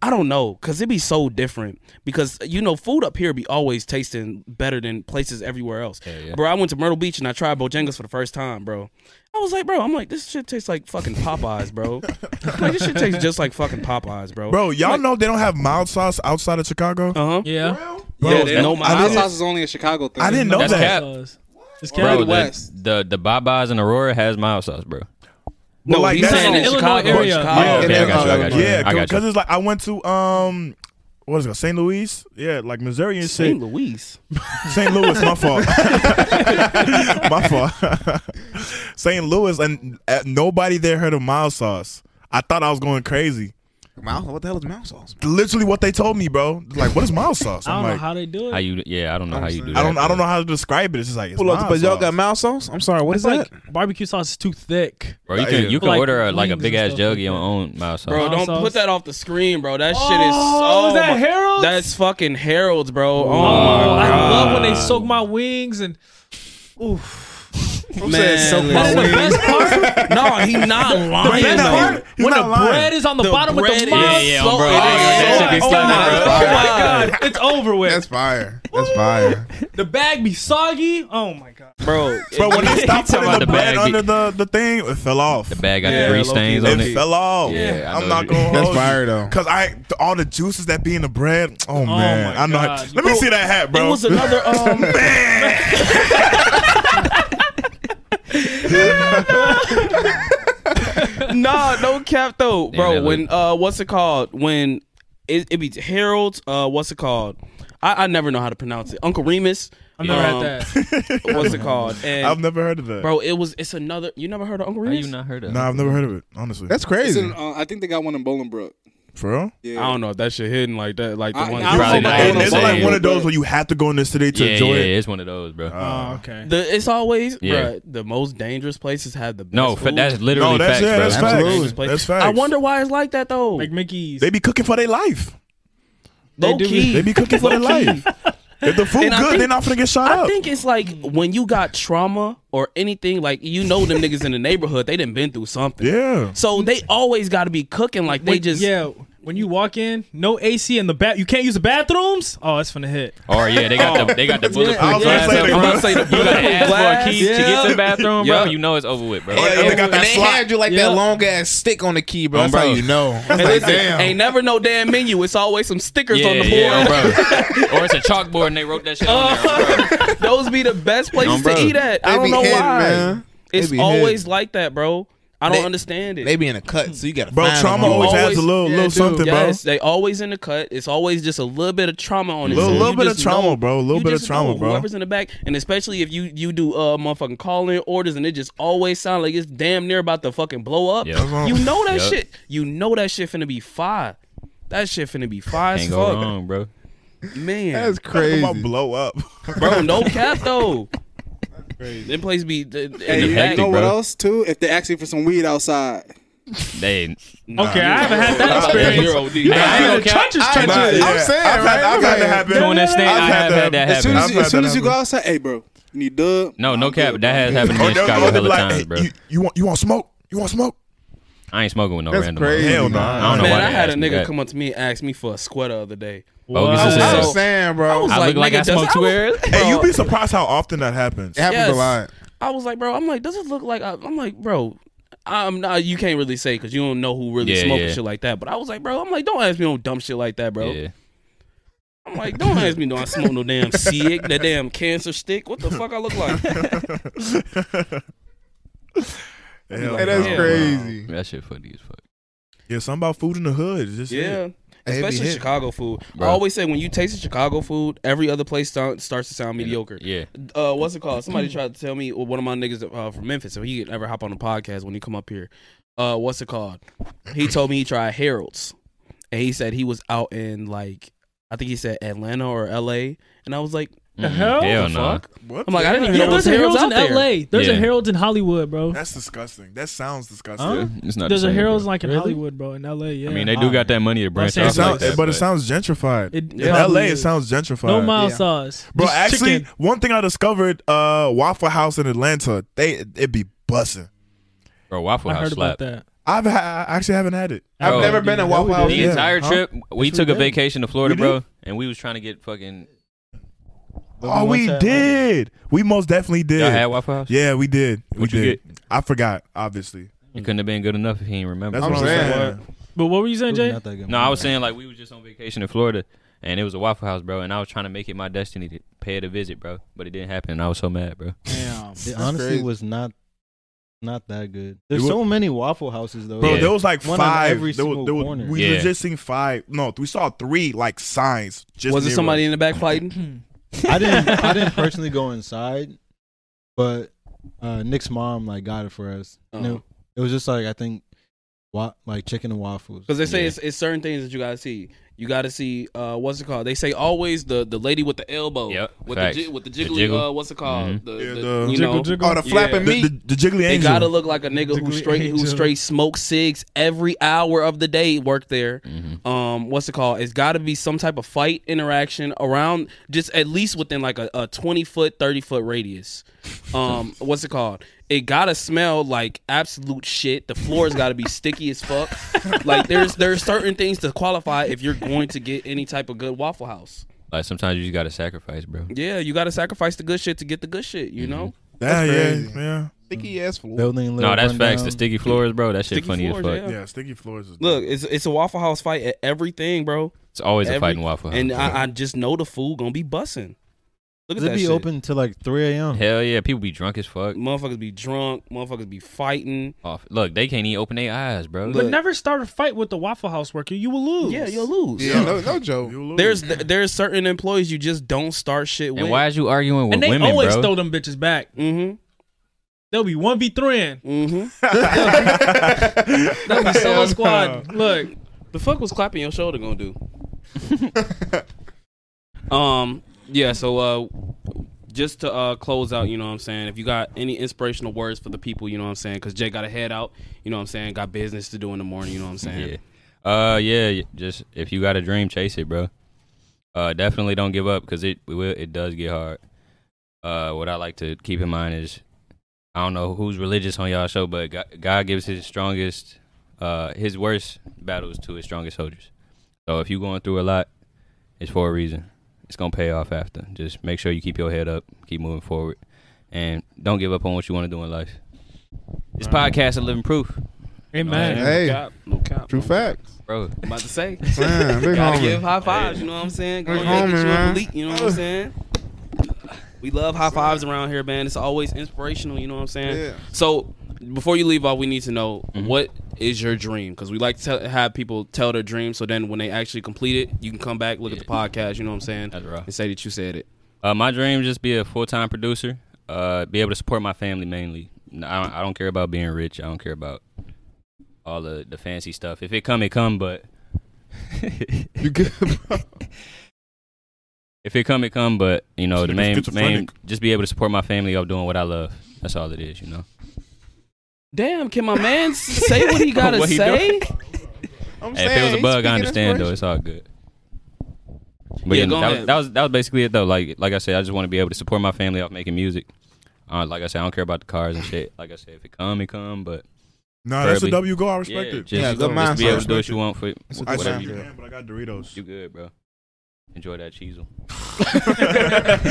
I don't know, cause it be so different. Because you know, food up here be always tasting better than places everywhere else. yeah. Bro, I went to Myrtle Beach and I tried Bojangles for the first time, bro. I was like, bro, I'm like, this shit tastes like fucking Popeyes, bro. (laughs) like this shit tastes just like fucking Popeyes, bro. Bro, y'all know they don't have mild sauce outside of Chicago. Uh huh. Yeah. Bro, Yeah, they know I my Hot didn't- sauce is only a Chicago thing. I didn't know That's that. cap. It's Bro, Canada. the, the West. the the Babas and Aurora has mild sauce, bro. But like he's that's saying in all- Illinois area. Oh, okay, I got you. I got you. Yeah, I got because you. it's like I went to um, what is it, St. Louis? Yeah, like Missouri and St. shit. Louis. St. Louis, my fault. (laughs) my fault. (laughs) St. Louis, and uh, nobody there heard of mild sauce. I thought I was going crazy. Mouth, what the hell is mouse sauce? Literally, what they told me, bro. Like, what is mild sauce? I I'm don't know like, how they do it. How you? Yeah, I don't know how you do that. I don't, I don't know bro. how to describe it. It's just like, it's Pull up, mild but y'all sauce. got mouse sauce? I'm sorry, what it's is like that? barbecue sauce is too thick. Bro, you Yeah. can you can Like order a, like a wings big and ass stuff jug like of your that. own mild sauce. Bro, Hot don't sauce. put that off the screen, bro. That shit is Oh, so. is that my- Harold's? That's fucking Harold's, bro. Oh, Oh, my I god. love when they soak my wings and oof. Man, that's the best part. (laughs) No, he not lying. best though. part, He's when not the lying. bread is on the bottom with the bread mom is- so- Oh, that shit oh, gets oh slapped, my bro. God. Oh my god, it's over with. That's fire. That's fire. The bag be soggy. Oh my god. bro. Bro, when they stopped Talking putting about the the bread bag, under the, the thing, it fell off. The bag got Yeah, grease low-key, stains it on it. fell off. Yeah, I I'm know not you- gonna. That's hold you. fire, though. Cause I all the juices that be in the bread. Oh, man, my I know. God. Let me see that hat, bro. It was another um. nah, no cap though, bro. that when uh, what's it called? When it, it be Harold? Uh, what's it called? I, I never know how to pronounce it. Uncle Remus. I've never um, had that. (laughs) What's it called? And I've never heard of that. bro, it was. It's another. You never heard of Uncle How Remus? you not heard of? Nah, I've never heard of it. Honestly, That's It's crazy. in, uh, I think they got one in Bolingbrook. for real. Yeah. I don't know if that shit hidden like that. Like the I- one. I don't Probably know not. about It's Bolingbrook, It's like one of those but- where you have to go in the city to Yeah, yeah, enjoy yeah, it. it's one of those, bro. Oh, okay. The, it's always Yeah. bruh, the most dangerous places have the best no, fa- food. that's literally No, that's facts, yeah, bro. that's That's facts. dangerous place. That's facts. I wonder why it's like that though. Like Mickey's. They be cooking for their life. Low do- key. They be (laughs) cooking for their Low-key. life. If the food And I good, think- they're not finna get shot I up. think it's like when you got trauma or anything, like you know them niggas in the neighborhood, they done been through something. Yeah. So they always got to be cooking like they Wait, just yeah. When you walk in, no AC in the bath. You can't use the bathrooms. Oh, it's finna hit. Or yeah, they got the they got the bulletproof I was gonna glass. say up, they- bro. I'm gonna say the you gotta bulletproof ask glass, for a key to get to the bathroom, Yeah. bro. You know it's over with, bro. Yeah, they got and that they slot. had you like Yeah. that long ass stick on the key, bro. Oh, That's bro. how you know. And That's like, listen, damn. ain't never no damn menu. It's always some stickers yeah, on the board. yeah, bro. or it's a chalkboard and they wrote that shit on there. bro. (laughs) Those be the best places bro. to eat at. I They don't be know hidden, why. man. They It's be always hidden. like that, bro. I don't They- understand it. They be in a cut, so you gotta. Bro, find trauma them. always, has Always- a little yeah, little dude. something, yes, they always in the cut. It's always just a little bit of trauma on it. bro. Little, So little you bit of just trauma, know- bro. Little you bit of just trauma, know bro. Whoever's in the back, and especially if you you do uh motherfucking call in orders, and it just always sound like it's damn near about to fucking blow up. Yep. You know that Yep. shit. You know that shit finna be fire. That shit finna be fire as Can't go fuck, wrong, bro. man. That's Talking crazy. about blow up. bro, no cap though. Them places be th- th- in Hey, you the back. know what bro. else too? If they ask you for some weed outside, They Okay, I haven't had that About that experience. zero, dude. I I ain't mean, gonna the cap. trenches, I- trenches. Nah, Yeah. yeah. saying, I've had, right? I've had that happen. doing this thing. I've I had have had that that. happen. soon I've as, had as, soon that as you go happen. outside, hey bro, you need dub. No, no I'm cap. good, That bro. has happened to me Or in they'll Chicago Oh, go up a and hella be like, times, "Hey, bro. you, you want you want smoke? You want smoke? I ain't smoking with no That's random. crazy. motherfucker. Hell no. I don't know Man, why I they had a asked me nigga that. come up to me and ask me for a sweat the other day. Bogus Wow. as I hell. was saying, I bro. was I like, look like nigga, I does- smoked I was- squares. Hey, Bro. you'd be surprised how often that happens. It happens Yes. a lot. I was like, bro, I'm like, does it look like I, I'm like, bro, I'm not. You can't really say because you don't know who really Yeah, smoking yeah. shit like that. But I was like, bro, I'm like, don't ask me no dumb shit like that, bro. Yeah. I'm like, don't ask me no. I smoke (laughs) no damn cig, that damn cancer stick. What the fuck I look like? (laughs) Hell Hey, that's no. Yeah. crazy. That shit funny as fuck. Yeah, something about food in the hood. It's Just yeah. (laughs) yeah. They be Especially hit. Chicago food. Bro. I always say when you taste the Chicago food, every other place sound, starts to sound mediocre. Yeah. uh, what's it called? Somebody tried to tell me well, one of my niggas uh, from Memphis, so he could ever hop on the podcast when he come up here. Uh, what's it called? He told me he tried Harold's, and he said he was out in like I think he said Atlanta or L.A. And I was like, The hell? Hell the no. fuck? What I'm like, the I didn't even Yeah, know there's those a Harold's Harold's out in there. LA. There's a Yeah. Harold's in Hollywood, bro. That's disgusting. That sounds disgusting. Huh? It's not. There's the a same, Harold's bro. like in Hollywood, bro, in LA. Yeah. I mean, they do got that money to branch saying It off. it's not- Like sounds, that, but it sounds gentrified. It- in Yeah. LA, probably it is. sounds gentrified. no mild sauce. Bro, Just actually, chicken. one thing I discovered: uh, Waffle House in Atlanta, they it be bussing. bro. Waffle I House heard slap. about that. I've ha- I actually haven't had it. Bro, I've never been yeah, in Waffle we House. The Yeah. entire Huh? trip, we Yes, took we a did. vacation to Florida, We did? bro, and we was trying to get fucking. Oh, we did. We most definitely did. Y'all had Waffle House. yeah, we did. What'd we you did. I forgot, obviously. It couldn't have been good enough if he didn't remember. That's what I'm saying. saying. But what were you saying, Jay? No, I was saying like we was just on vacation in Florida, and it was a Waffle House, bro. And I was trying to make it my destiny to pay it a visit, bro. But it didn't happen, and I was so mad, bro. Damn. It honestly crazy. was not not that good. There's wa- so many Waffle Houses though. Bro, (laughs) Yeah. there was like One on five. every there was- single there was- corner. We Yeah. legit seen five. No, we saw three like signs. Just Was it near somebody us. in the back fighting? (laughs) I didn't I didn't personally go inside, but uh, Nick's mom like got it for us. And Oh. it, it was just like I think, wa- like chicken and waffles. Because they say Yeah. it's, it's certain things that you gotta see. You got to see uh, what's it called? They say always the the lady with the elbow, Yep, with facts. the ji- with the The jiggly. jiggle. uh, what's it called? Mhm. The, the- Yeah, the- you Jiggle, know, jiggle. Oh, the flapping meat. The- the- the jiggly They angel. gotta look like a nigga who Jiggly straight who angel. straight smokes cigs every hour of the day. Work there. Um, what's it called? It's got to be some type of fight interaction around, just at least within like a, a twenty foot, thirty foot radius. (laughs) Um, what's it called? It gotta smell like absolute shit. The floor's gotta be sticky as fuck. Like there's there's certain things to qualify if you're going to get any type of good Waffle House. Like sometimes you just gotta sacrifice, bro. Yeah, you gotta sacrifice the good shit to get the good shit. You know. Yeah, yeah, crazy. yeah. Sticky ass floor. Building No, that's facts. The sticky floors, bro. That shit Sticky funny floors, as fuck. yeah. Yeah, sticky floors is Look, it's it's a Waffle House fight at everything, bro. It's always a fight in Waffle House, and bro. I, I just know the food gonna be bussing. Look at It'd that be shit. open till like 3 a.m. Hell yeah, people be drunk as fuck. Motherfuckers be drunk. Motherfuckers be fighting. Off. Look, they can't even open their eyes, bro. Look. But never start a fight with the Waffle House worker. You will lose. Yeah, you'll lose. Yeah, no, no joke. You lose. There's there's certain employees you just don't start shit with. and why is you arguing with And they women, always bro? throw them bitches back. Mm-hmm. They'll be one v three in. (laughs) Mm-hmm. (laughs) They'll be solo squad. Look, The fuck was clapping your shoulder gonna do? (laughs) um. Yeah. So, uh, just to uh, close out, you know what I'm saying. If you got any inspirational words for the people, you know what I'm saying, because Jay got a head out. You know what I'm saying. Got business to do in the morning. You know what I'm saying. Yeah. Uh, yeah. y- Just if you got a dream, chase it, bro. Uh, definitely don't give up because it it will it does get hard. Uh, what I like to keep in mind is I don't know who's religious on y'all show, but God, God gives His strongest, uh, His worst battles to His strongest soldiers. So if you're going through a lot, it's for a reason. It's gonna pay off after. Just make sure you keep your head up, keep moving forward, and don't give up on what you want to do in life. This podcast is living proof, amen. Hey. No cap. No cap. True facts. bro. I'm about to say. Man, big Gotta homie. give high fives, you know what I'm saying? Go Big ahead, get homie, you a man. bleep, you know what I'm saying? We love high fives around here, man. It's always inspirational, you know what I'm saying? Yeah. So, before you leave, all we need to know what is your dream? Because we like to tell- have people tell their dream, so then when they actually complete it, you can come back, look at the podcast, you know what I'm saying, That's right. and say that you said it. Uh, my dream just be a full time producer. Uh, be able to support my family mainly. N- I don't, I don't care about being rich. I don't care about all the the fancy stuff. If it come, it come. But You good, bro? (laughs) if it come, it come. But you know, This the nigga's main main schizophrenic. just be able to support my family of doing what I love. That's all it is. You know. Damn, can my man s- say what he (laughs) gotta What he say? (laughs) I'm Hey, if it was a he's bug, I speaking understand though. inspiration. It's all good. But Yeah, yeah, go that, was, ahead. that was that was basically it though. Like like I said, I just want to be able to support my family off making music. Uh, like I said, I don't care about the cars and shit. Like I said, if it come, it come. But No, that's a Preferably. W goal. I respect it. Just, Yeah, good just be mindset. able to do what Respect you it. want for a I good whatever said Whatever. you you do. can, but I got Doritos. You good, bro. Enjoy (laughs) that (laughs) cheesel.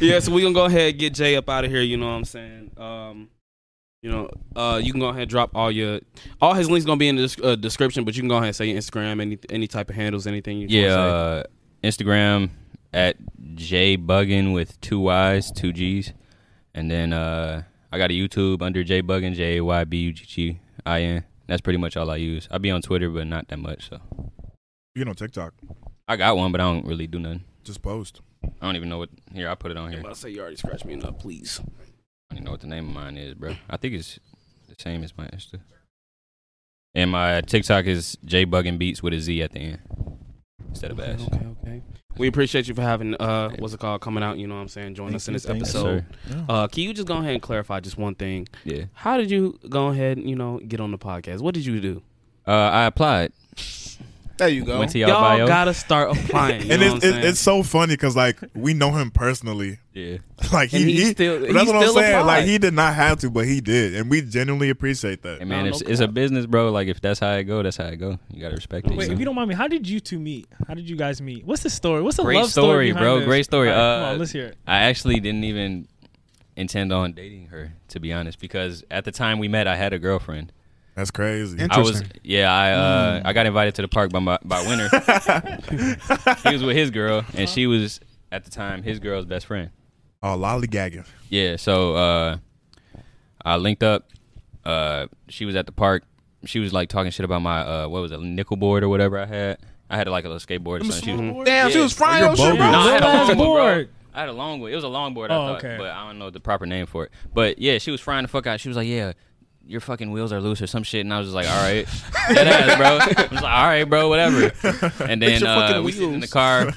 yeah, so we gonna go ahead and get Jay up out of here. You know what I'm saying? Um, you know, uh, you can go ahead and drop all your all his links gonna be in the des- uh, description, but you can go ahead and say your Instagram, any any type of handles, anything you Yeah, wanna say. uh, Instagram at J Buggin with two Y's, two G's, and then uh, I got a YouTube under J Buggin, J A Y B U G G I N. That's pretty much all I use. I be on Twitter, but not that much. So You know TikTok. I got one, but I don't really do nothing. Just post. I don't even know what. Here, I put it on here. I'm I about to say you already scratched me enough, please. don't even know what the name of mine is, bro. I think it's the same as my Insta. And my TikTok is J Buggin Beats with a Z at the end instead of S. Okay, okay. We appreciate you for having uh, what's it called, coming out. You know what I'm saying, joining Thank us in you, this thank you. Yes, episode. sir. uh, can you just go ahead and clarify just one thing? Yeah. How did you go ahead, and, you know, get on the podcast? What did you do? Uh, I applied. There you go. Went to y'all, Y'all bio. gotta start (laughs) applying. You and know it's what I'm it's, saying? it's so funny because like we know him personally. (laughs) yeah. Like he, And he he still- that's he what I'm still saying. Like applied. he did not have to, but he did, and we genuinely appreciate that. Hey man, No, it's, no it's a cap. business, bro. Like if that's how it go, that's how it go. You gotta respect it. Wait, know? if you don't mind me, how did you two meet? How did you guys meet? What's the story? What's the Great love story, story, behind bro. this? Great story. All right, come Uh, on, let's hear it. I actually didn't even intend on dating her, to be honest, because at the time we met, I had a girlfriend. That's crazy. I was, yeah, I uh, I got invited to the park by my by (laughs) Winter. he was with his girl, and she was at the time his girl's best friend. Oh, lollygagging. Yeah, so uh, I linked up. Uh, she was at the park. She was like talking shit about my uh, what was it, nickel board or whatever I had. I had like a little skateboard or something. She was- Damn, she Yeah. was frying You're your shit, bogus. bro. No, I had a Little ass long one, board. bro. I had a long one. It was a long board, I Oh, thought, okay. but I don't know the proper name for it. But yeah, she was frying the fuck out. She was like, "Yeah, your fucking wheels are loose or some shit, and I was just like, all (laughs) right, dead ass, bro. (laughs) I was like, all right, bro, whatever. And Fix then your uh, fucking we sit in the wheels. car.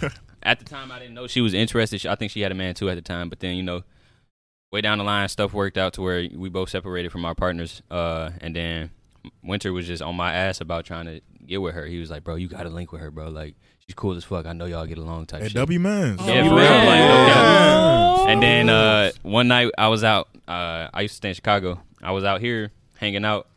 At the time, I didn't know she was interested. She, I think she had a man too at the time, but then you know, way down the line, stuff worked out to where we both separated from our partners. Uh, and then Winter was just on my ass about trying to get with her. He was like, bro, you got to link with her, bro. Like. She's cool as fuck. I know y'all get along type Hey, shit. W Mans. Yeah, for real. Like, Yeah. okay. And then uh, one night I was out. Uh, I used to stay in Chicago. I was out here hanging out.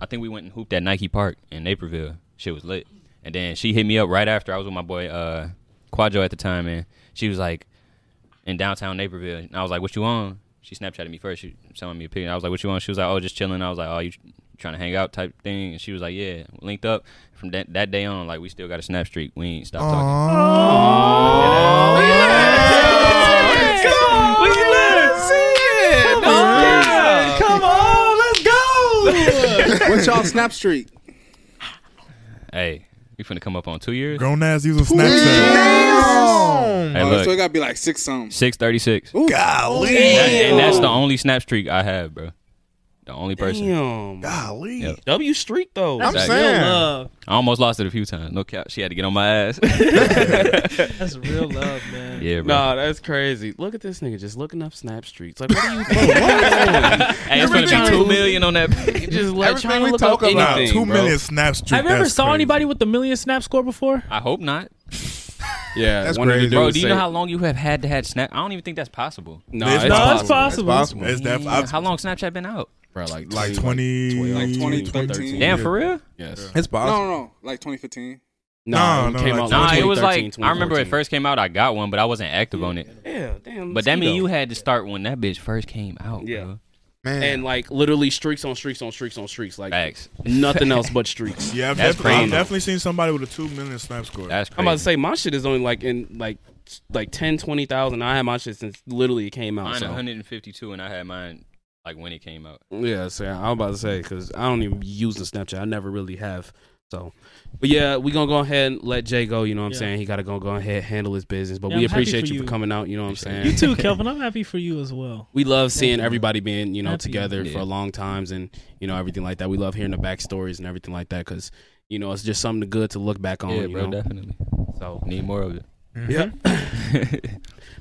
I think we went and hooped at Nike Park in Naperville. Shit was lit. And then she hit me up right after. I was with my boy uh, Quadro at the time, and she was like in downtown Naperville. And I was like, "What you on?" She Snapchatted me first. She sent me a picture. I was like, "What you on?" She was like, "Oh, just chilling." I was like, "Oh, you trying to hang out?" Type thing. And she was like, "Yeah." Linked up. From that, that day on, like we still got a snap streak. We ain't stopped talking. Come on, let's go. What's y'all snap streak? Hey, you finna come up on two years? Grown ass using Snapchat. Hey, Oh, look. so it gotta be like six something. Six thirty six. Ooh. Golly. And that's the only snap streak I have, bro. The only person. Damn. Golly. W Street though. I'm Exactly. saying. Real love. I almost lost it a few times. No cap. She had to get on (laughs) my ass. that's real love, (laughs) man. Yeah, bro. Nah, that's crazy. Look at this nigga just looking up Snap Streets. Like, what (laughs) are you doing? What are you doing? Hey, it's gonna be Everything- two million on (laughs) that page. Just like Everything trying to we look talk up about. anything, Two bro. million snap Have streak. you ever That's saw crazy. anybody with the million snap score before? I hope not. Yeah, That's one of the crazy. dudes Bro, do you know say- how long you have had to had snap? I don't even think that's possible. Nah, It's it's, not- possible. That's possible. It's Yeah. def- I've- How long Snapchat been out? Bro, like like 20, 20, like 20, 13. 13. Damn, for real? Yes. It's No, possible. no, no. Like 2015. Nah, No, it no, came like out Nah, it was 2013, like I remember it 2014. first came out. I got one, but I wasn't active on it. Yeah, damn. But mosquito. that mean you had to start when that bitch first came out. Yeah. bro. Man. and like literally streaks on streaks on streaks on streaks, like Facts. nothing else but (laughs) streaks. Yeah, I've, That's definitely, I've crazy. definitely seen somebody with a two million snap score. (laughs) That's I'm crazy. about to say my shit is only like in like s- like 10, 20,000. I had my shit since literally it came out. mine so. 152, and I had mine like when it came out. Yeah, so I'm about to say because I don't even use the Snapchat. I never really have. So, but yeah, we gonna go ahead and let Jay go. You know what I'm Yeah. saying? He gotta go go ahead handle his business. But Yeah, we I'm happy appreciate for you for you. coming out. You know what I'm saying? You too, Kelvin. I'm happy for you as well. we love seeing everybody being you know Happy. together Yeah. for long times and you know everything like that. We love hearing the backstories and everything like that because you know it's just something good to look back on. yeah, you bro, know? definitely. So Need more of it. yeah.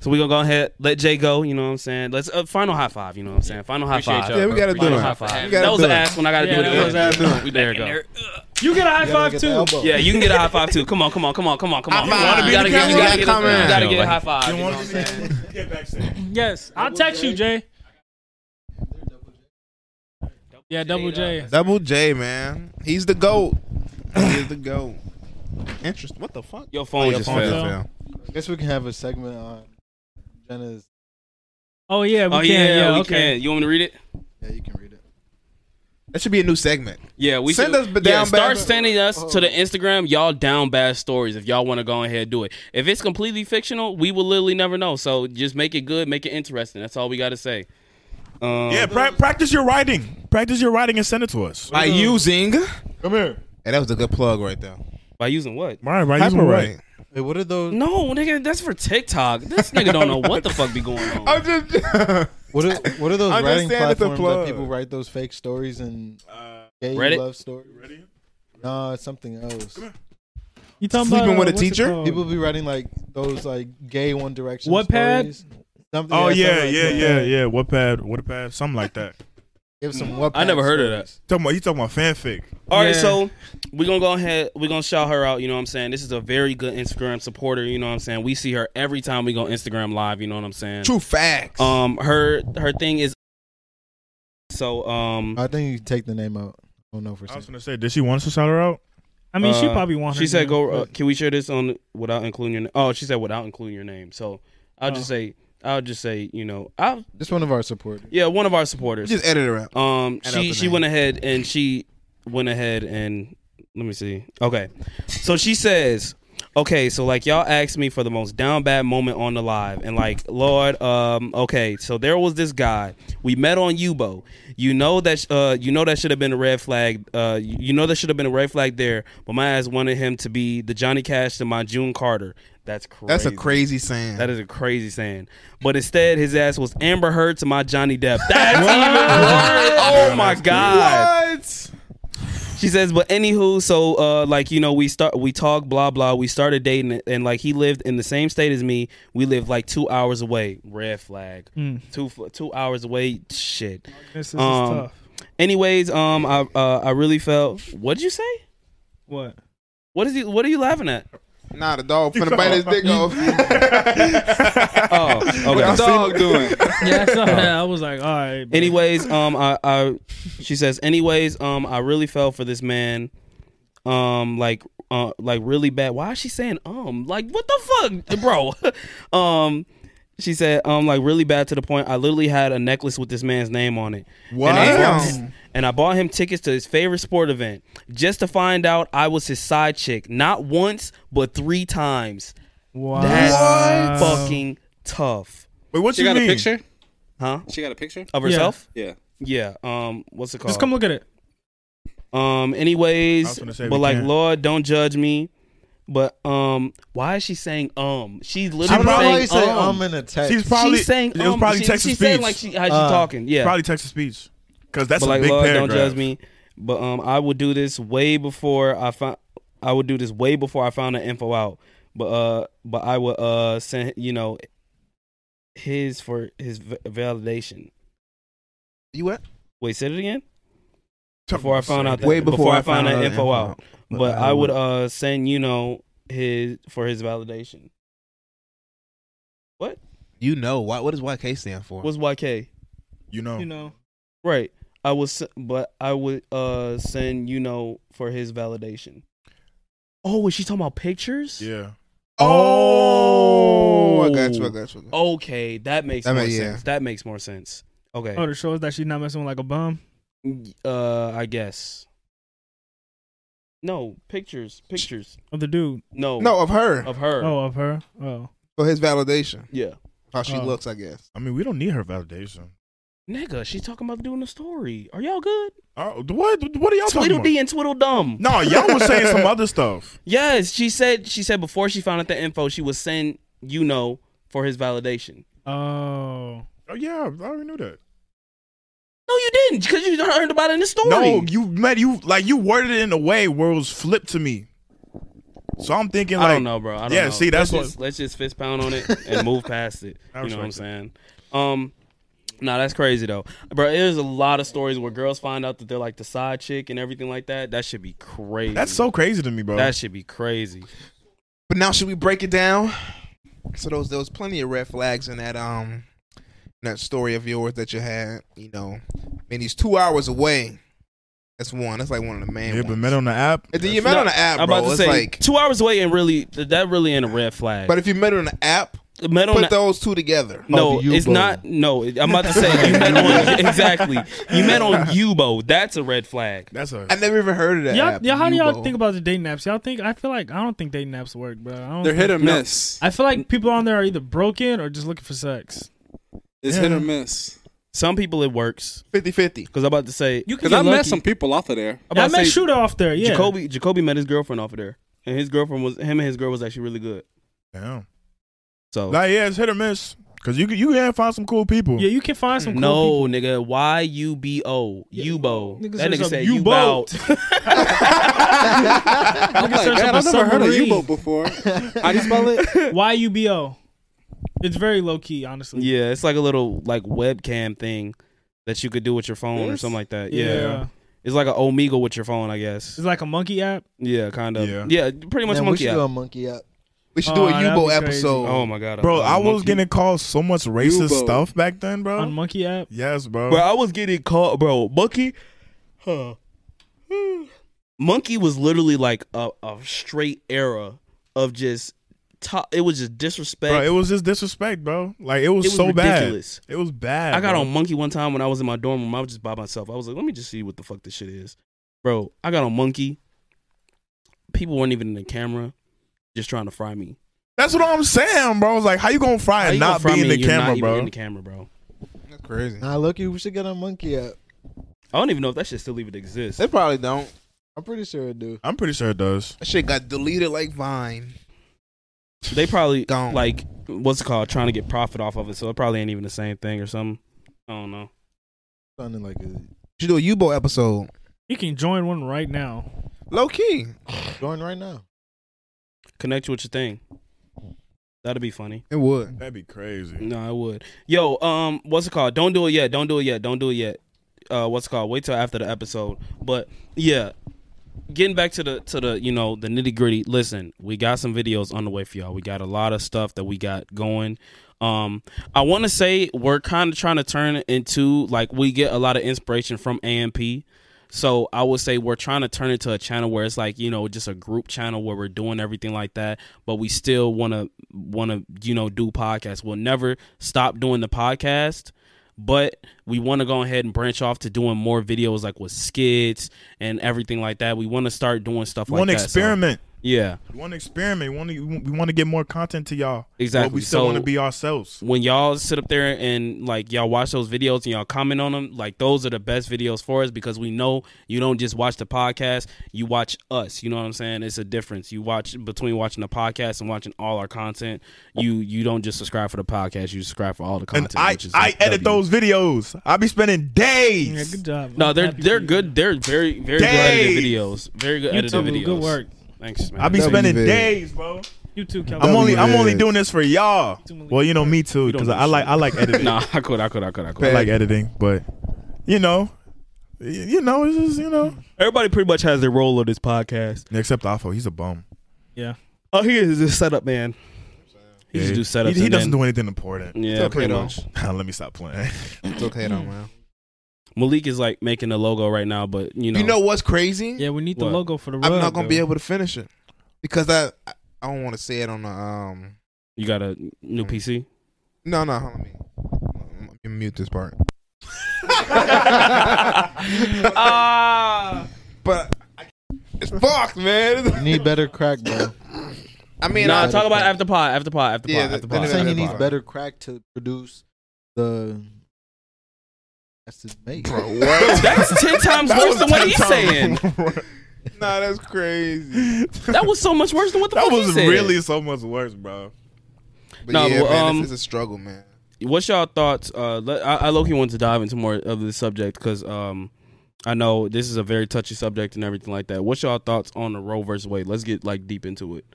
so we gonna go ahead let Jay go. You know what I'm saying? Let's uh, final high five. You know what I'm saying? Final high (laughs) Appreciate five. y'all, Yeah, we bro. gotta Appreciate do it. y'all. We Thanks. gotta That was do the it. ass one. I gotta Yeah, do it that again. was We (laughs) there Back you in go. there. You get a high gotta five get the too. elbow. Yeah, you can get a high five too. Come on, come on, come on, come on, come on. You wanna be you gotta the get, you camera gotta get, a- guy? you gotta get a Come high on. five. You know what I'm saying? Get back soon. Yes, I'll text you, Jay. Yeah, double J. Double J, man. He's the GOAT. He's the GOAT. Interesting. What the fuck? Your phone just phone fell. just fell. guess we can have a segment on Jenna's. Oh yeah, we Oh can. yeah, yeah, we okay. can. You want me to read it? Yeah, you can read it. That should be a new segment. Yeah, we Send should, us b- yeah, down Start bad- Oh. sending us to the Instagram, y'all down bad stories. If y'all want to go ahead and do it, if it's completely fictional, we will literally never know. So just make it good, make it interesting. That's all we got to say. Um, Yeah, pra- practice your writing. Practice your writing and send it to us. By using. Hey, Come here. that was a good plug right there. by using what? Right, right. Hyper right. right. Hey, what are those? No, nigga, that's for TikTok. This nigga don't (laughs) know what the fuck be going on. I'm just. (laughs) What are, what are those I'm just writing saying it's a platforms that plug. people write those fake stories and Uh, gay Reddit? love stories? No, it's something else. You talking Sleeping about, with a what's it teacher? called? People be writing like those like gay One Direction. Wattpad? stories. Something, Oh yeah, something yeah, like yeah, that. yeah. Wattpad, Wattpad, something like that. Give some I never heard of that. Talking about you talking about fanfic. All right, Yeah. so we're gonna go ahead, we're gonna shout her out, you know what I'm saying? This is a very good Instagram supporter, you know what I'm saying? We see her every time we go Instagram live, you know what I'm saying? True facts. Um her her thing is so um I think you can take the name out. I don't know for I was certain. gonna say, did she want us to shout her out? I mean, she uh, probably wants. She said go uh, can we share this on without including your name? Oh, she said without including your name. So I'll just say I'll just say, you know, I Just one of our supporters. yeah, one of our supporters. just edit her out. Um, Add up she the she name. went ahead and she went ahead and let me see. Okay, so she says, okay, so like y'all asked me for the most down bad moment on the live, and like Lord, um, okay, so there was this guy we met on Yubo. You know that uh, you know that should have been a red flag. Uh, you know there should have been a red flag there, but my ass wanted him to be the Johnny Cash to my June Carter. That's crazy. That's a crazy saying. That is a crazy saying. But instead, his ass was Amber Heard to my Johnny Depp. That's even worse. Oh my god. What? She says, but anywho, so uh, like you know, we start, we talk, blah blah. We started dating, and like he lived in the same state as me. We lived like two hours away. Red flag. Mm. Two fl- two hours away. Shit. This is Um, tough. Anyways, um, I uh, I really felt. What'd you say? What? What is he? What are you laughing at? Nah, the dog finna bite his dick off. (laughs) Oh, okay. What the dog doing? (laughs) Yeah, I uh, saw that. I was like, all right. bro. Anyways, um, I, I, she says, anyways, um, I really fell for this man, um, like, uh, like really bad. Why is she saying um? Like, what the fuck, bro? (laughs) um, she said, um, like really bad to the point I literally had a necklace with this man's name on it. And I Wow. bought him- and I bought him tickets to his favorite sport event just to find out I was his side chick, not once but three times. Wow. That's fucking tough, Wait, what She you got mean? a picture. huh? She got a picture. Of Yeah. herself? Yeah. Yeah. Um, what's it called? Just come look at it. Um. I was Anyways, gonna say but we like, can't. Lord, don't judge me. But um, why is she saying um? She's I literally don't know why you saying say um. um in a text. She's probably she's saying it um. was probably she, text she to said speech. like she how she Uh, talking. Yeah. Probably text to speech because that's but a like, big Lord, paragraph. don't judge me. But um, I would do this way before I found. I would do this way before I found the info out. But uh, but I would uh send you know his for his v- validation. You what? Wait, say it again. Tell me before I what found you out said. that, Way before, I found that the info out. But I would uh send you know his for his validation. You know why? What does YK stand for? What's YK? you Oh. know. You know. Right. I was but I would uh send you know for his validation. Oh, is she talking about pictures? Yeah. Oh, I got you. I got you. I got you. Okay, that makes That more ma- yeah. sense. That makes more sense. Okay. Oh, to show us that she's not messing with like a bum. Uh I guess. No, pictures, pictures. Of the dude. No. No, of her. Of her. Oh, of her. Oh. For his validation. Yeah. How she Oh. looks, I guess. I mean, we don't need her validation. Nigga, she's talking about doing a story. Are y'all good? Uh, what? What are y'all Twiddle talking D and Twiddle Dum. about? No, y'all was saying (laughs) some other stuff. Yes, she said. She said before she found out the info, she was send you know for his validation. Oh. Oh yeah, I already knew that. No, you didn't, because you heard about it in the story. No, you met you like you worded it in a way where it was flipped to me. So I'm thinking like I don't know, bro. I don't yeah, know. see, that's let's just, let's just fist pound on it and move past it. (laughs) I You know what I'm respect saying? Um, nah, that's crazy though, bro. There's a lot of stories where girls find out that they're like the side chick and everything like that. That should be crazy. that's so crazy to me, bro. That should be crazy. But now should we break it down? So those there was plenty of red flags in that um in that story of yours that you had. You know, and he's two hours away. That's one. That's like one of the main yeah, ones. but met on the app. if you met No, on the app, I'm bro, about to it's say like. two hours away and really that really ain't a red flag. But if you met on the app, Met on put the- those two together. No, Of Yubo. it's not. No, I'm about to say you met on exactly. You met on Yubo. That's a red flag. That's a I never even heard of that. Y'all, app, y'all, how do y'all Yubo. think about the dating apps? Y'all think I feel like I don't think dating apps work, bro. I don't They're hit or think- miss. I feel like people on there are either broken or just looking for sex. It's Yeah. hit or miss. Some people it works 50-50. because I'm about to say You can Because get I met lucky. some people off of there. I'm about I to met say shooter off there. Yeah, Jacoby Jacoby met his girlfriend off of there, and his girlfriend was him and his girl was actually really good. damn. So Like yeah, it's hit or miss because you can you can find some cool people. Yeah, you can find some. Cool Mm. no, people. nigga, Y U B O Yeah. Yubo. Nigga That said nigga some said U-boat. Yubo. (laughs) I'm like, search man, up I've a never heard of submarine." U-boat before. How do you spell it? (laughs) Y U B O. It's very low key, honestly. (laughs) yeah, it's like a little like webcam thing that you could do with your phone or This? something like that. Yeah. it's like an Omegle with your phone, I guess. It's like a monkey app. Yeah, kind of. Yeah. Yeah, pretty much Man, we monkey should app. do a monkey app. We should do a Oh, that'd Yubo be crazy. episode. Oh my god, bro, a- a I was monkey. getting called so much racist Yubo. stuff back then, bro. On monkey app. yes, bro. Bro, I was getting called, bro. Monkey, huh? Monkey was literally like a, a straight era of just top. It was just disrespect. Bro, it was just disrespect, bro. Like it was, It was so ridiculous. bad. It was bad. I got bro. on Monkey one time when I was in my dorm room. I was just by myself. I was like, let me just see what the fuck this shit is, bro. I got on Monkey. People weren't even in the camera, just trying to fry me. That's what I'm saying, bro. It's like, how you gonna fry How and you gonna not fry be in me the and you're not camera, even bro? In the camera, bro. That's crazy. Nah, look, you we should get a monkey app. I don't even know if that shit still even exists. They probably don't. I'm pretty sure it do. I'm pretty sure it does. That shit got deleted like Vine. They probably like what's it called trying to get profit off of it, so it probably ain't even the same thing or something. I don't know. Sounding like a Should do a U boat episode. You can join one right now. Low key. going right now. Connect with your thing. That'd be funny. It would. That'd be crazy. No, I would. Yo, um, what's it called? Don't do it yet. Don't do it yet. Don't do it yet. Uh, what's it called? Wait till after the episode. But yeah, getting back to the to the you know the nitty gritty. Listen, we got some videos on the way for y'all. We got a lot of stuff that we got going. Um, I want to say we're kind of trying to turn it into like we get a lot of inspiration from AMP. So I would say we're trying to turn it to a channel where it's like you know just a group channel where we're doing everything like that, but we still want to want to you know do podcasts. We'll never stop doing the podcast, but we want to go ahead and branch off to doing more videos like with skits and everything like that. We want to start doing stuff We like want to that. So, experiment. yeah. We want to experiment. We want to we want to get more content to y'all. Exactly. But we still So- want to be ourselves. When y'all sit up there and like y'all watch those videos and y'all comment on them, like those are the best videos for us because we know you don't just watch the podcast, you watch us. You know what I'm saying? It's a difference. You watch between watching the podcast and watching all our content. You you don't just subscribe for the podcast, you subscribe for all the And content. I which is I like W. edit those videos. I be spending days. Yeah, good job. No, I'm they're happy they're for you. good. They're very very Days. good edited videos. Very good You edited too. videos. Good work. Thanks, man. I be That'd be spending big. days, bro. You too, Kelly. I'm only I'm Yeah. only doing this for y'all. Well, you know me too, because I like I like (laughs) editing. nah, I could, I could, I could, I could. I like editing, but you know, y- you know, it's just you know. Everybody pretty much has their role of this podcast. Except Alpha, he's a bum. Yeah. Oh, he is a setup man. He Yeah, just do setups. He, he and doesn't then- do anything important. (laughs) Yeah, It's okay, pretty though. much. Let me stop playing. It's okay though, man. Malik is like making a logo right now, but you know, You know what's crazy? Yeah, we need the What? logo for the rug. I'm not gonna be though. able to finish it because I I, I don't want to say it on the um. you got a new PC. No, no, hold on. Let me, let me mute this (laughs) part. Ah, Ah. but I- it's fucked, You man. need better crack, bro. I mean, nah, I, talk about after pod, after pod, after pod, Yeah, after the- pod. the- I'm saying he better needs crack. better crack to produce the. That's his mate. bro, what? (laughs) That's ten times That worse was than what 10 he's (laughs) times saying. worse. nah, that's crazy. That was so much worse than what the (laughs) that fuck he was said. really so much worse, bro. But Nah, yeah, well, man, um, it's, it's a struggle, man. What's y'all thoughts? Uh, let, I, I low key want to dive into more of this subject because um, I know this is a very touchy subject and everything like that. What's y'all thoughts on the Roe versus Wade? Let's get like deep into it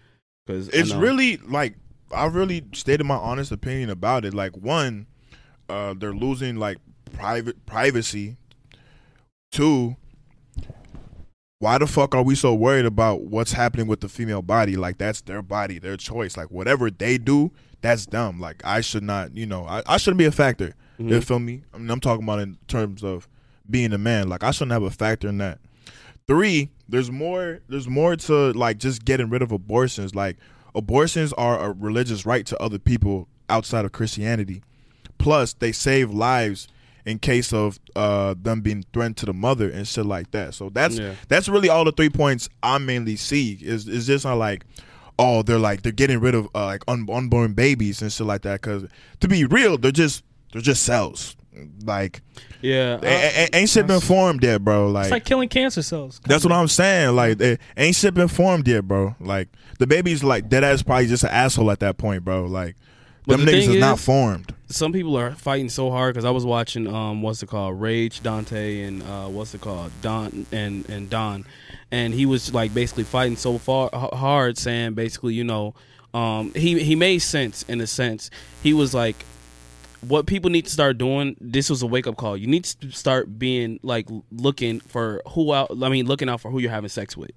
because It's really like I really stated my honest opinion about it. Like one, uh, they're losing like private privacy. Two, why the fuck are we so worried about what's happening with the female body? Like that's their body, their choice. Like whatever they do, that's dumb. Like I should not, you know, I, I shouldn't be a factor. You feel me? I mean, I'm talking about in terms of being a man. Like I shouldn't have a factor in that. Three, there's more. There's more to like just getting rid of abortions. Like abortions are a religious right to other people outside of Christianity. Plus, they save lives in case of uh, them being threatened to the mother and shit like that. So that's Yeah. that's really all the three points I mainly see. Is is just not like. Oh, they're like they're getting rid of uh, like un- unborn babies and shit like that. Because to be real, they're just they're just cells. Like yeah. a- a- a- ain't shit been formed yet, bro. It's like killing cancer cells. That's what I'm saying. Like, they ain't shit been formed yet, bro. Like, the baby's like dead ass probably just an asshole at that point, bro. Like, But them the niggas is, thing not is- formed. some people are fighting so hard because I was watching um what's it called Rage Dante and uh what's it called Don and and Don, and he was like basically fighting so far h- hard, saying basically you know, um he he made sense in a sense. He was like what people need to start doing this was a wake up call you need to start being like looking for who out i mean looking out for who you're having sex with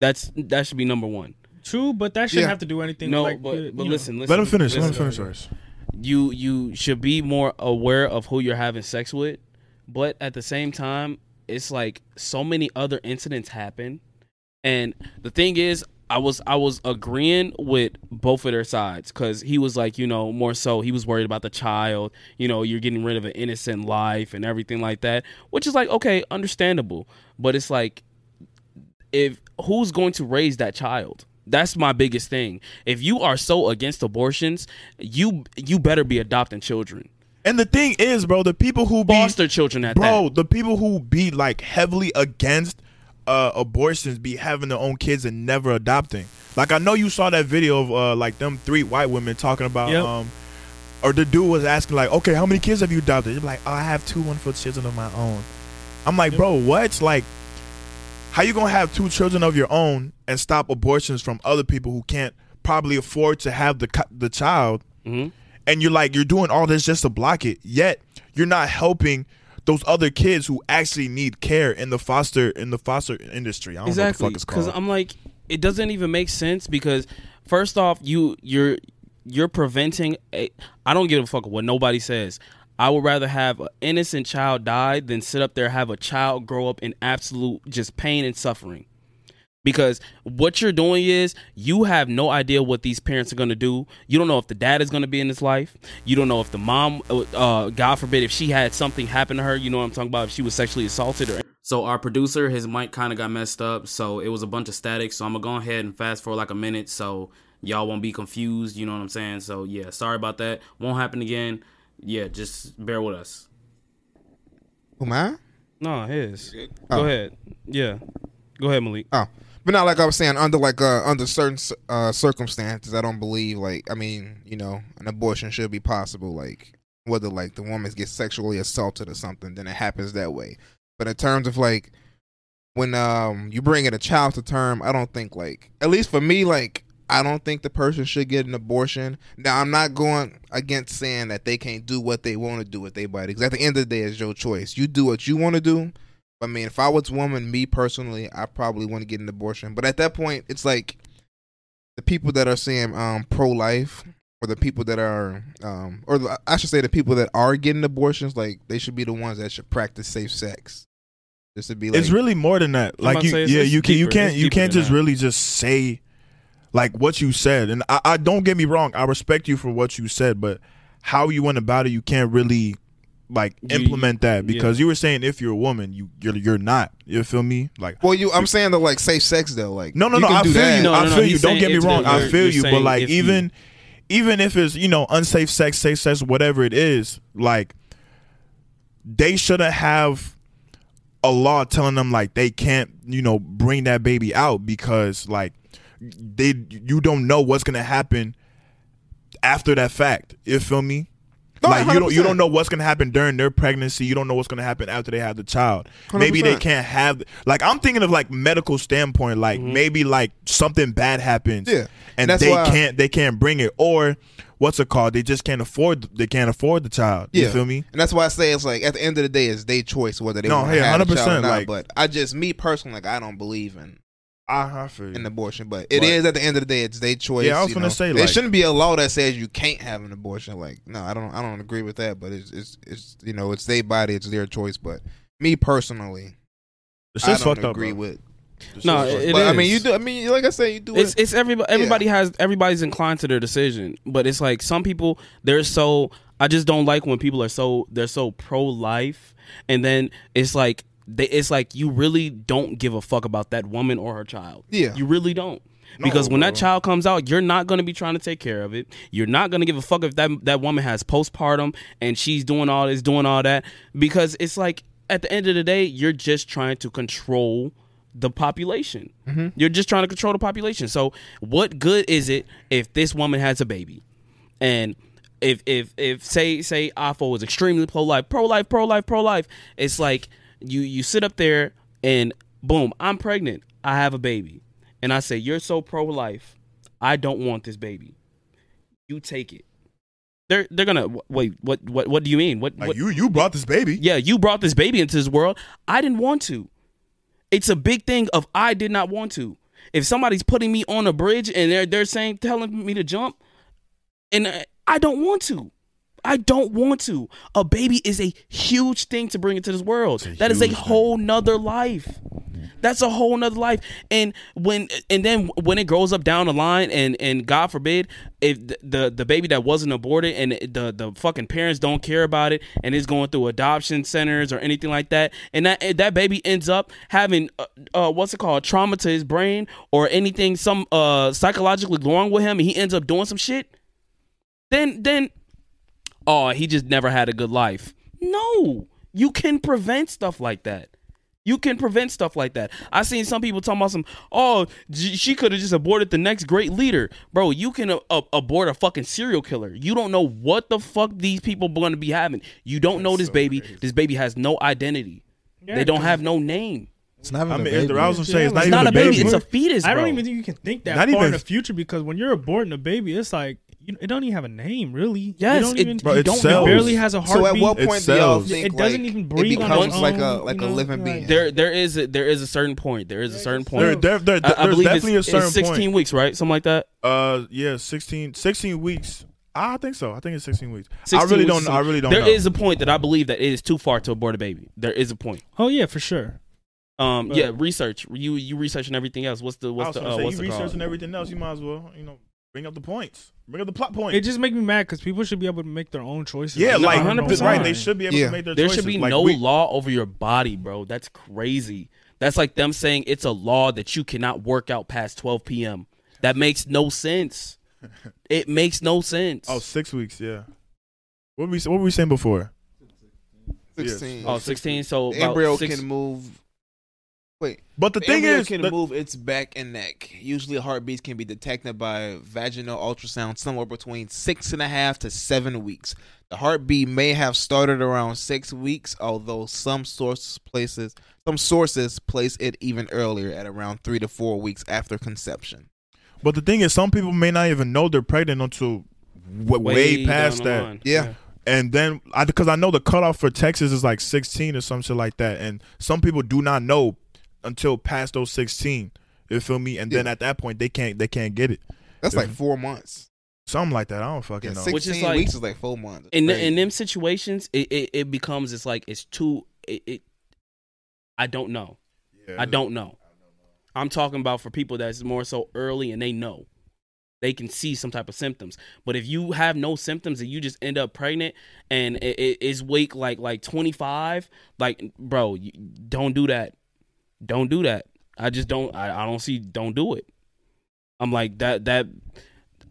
that's that should be number one True, but that shouldn't Yeah. have to do anything. no like, but, you but know. listen, listen Let him finish. Let him listen finish first. you you should be more aware of who you're having sex with but at the same time it's like so many other incidents happen and the thing is i was i was agreeing with both of their sides because he was like you know more so he was worried about the child you know you're getting rid of an innocent life and everything like that which is like okay understandable but it's like if who's going to raise that child that's my biggest thing if you are so against abortions you you better be adopting children And the thing is, bro, the people who be foster children at bro, that the people who be like heavily against uh, abortions be having their own kids and never adopting. Like I know you saw that video of uh, like them three white women talking about Yep. um, or the dude was asking like, okay, how many kids have you adopted? They're like, oh, I have two wonderful children of my own. I'm like, bro, what? Like, how you gonna have two children of your own and stop abortions from other people who can't probably afford to have the co- the child? And you're like, you're doing all this just to block it. Yet you're not helping those other kids who actually need care in the foster in the foster industry. I don't know exactly what the fuck it's because called. i'm like it doesn't even make sense because first off you you're you're preventing a, i don't give a fuck what nobody says i would rather have an innocent child die than sit up there have a child grow up in absolute just pain and suffering because what you're doing is you have no idea what these parents are going to do you don't know if the dad is going to be in his life you don't know if the mom uh, god forbid if she had something happen to her you know what i'm talking about if she was sexually assaulted or so our producer his mic kind of got messed up so it was a bunch of static so i'm gonna go ahead and fast forward like a minute so y'all won't be confused you know what i'm saying so yeah sorry about that won't happen again yeah just bear with us Who am I? no his Oh. go ahead yeah go ahead malik Oh, but not like I was saying under like uh, under certain uh, circumstances. I don't believe like I mean you know an abortion should be possible. Like whether like the woman gets sexually assaulted or something, then it happens that way. But in terms of like when um you bring in a child to term, I don't think like at least for me like. I don't think the person should get an abortion. Now, I'm not going against saying that they can't do what they want to do with their body. Because at the end of the day, it's your choice. You do what you want to do. I mean, if I was a woman, me personally, I probably want to get an abortion. But at that point, it's like the people that are saying um, pro life, or the people that are, um, or the- I should say, the people that are getting abortions, like they should be the ones that should practice safe sex. This would be like it's really more than that. I'm Like about you, to say it's- yeah, it's you can you deeper. can't It's you deeper can't than just that. really just say like what you said. And I, I don't get me wrong, I respect you for what you said, but how you went about it, you can't really like implement that because you were saying if you're a woman, you you're you're not. You feel me? Like well, you I'm saying the like safe sex though, like no, no, you no. can I do feel that. you. I feel you. Don't get me wrong. I feel you. But like even even if it's you know unsafe sex, safe sex, whatever it is, like they shouldn't have a law telling them like they can't you know bring that baby out because like they you don't know what's gonna happen after that fact. You feel me? like you don't you don't know what's gonna happen during their pregnancy. You don't know what's gonna happen after they have the child. Maybe they 100%. can't have like I'm thinking of like medical standpoint. Like Mm-hmm. maybe like something bad happens. Yeah. and That's they why- can't they can't bring it or what's it called? They just can't afford they can't afford the child. You feel me? And that's why I say it's like at the end of the day, it's their choice whether they No, want yeah, to have 100 a 100%, child or not. like- but I just me personally, like I don't believe in I, I feel you. an abortion. But it But- is at the end of the day, it's their choice. Yeah, I was you gonna know. say, there like- shouldn't be a law that says you can't have an abortion. Like no, I don't I don't agree with that. But it's it's, it's you know it's their body, it's their choice. But me personally, This I shit's don't fucked up, agree bro. with. No, But, it- it I mean is. you do. I mean like I said, you do. it's it- it's everybody. Yeah. Everybody has everybody's inclined to their decision, but it's like some people they're so. I just don't like when people are so they're so pro life, and then it's like they it's like you really don't give a fuck about that woman or her child. Yeah. you really don't. Because when that bro. child comes out, you're not going to be trying to take care of it. You're not going to give a fuck if that that woman has postpartum and she's doing all this, doing all that. Because it's like at the end of the day, you're just trying to control the population. You're just trying to control the population. So what good is it if this woman has a baby? And if if if say say Afo is extremely pro life, pro life, pro life, pro life, it's like you you sit up there and boom, I'm pregnant. I have a baby. And I say, You're so pro life. I don't want this baby. You take it. They're they're gonna wh- wait, what what what do you mean? What, what you you brought this baby. Yeah, you brought this baby into this world. I didn't want to it's a big thing of I did not want to. If somebody's putting me on a bridge and they're they're saying telling me to jump, and I- I don't want to. I don't want to. A baby is a huge thing to bring into this world. That is a whole nother life. That's a whole nother life. And when and then when it grows up down the line and and God forbid if the the, the baby that wasn't aborted and the the fucking parents don't care about it and it's going through adoption centers or anything like that and that and that baby ends up having uh, uh what's it called trauma to his brain or anything some uh psychologically wrong with him and he ends up doing some shit then then oh he just never had a good life no you can prevent stuff like that You can prevent stuff like that. I seen some people talking about some, oh, j- she could have just aborted the next great leader, bro. You can a- a- abort a fucking serial killer. You don't know what the fuck these people going to be having. You don't know this baby. This baby has no identity. Yeah, they don't 'cause- have no name. (laughs) It's not even I mean, it's- I was gonna say it's not It's even not a a baby. baby. It's a fetus. I don't bro. even think you can think that Not far in even- the future because when you're aborting a baby, it's like you, it don't even have a name, really. Yes, it don't it- even. Bro, you it don't know. sells. It barely has a So at heartbeat. what It point do y'all sells. think It doesn't like, even breathe It on becomes its like a own, like you a know? living Like- being. there there is a, there is a certain point. There is a certain point. There, there, there, I, I there's believe definitely it's, a certain it's 16 point. weeks, right? Something like that. Uh, yeah, 16, 16 weeks. I think so. I think it's sixteen weeks. 16 I really weeks don't. or I something. really don't. There know. is a point that I believe that it is too far to abort a baby. There is a point. Oh yeah, for sure. Um, But- yeah, research. You you research and everything else. What's the I what's was the gonna uh, say, what's you the call? researching everything else. You might as well, you know, bring up the points. Bring up the plot points. It just make me mad because people should be able to make their own choices. yeah, No, like 100%. right. They should be able Yeah. to make their There choices. should be like, no we- law over your body, bro. That's crazy. That's like them saying it's a law that you cannot work out past 12 p.m. That makes no sense. It makes no sense. Oh, six weeks. Yeah. What were we? What were we saying before? Sixteen. Oh, 16. So The about embryo six- can move. But the The thing embryo is, can the- move its back and neck. Usually, heartbeats can be detected by vaginal ultrasound somewhere between six and a half to seven weeks. The heartbeat may have started around six weeks, although some sources places some sources place it even earlier at around three to four weeks after conception. but the thing is, some people may not even know they're pregnant until w- way, down past the that. line. Yeah. And then, I because I, know the cutoff for Texas is like 16 or some shit like that, and some people do not know until past those 16. You feel me? And then at that point, they can't they can't get it. That's like Mhm. four months. Something like that. I don't Yeah, fucking know. sixteen Which is like- weeks is like four months. in the, Crazy. in them situations, it, it, it becomes it's like it's too it, it I don't know. Yeah. I don't know. I'm talking about for people that's more so early and they know. They can see some type of symptoms. But if you have no symptoms and you just end up pregnant and it, it- it's wake like like 25, like bro, you, don't do that. Don't do that. I just don't I, I don't see don't do it. I'm like that that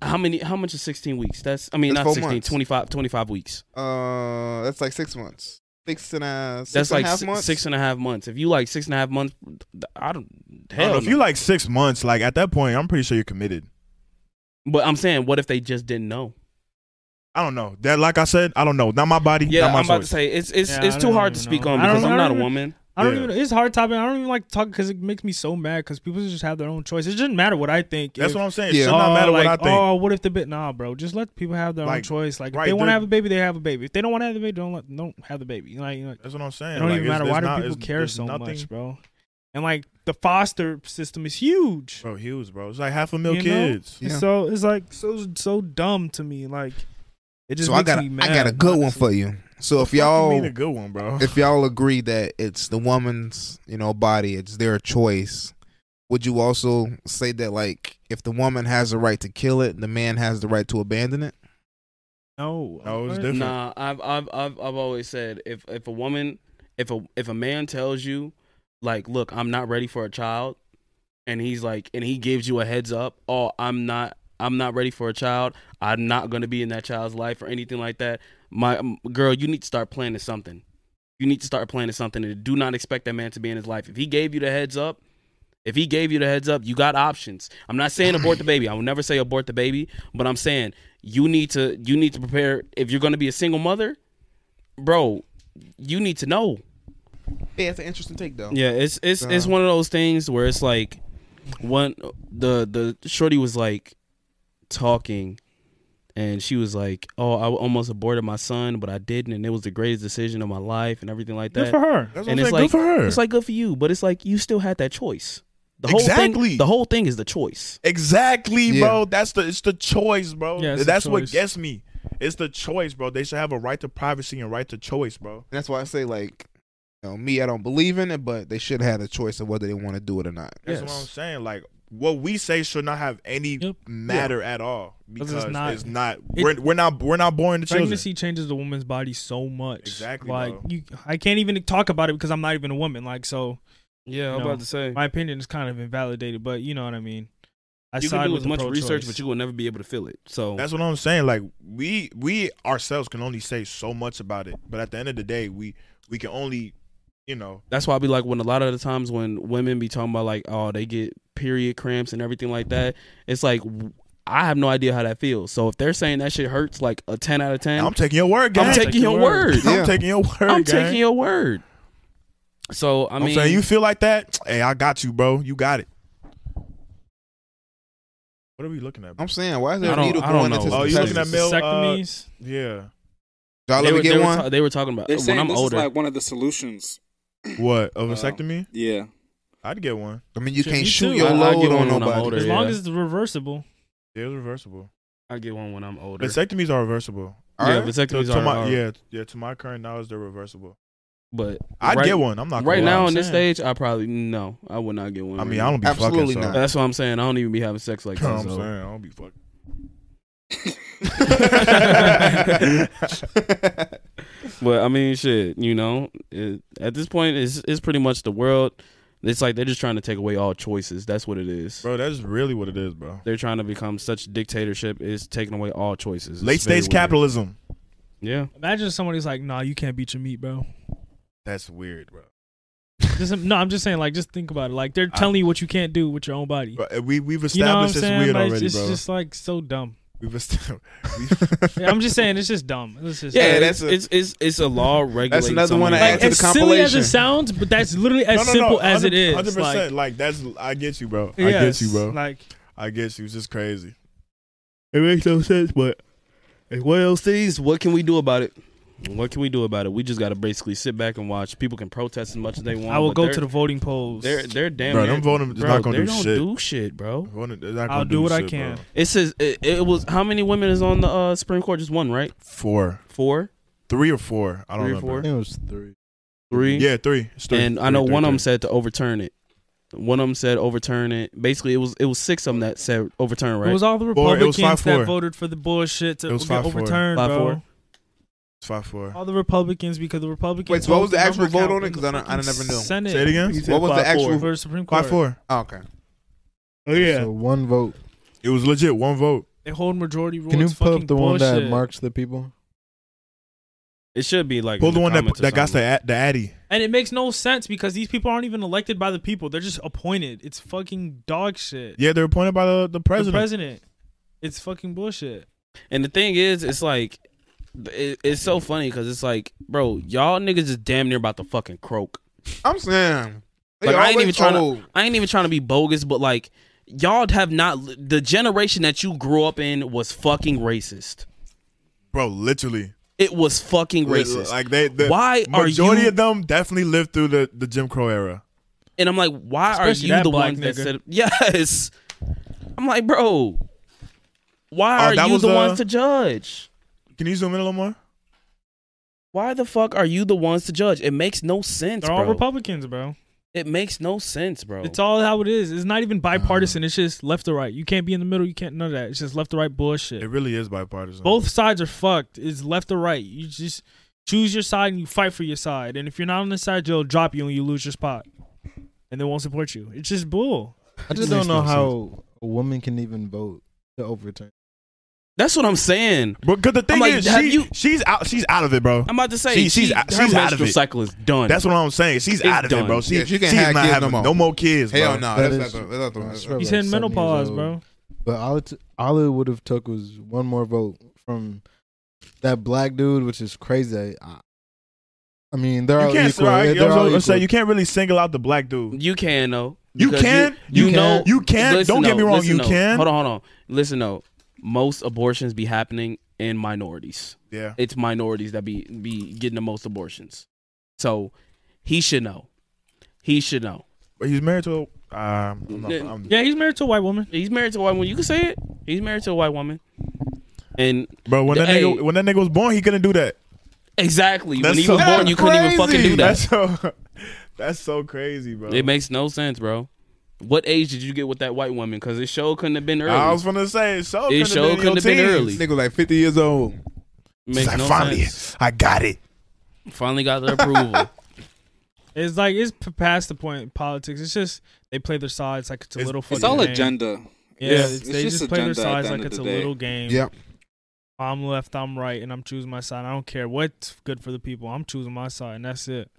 how many how much is 16 weeks? That's I mean That's four not 16, months. 25 25 weeks. Uh, that's like six months. Six and a six That's and like a half si- months. six and a half months. If you like six and a half months, I don't. I don't Hell, know. no. If you like six months, like at that point, I'm pretty sure you're committed. but I'm saying, what if they just didn't know? I don't know. That like I said, I don't know. Not my body. Yeah, not my I'm about choice. to say it's it's Yeah, it's I too don't hard to even speak know. on I don't- because I'm I not a don't- woman. I don't Yeah. even. It's a hard topic. I don't even like to talk because it makes me so mad because people just have their own choice. It doesn't matter what I think. That's If- what I'm saying. It Yeah. should not oh, matter like, what I think. Oh, what if the bit? Nah, bro. Just let people have their own Like, choice. Like, right, if they want to they're- have a baby, they have a baby. If they don't want to have a baby, don't let, don't have the baby. Like, you know, That's what I'm saying. it don't Like, even it's- matter. it's Why do not- people it's- care it's so nothing- much, bro? And like the foster system is huge. Bro, huge, bro. It's like half a mil You know? kids. It's Yeah. So it's like so so dumb to me. Like, it just So I makes got me a, mad. I got a good one for you. So if Fuck you y'all mean a good one, bro. if y'all agree that it's the woman's you know body, it's their choice. Would you also say that like if the woman has the right to kill it, the man has the right to abandon it? No, No, it's what? different. Nah, I've I've I've I've always said if if a woman if a if a man tells you like, look, I'm not ready for a child, and he's like, and he gives you a heads up, oh, I'm not I'm not ready for a child. I'm not gonna be in that child's life or anything like that. My um, girl, you need to start planning something. You need to start planning something, and do not expect that man to be in his life. If he gave you the heads up. If he gave you the heads up, you got options. I'm not saying abort the baby. I will never say abort the baby, but I'm saying you need to you need to prepare if you're going to be a single mother, bro. You need to know. Yeah, it's an interesting take though. Yeah, it's it's it's Uh. one of those things where it's like one the the shorty was like talking and she was like, "Oh, I almost aborted my son, but I didn't and it was the greatest decision of my life and everything like Good that." for her. (laughs) That's what and I'm it's saying. like good for her. it's like good for you, but it's like you still had that choice. The whole Exactly. thing the whole thing is the choice. exactly, Yeah. bro. That's the it's the choice, bro. Yeah, it's the That's what choice. gets me. It's the choice, bro. They should have a right to privacy and right to choice, bro. And that's why I say like, you know, me, I don't believe in it, but they should have had a choice of whether they want to do it or not. That's what Yes. I'm saying. Like what we say should not have any Yep. matter at all 'Cause because it's it's not- not. it- we're, we're not. We're not born to children. Pregnancy changes the woman's body so much. Exactly, Like bro. you, I can't even talk about it because I'm not even a woman. Like so, Yeah, I'm about to say. my opinion is kind of invalidated. But you know what I mean. I you side can do with as the much pro-choice. research, but you will never be able to feel it. So That's what I'm saying. Like we we ourselves can only say so much about it, but at the end of the day, we we can only you know, That's why I be like when a lot of the times when women be talking about like oh they get period cramps and everything like that, it's like w- I have no idea how that feels. So if they're saying that shit hurts like a ten out of ten, I'm taking your word, gang. I'm taking your word. I'm taking your word. I'm gang. taking your word. So I I'm mean, saying you feel like that. Hey, I got you, bro. You got it. What are we looking at? bro? I'm saying, why is I there a don't- needle I don't going into know. Oh, you looking at testes? male uh, Vasectomies? yeah. Y'all they, let were, me they get were one. ta- they were talking about They're when saying I'm this older. is like one of the solutions. What a Uh, vasectomy? yeah. I'd get one. I mean, you Shit, can't me shoot too. your I- I load get on one when I'm older. nobody. As long yeah. as it's reversible. It is reversible. I get one when I'm older. Vasectomies are reversible. yeah, Alright. To, vasectomies to are, my, are- yeah, yeah. To my current knowledge, they're reversible. but I'd right, get one. I'm not gonna Right lie. now I'm in this saying. stage, I probably no, I would not get one. I right mean, now. I don't be Absolutely fucking. not. So. That's what I'm saying. I don't even be having sex like that. I'm so. saying I don't be fucking. (laughs) But I mean, shit, you know, it, at this point, it's it's pretty much the world. It's like they're just trying to take away all choices. That's what it is. Bro, that's really what it is, bro. They're trying to become such dictatorship. It's taking away all choices. It's Late very stage weird. capitalism. Yeah, Imagine somebody's like, "Nah, you can't beat your meat, bro." That's weird, bro. Just, no, I'm just saying, like, just think about it. Like, they're I- telling you what you can't do with your own body. Bro, uh, We we've You know what I'm established saying? it's weird Like, it's already, just, bro. just like so dumb. We've established. (laughs) (laughs) Yeah, I'm just saying, it's just dumb. It's (laughs) just yeah. Yeah, that's that's a- it's, it's it's a law (laughs) regulating. another one someone I add else's like to the as silly as compilation. it sounds, but that's (laughs) literally as simple as it is. Hundred Like, percent. Like that's. I get you, bro. I yes, get you, bro. Like, I get you. It's just crazy. It makes no sense, but if one else sees, what can we do about it? What can we do about it? We just got to basically sit back and watch. People can protest as much as they want. I will but go they're- to the voting polls. They're they're damn. Bro, near- them voting is bro, not gonna they do don't shit. do shit, bro. I'll do what I can. It says it, it was how many women is on the uh, Supreme Court? Just one, right? Four, Four, three or four. I don't Three or know. four? I think it was three. three. Yeah, three. It's three. and I Three, know three, one of them three. said to overturn it. One of them said overturn it. Basically, it was it was six of them that said overturn, right? It was all the Four, it was Republicans that 5-4. voted for the bullshit to It was get 5-4. overturned, 5-4. bro. It's five four. All the Republicans because the Republicans. Wait, so what was the vote actual number vote count on it? in 'Cause the I don't- I fucking never knew. Senate Say it again. What was the actual? for the Supreme Court. Five four. Oh, okay. Oh So one vote. It was legit. One vote. They hold majority rule. Can you It's put fucking up the one that bullshit. marks the people? it should be like Pull the in one that comments or that got something. the ad- the addy. And it makes no sense because these people aren't even elected by the people. They're just appointed. It's fucking dog shit. Yeah, they're appointed by the the The president. president. It's fucking bullshit. And the thing is, it's like it, it's so funny because it's like, bro, y'all niggas is damn near about to fucking croak. I'm saying. they Like I ain't always even trying old. to. I ain't even trying to be bogus, but like y'all have not. The generation that you grew up in was fucking racist. Bro, literally. It was fucking Li- racist. Like they. The Why are majority you- of them definitely lived through the the Jim Crow era. and I'm like, why are Especially you that the black ones that nigga. said (laughs) yes? I'm like, bro, Oh, why are that you was, the uh, ones to judge? Can you zoom in a little more? Why the fuck are you the ones to judge? It makes no sense, They're all bro. Republicans, bro. It makes no sense, bro. It's all how it is. It's not even bipartisan. It's just left or right. You can't be in the middle. You can't none of that. It's just left or right bullshit. It really is bipartisan. Both sides are fucked. It's left or right. You just choose your side and you fight for your side. And if you're not on the side, they'll drop you and you lose your spot. And they won't support you. It's just bull. I just Makes don't know no how a woman can even vote to overturn. That's what I'm saying. But cause the thing like, is, have she, you- she's out. She's out of it, bro. I'm about to say She- she- she's- her she's out of menstrual it. cycle is done. That's what I'm saying. She's It's out of done. it, bro. She, Yeah, she can't she's have not kids no having more. no more kids, bro. Hell no, That that's is- not the- that's not the That's one. right. He's like seven in years menopause, old. bro. But all it, all it would have took was one more vote from that black dude, which is crazy. I, I mean, they're You all can't equal. right? They're all I'm equal. saying you can't really single out the black dude. You can though. You Because can? You, You know. can. You can. Listen, Don't get me though, wrong. listen, You though. can. Hold on, hold on. Listen though, most abortions be happening in minorities. Yeah. It's minorities that be be getting the most abortions. So he should know. He should know. But he's married to. A, um, I'm not, Yeah. I'm, Yeah, he's married to a white woman. He's married to a white woman. You can say it. He's married to a white woman. And bro, when that Hey. nigga when that nigga was born, he couldn't do that. exactly, That's when he so- was born, That's you couldn't even fucking do that. That's so. (laughs) That's so crazy, bro. It makes no sense, bro. What age did you get with that white woman? Because it show couldn't have been early. I was gonna say it show. It couldn't sure have been, couldn't your have been teens. early. Nigga like 50 years old. Makes Like, no finally, sense. I got it. Finally got the approval. It's like it's p- past the point in politics. It's just they play their sides like it's a It's- little fucking It's all game. agenda. Yeah, It's- it's- it's they just just play their agenda at sides the like end of it's a the day. little game. Yep. I'm left, I'm right, and I'm choosing my side. I don't care what's good for the people. I'm choosing my side, and that's it.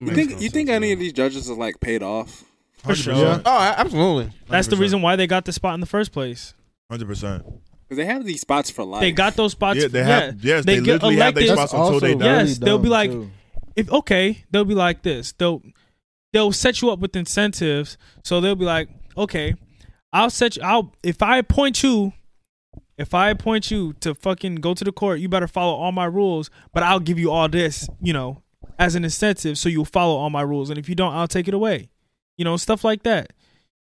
You think you think any of these judges are like paid off? For sure. Yeah. Oh, absolutely. That's the 100%. reason why they got the spot in the first place. Hundred percent. Because they have these spots for life. They got those spots. Yeah, they have- yes, they literally have their spots That's until they also die. really Yes, they'll be dumb, like, too. if okay, they'll be like this. They'll they'll set you up with incentives. So they'll be like, okay, I'll set you. I'll if I appoint you, if I appoint you to fucking go to the court, you better follow all my rules. But I'll give you all this, you know, as an incentive, so you'll follow all my rules. And if you don't, I'll take it away. You know, stuff like that.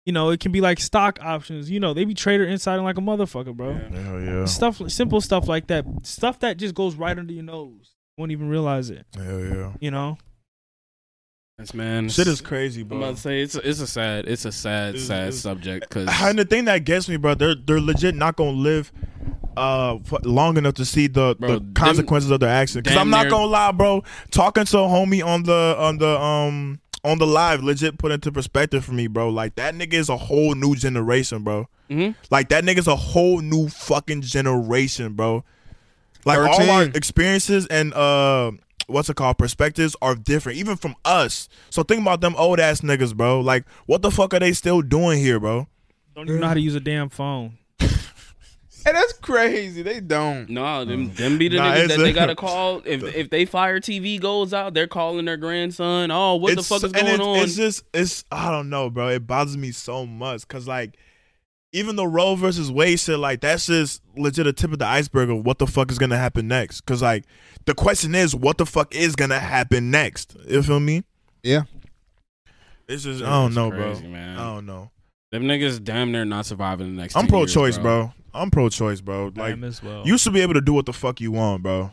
You know, it can be like stock options. You know, they be trader insiding like a motherfucker, bro. Hell yeah. Stuff, simple stuff like that. Stuff that just goes right under your nose. Won't even realize it. Hell yeah. You know. Yes, man. Shit is crazy, I'm bro. about to say it's it's a sad it's a sad sad subject because And the thing that gets me, bro, they're they're legit not gonna live uh f- long enough to see the, the them- consequences of their action. Because damn I'm not near- gonna lie, bro. Talking to a homie on the on the um on the live legit put into perspective for me, bro. Like that nigga is a whole new generation, bro. Hmm? Like that nigga's a whole new fucking generation, bro. Like all our 13. experiences and uh what's it called perspectives are different even from us. So think about them old ass niggas, bro. Like what the fuck are they still doing here, bro? Don't even know how to use a damn phone. Hey, that's crazy. They don't. No, them, them be the Oh. Nah, niggas it's that a- they gotta call (laughs) if if they fire TV goes out, they're calling their grandson. Oh, what the It's- fuck is and going it's, on? It's just it's I don't know, bro. It bothers me so much because like even the Roe versus Wade shit, like that's just legit a tip of the iceberg of what the fuck is gonna happen next. Because like the question is, what the fuck is gonna happen next? You feel me? Yeah. It's just Yeah, I don't it's know, crazy, bro. man. I don't know. them niggas damn near not surviving the next. I'm 10 pro years, choice, bro. I'm pro choice, bro. I Like am as well. you should be able to do what the fuck you want, bro.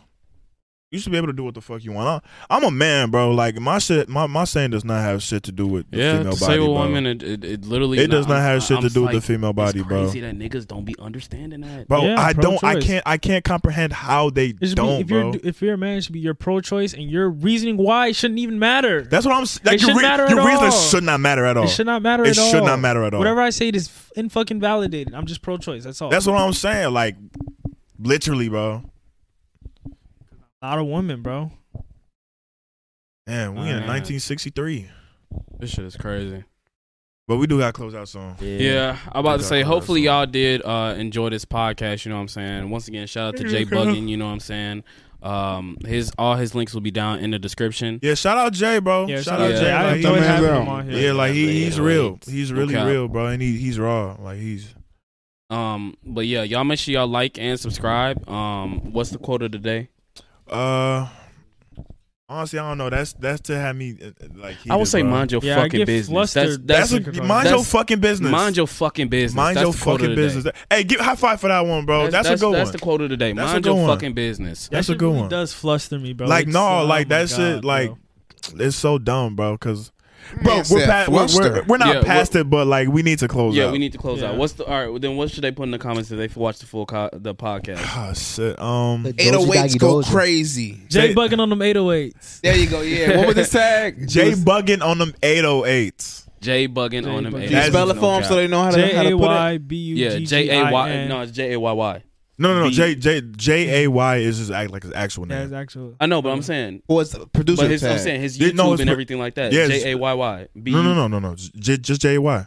You should be able to do what the fuck you want. I, I'm a man, bro. Like my shit, my, my saying does not have shit to do with the Yeah, female to say body, a bro. woman, it, it, it literally It does nah, not have I'm- shit to I'm do with the like, female body, it's bro. Crazy that niggas don't be understanding that. bro. Yeah, I don't. I pro-choice. can't. I can't comprehend how they It should be- don't, if bro. you're if you're a man, it should be your pro-choice and your reasoning why it shldn't even matter. That's what I'm. s- Like, It your shouldn't re- matter your at reason all. should not matter at all. It should not matter. It at all. should not matter at all. Whatever I say it is f- in fucking validated. I'm just pro-choice. That's all. That's what I'm saying. Like, literally, bro. not a woman, bro. Man, we in Man. 1963, This shit is crazy. but we do got to close out soon. Yeah. Yeah, I'm about to Exactly, say. Hopefully, so- y'all did uh, enjoy this podcast. You know what I'm saying. Once again, shout out to Jay Mm-hmm. Buggin. You know what I'm saying. Um, his all his links will be down in the description. Yeah, shout out Jay, bro. Yeah, Oh, shout out yeah. Jay. I Like, enjoyed he- having out. him on here. yeah, like he, he's real. He's really Okay. real, bro, and he, he's raw. Like he's Um, but yeah, y'all make sure y'all like and subscribe. Um, what's the quote of the day? uh. Honestly, I don't know. That's that's to have me uh, uh, like. I would heated, say bro. mind your Yeah, I fucking get business. That's, flustered. that's, That's, mind a, mind your That's- fucking business. your fucking business. Mind That's your the quote of the fucking day. business. Hey, give high five for that one, bro. That's, a good that's one. the quote of the day. That's a Mind good your one. fucking business. That's a That shit good really one. Does fluster me, bro. like It's- no, oh like my that God, shit, bro. like it's so dumb, bro. Because bro, Man we're, said pa- we're, we're fluster. we're not Yeah, past it, but like we need to close. Yeah, out. we need to close Yeah. out. What's the all right? well, Then what should they put in the comments if they watch the full co- the podcast? Oh shit. Um, 808s go crazy. Jay Say- Buggin on them 808s. There you go. Yeah. What was this (laughs) tag? Jay bugging on them eight oh eights. Jay bugging on Jay them. Buggin. Can you eight That's- days. spell it No for them so cap. they know how to, how J to A put it? Y B U Yeah, G J G A I Y. N. No, it's J A Y Y. No, no, no. B- J J J A Y is his act like his actual That's name. actual. I know, but I'm saying, Or it's the producer but his, tag. I'm saying his Yeah, YouTube no, it's and pr- everything like that. Yeah, it's- J A Y Y. B- No, no, no, no, no. J- just J A Y.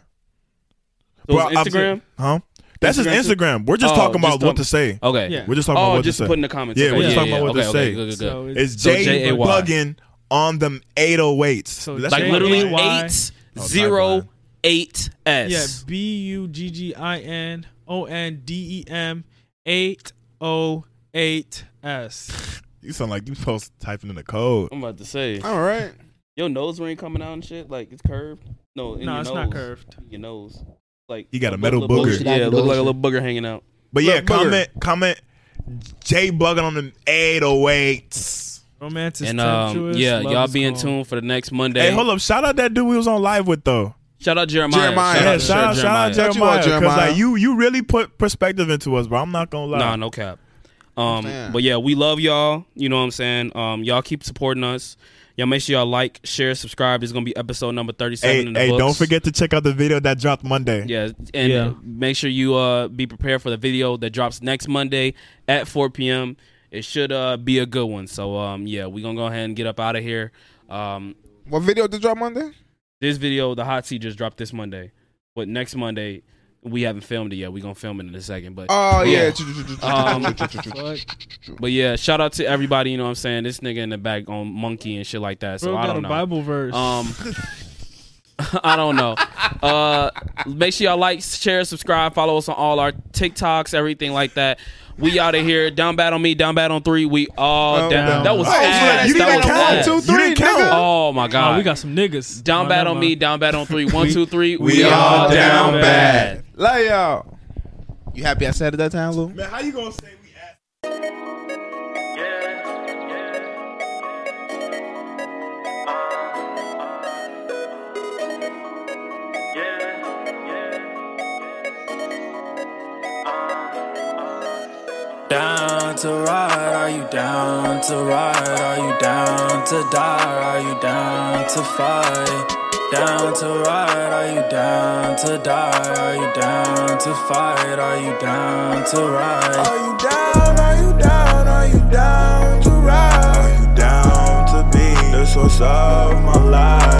So it's Instagram. Huh? That's his Instagram too? Instagram. We're just Oh, talking about just what talking- to say. Okay. Yeah. We're just talking about Oh, what just to to say. put in the comments. Yeah, okay, we're just yeah, talking yeah, about what okay, to okay, say. good, good, good. So It's So Jay J A Y. bugging on them eight oh eights. So Like J A literally Y. eight Oh, zero timeline. eight Yeah, S. B U G G I N O N D E M eight O eight S. You sound like you supposed to typing in the code. I'm about to say All right. your nose ring coming out and shit. Like it's curved. No, in No, your it's nose. not curved. Your nose. Like You got a look- metal look- booger. Yeah, look like a little booger hanging out. But Look, yeah, comment, comment. Jay bugging on them 808s. Romance is And um, tempestuous, yeah, love y'all is be in calm. tune for the next Monday. Hey, hold up! Shout out that dude we was on live with though. Shout out Jeremiah. Jeremiah. Yeah, Yeah, shout out, shout out Shout out you Jeremiah, out, because Jeremiah. like you, you really put perspective into us, bro. I'm not gonna lie. Nah, no cap. Um, Man. but yeah, we love y'all. You know what I'm saying? Um, y'all keep supporting us. Y'all make sure y'all like, share, subscribe. It's gonna be episode number 37 hey, in the hey, books. don't forget to check out the video that dropped Monday. Yeah, and Yeah. make sure you uh be prepared for the video that drops next Monday at 4 p.m. It should uh be a good one. So um, yeah, we gonna go ahead and get up out of here. Um, What video did drop Monday? This video, the hot seat, just dropped this Monday, but next Monday we haven't filmed it yet. We're gonna film it in a second, but Oh, yeah. Um, but yeah, shout out to everybody. You know what I'm saying? This nigga in the back on monkey and shit like that. So Bro I got don't a know. Bible verse. (laughs) Um, (laughs) I don't know. Uh, make sure y'all like, share, subscribe, follow us on all our TikToks, everything like that. We out of here. Down bad on me. Down bad on three. We all Down down. bad on That me. was Oh, so ass. you that didn't was count. ass. Two, three, You didn't count. nigga. Oh my god. Nah, we got some niggas. Down Nah, bad nah, on nah. me. Down bad on three. One, two, three. we all down bad. Love y'all. You happy I said it that time, Lou? Man, how you gonna say? Ah, Down to ride, are you down to ride? Are you down to die? Are you down to fight? Down to ride, are you down to die? Are you down to fight? Are you down to ride? Are you down? Are you down? Are you down to ride? Down to be the source of my life.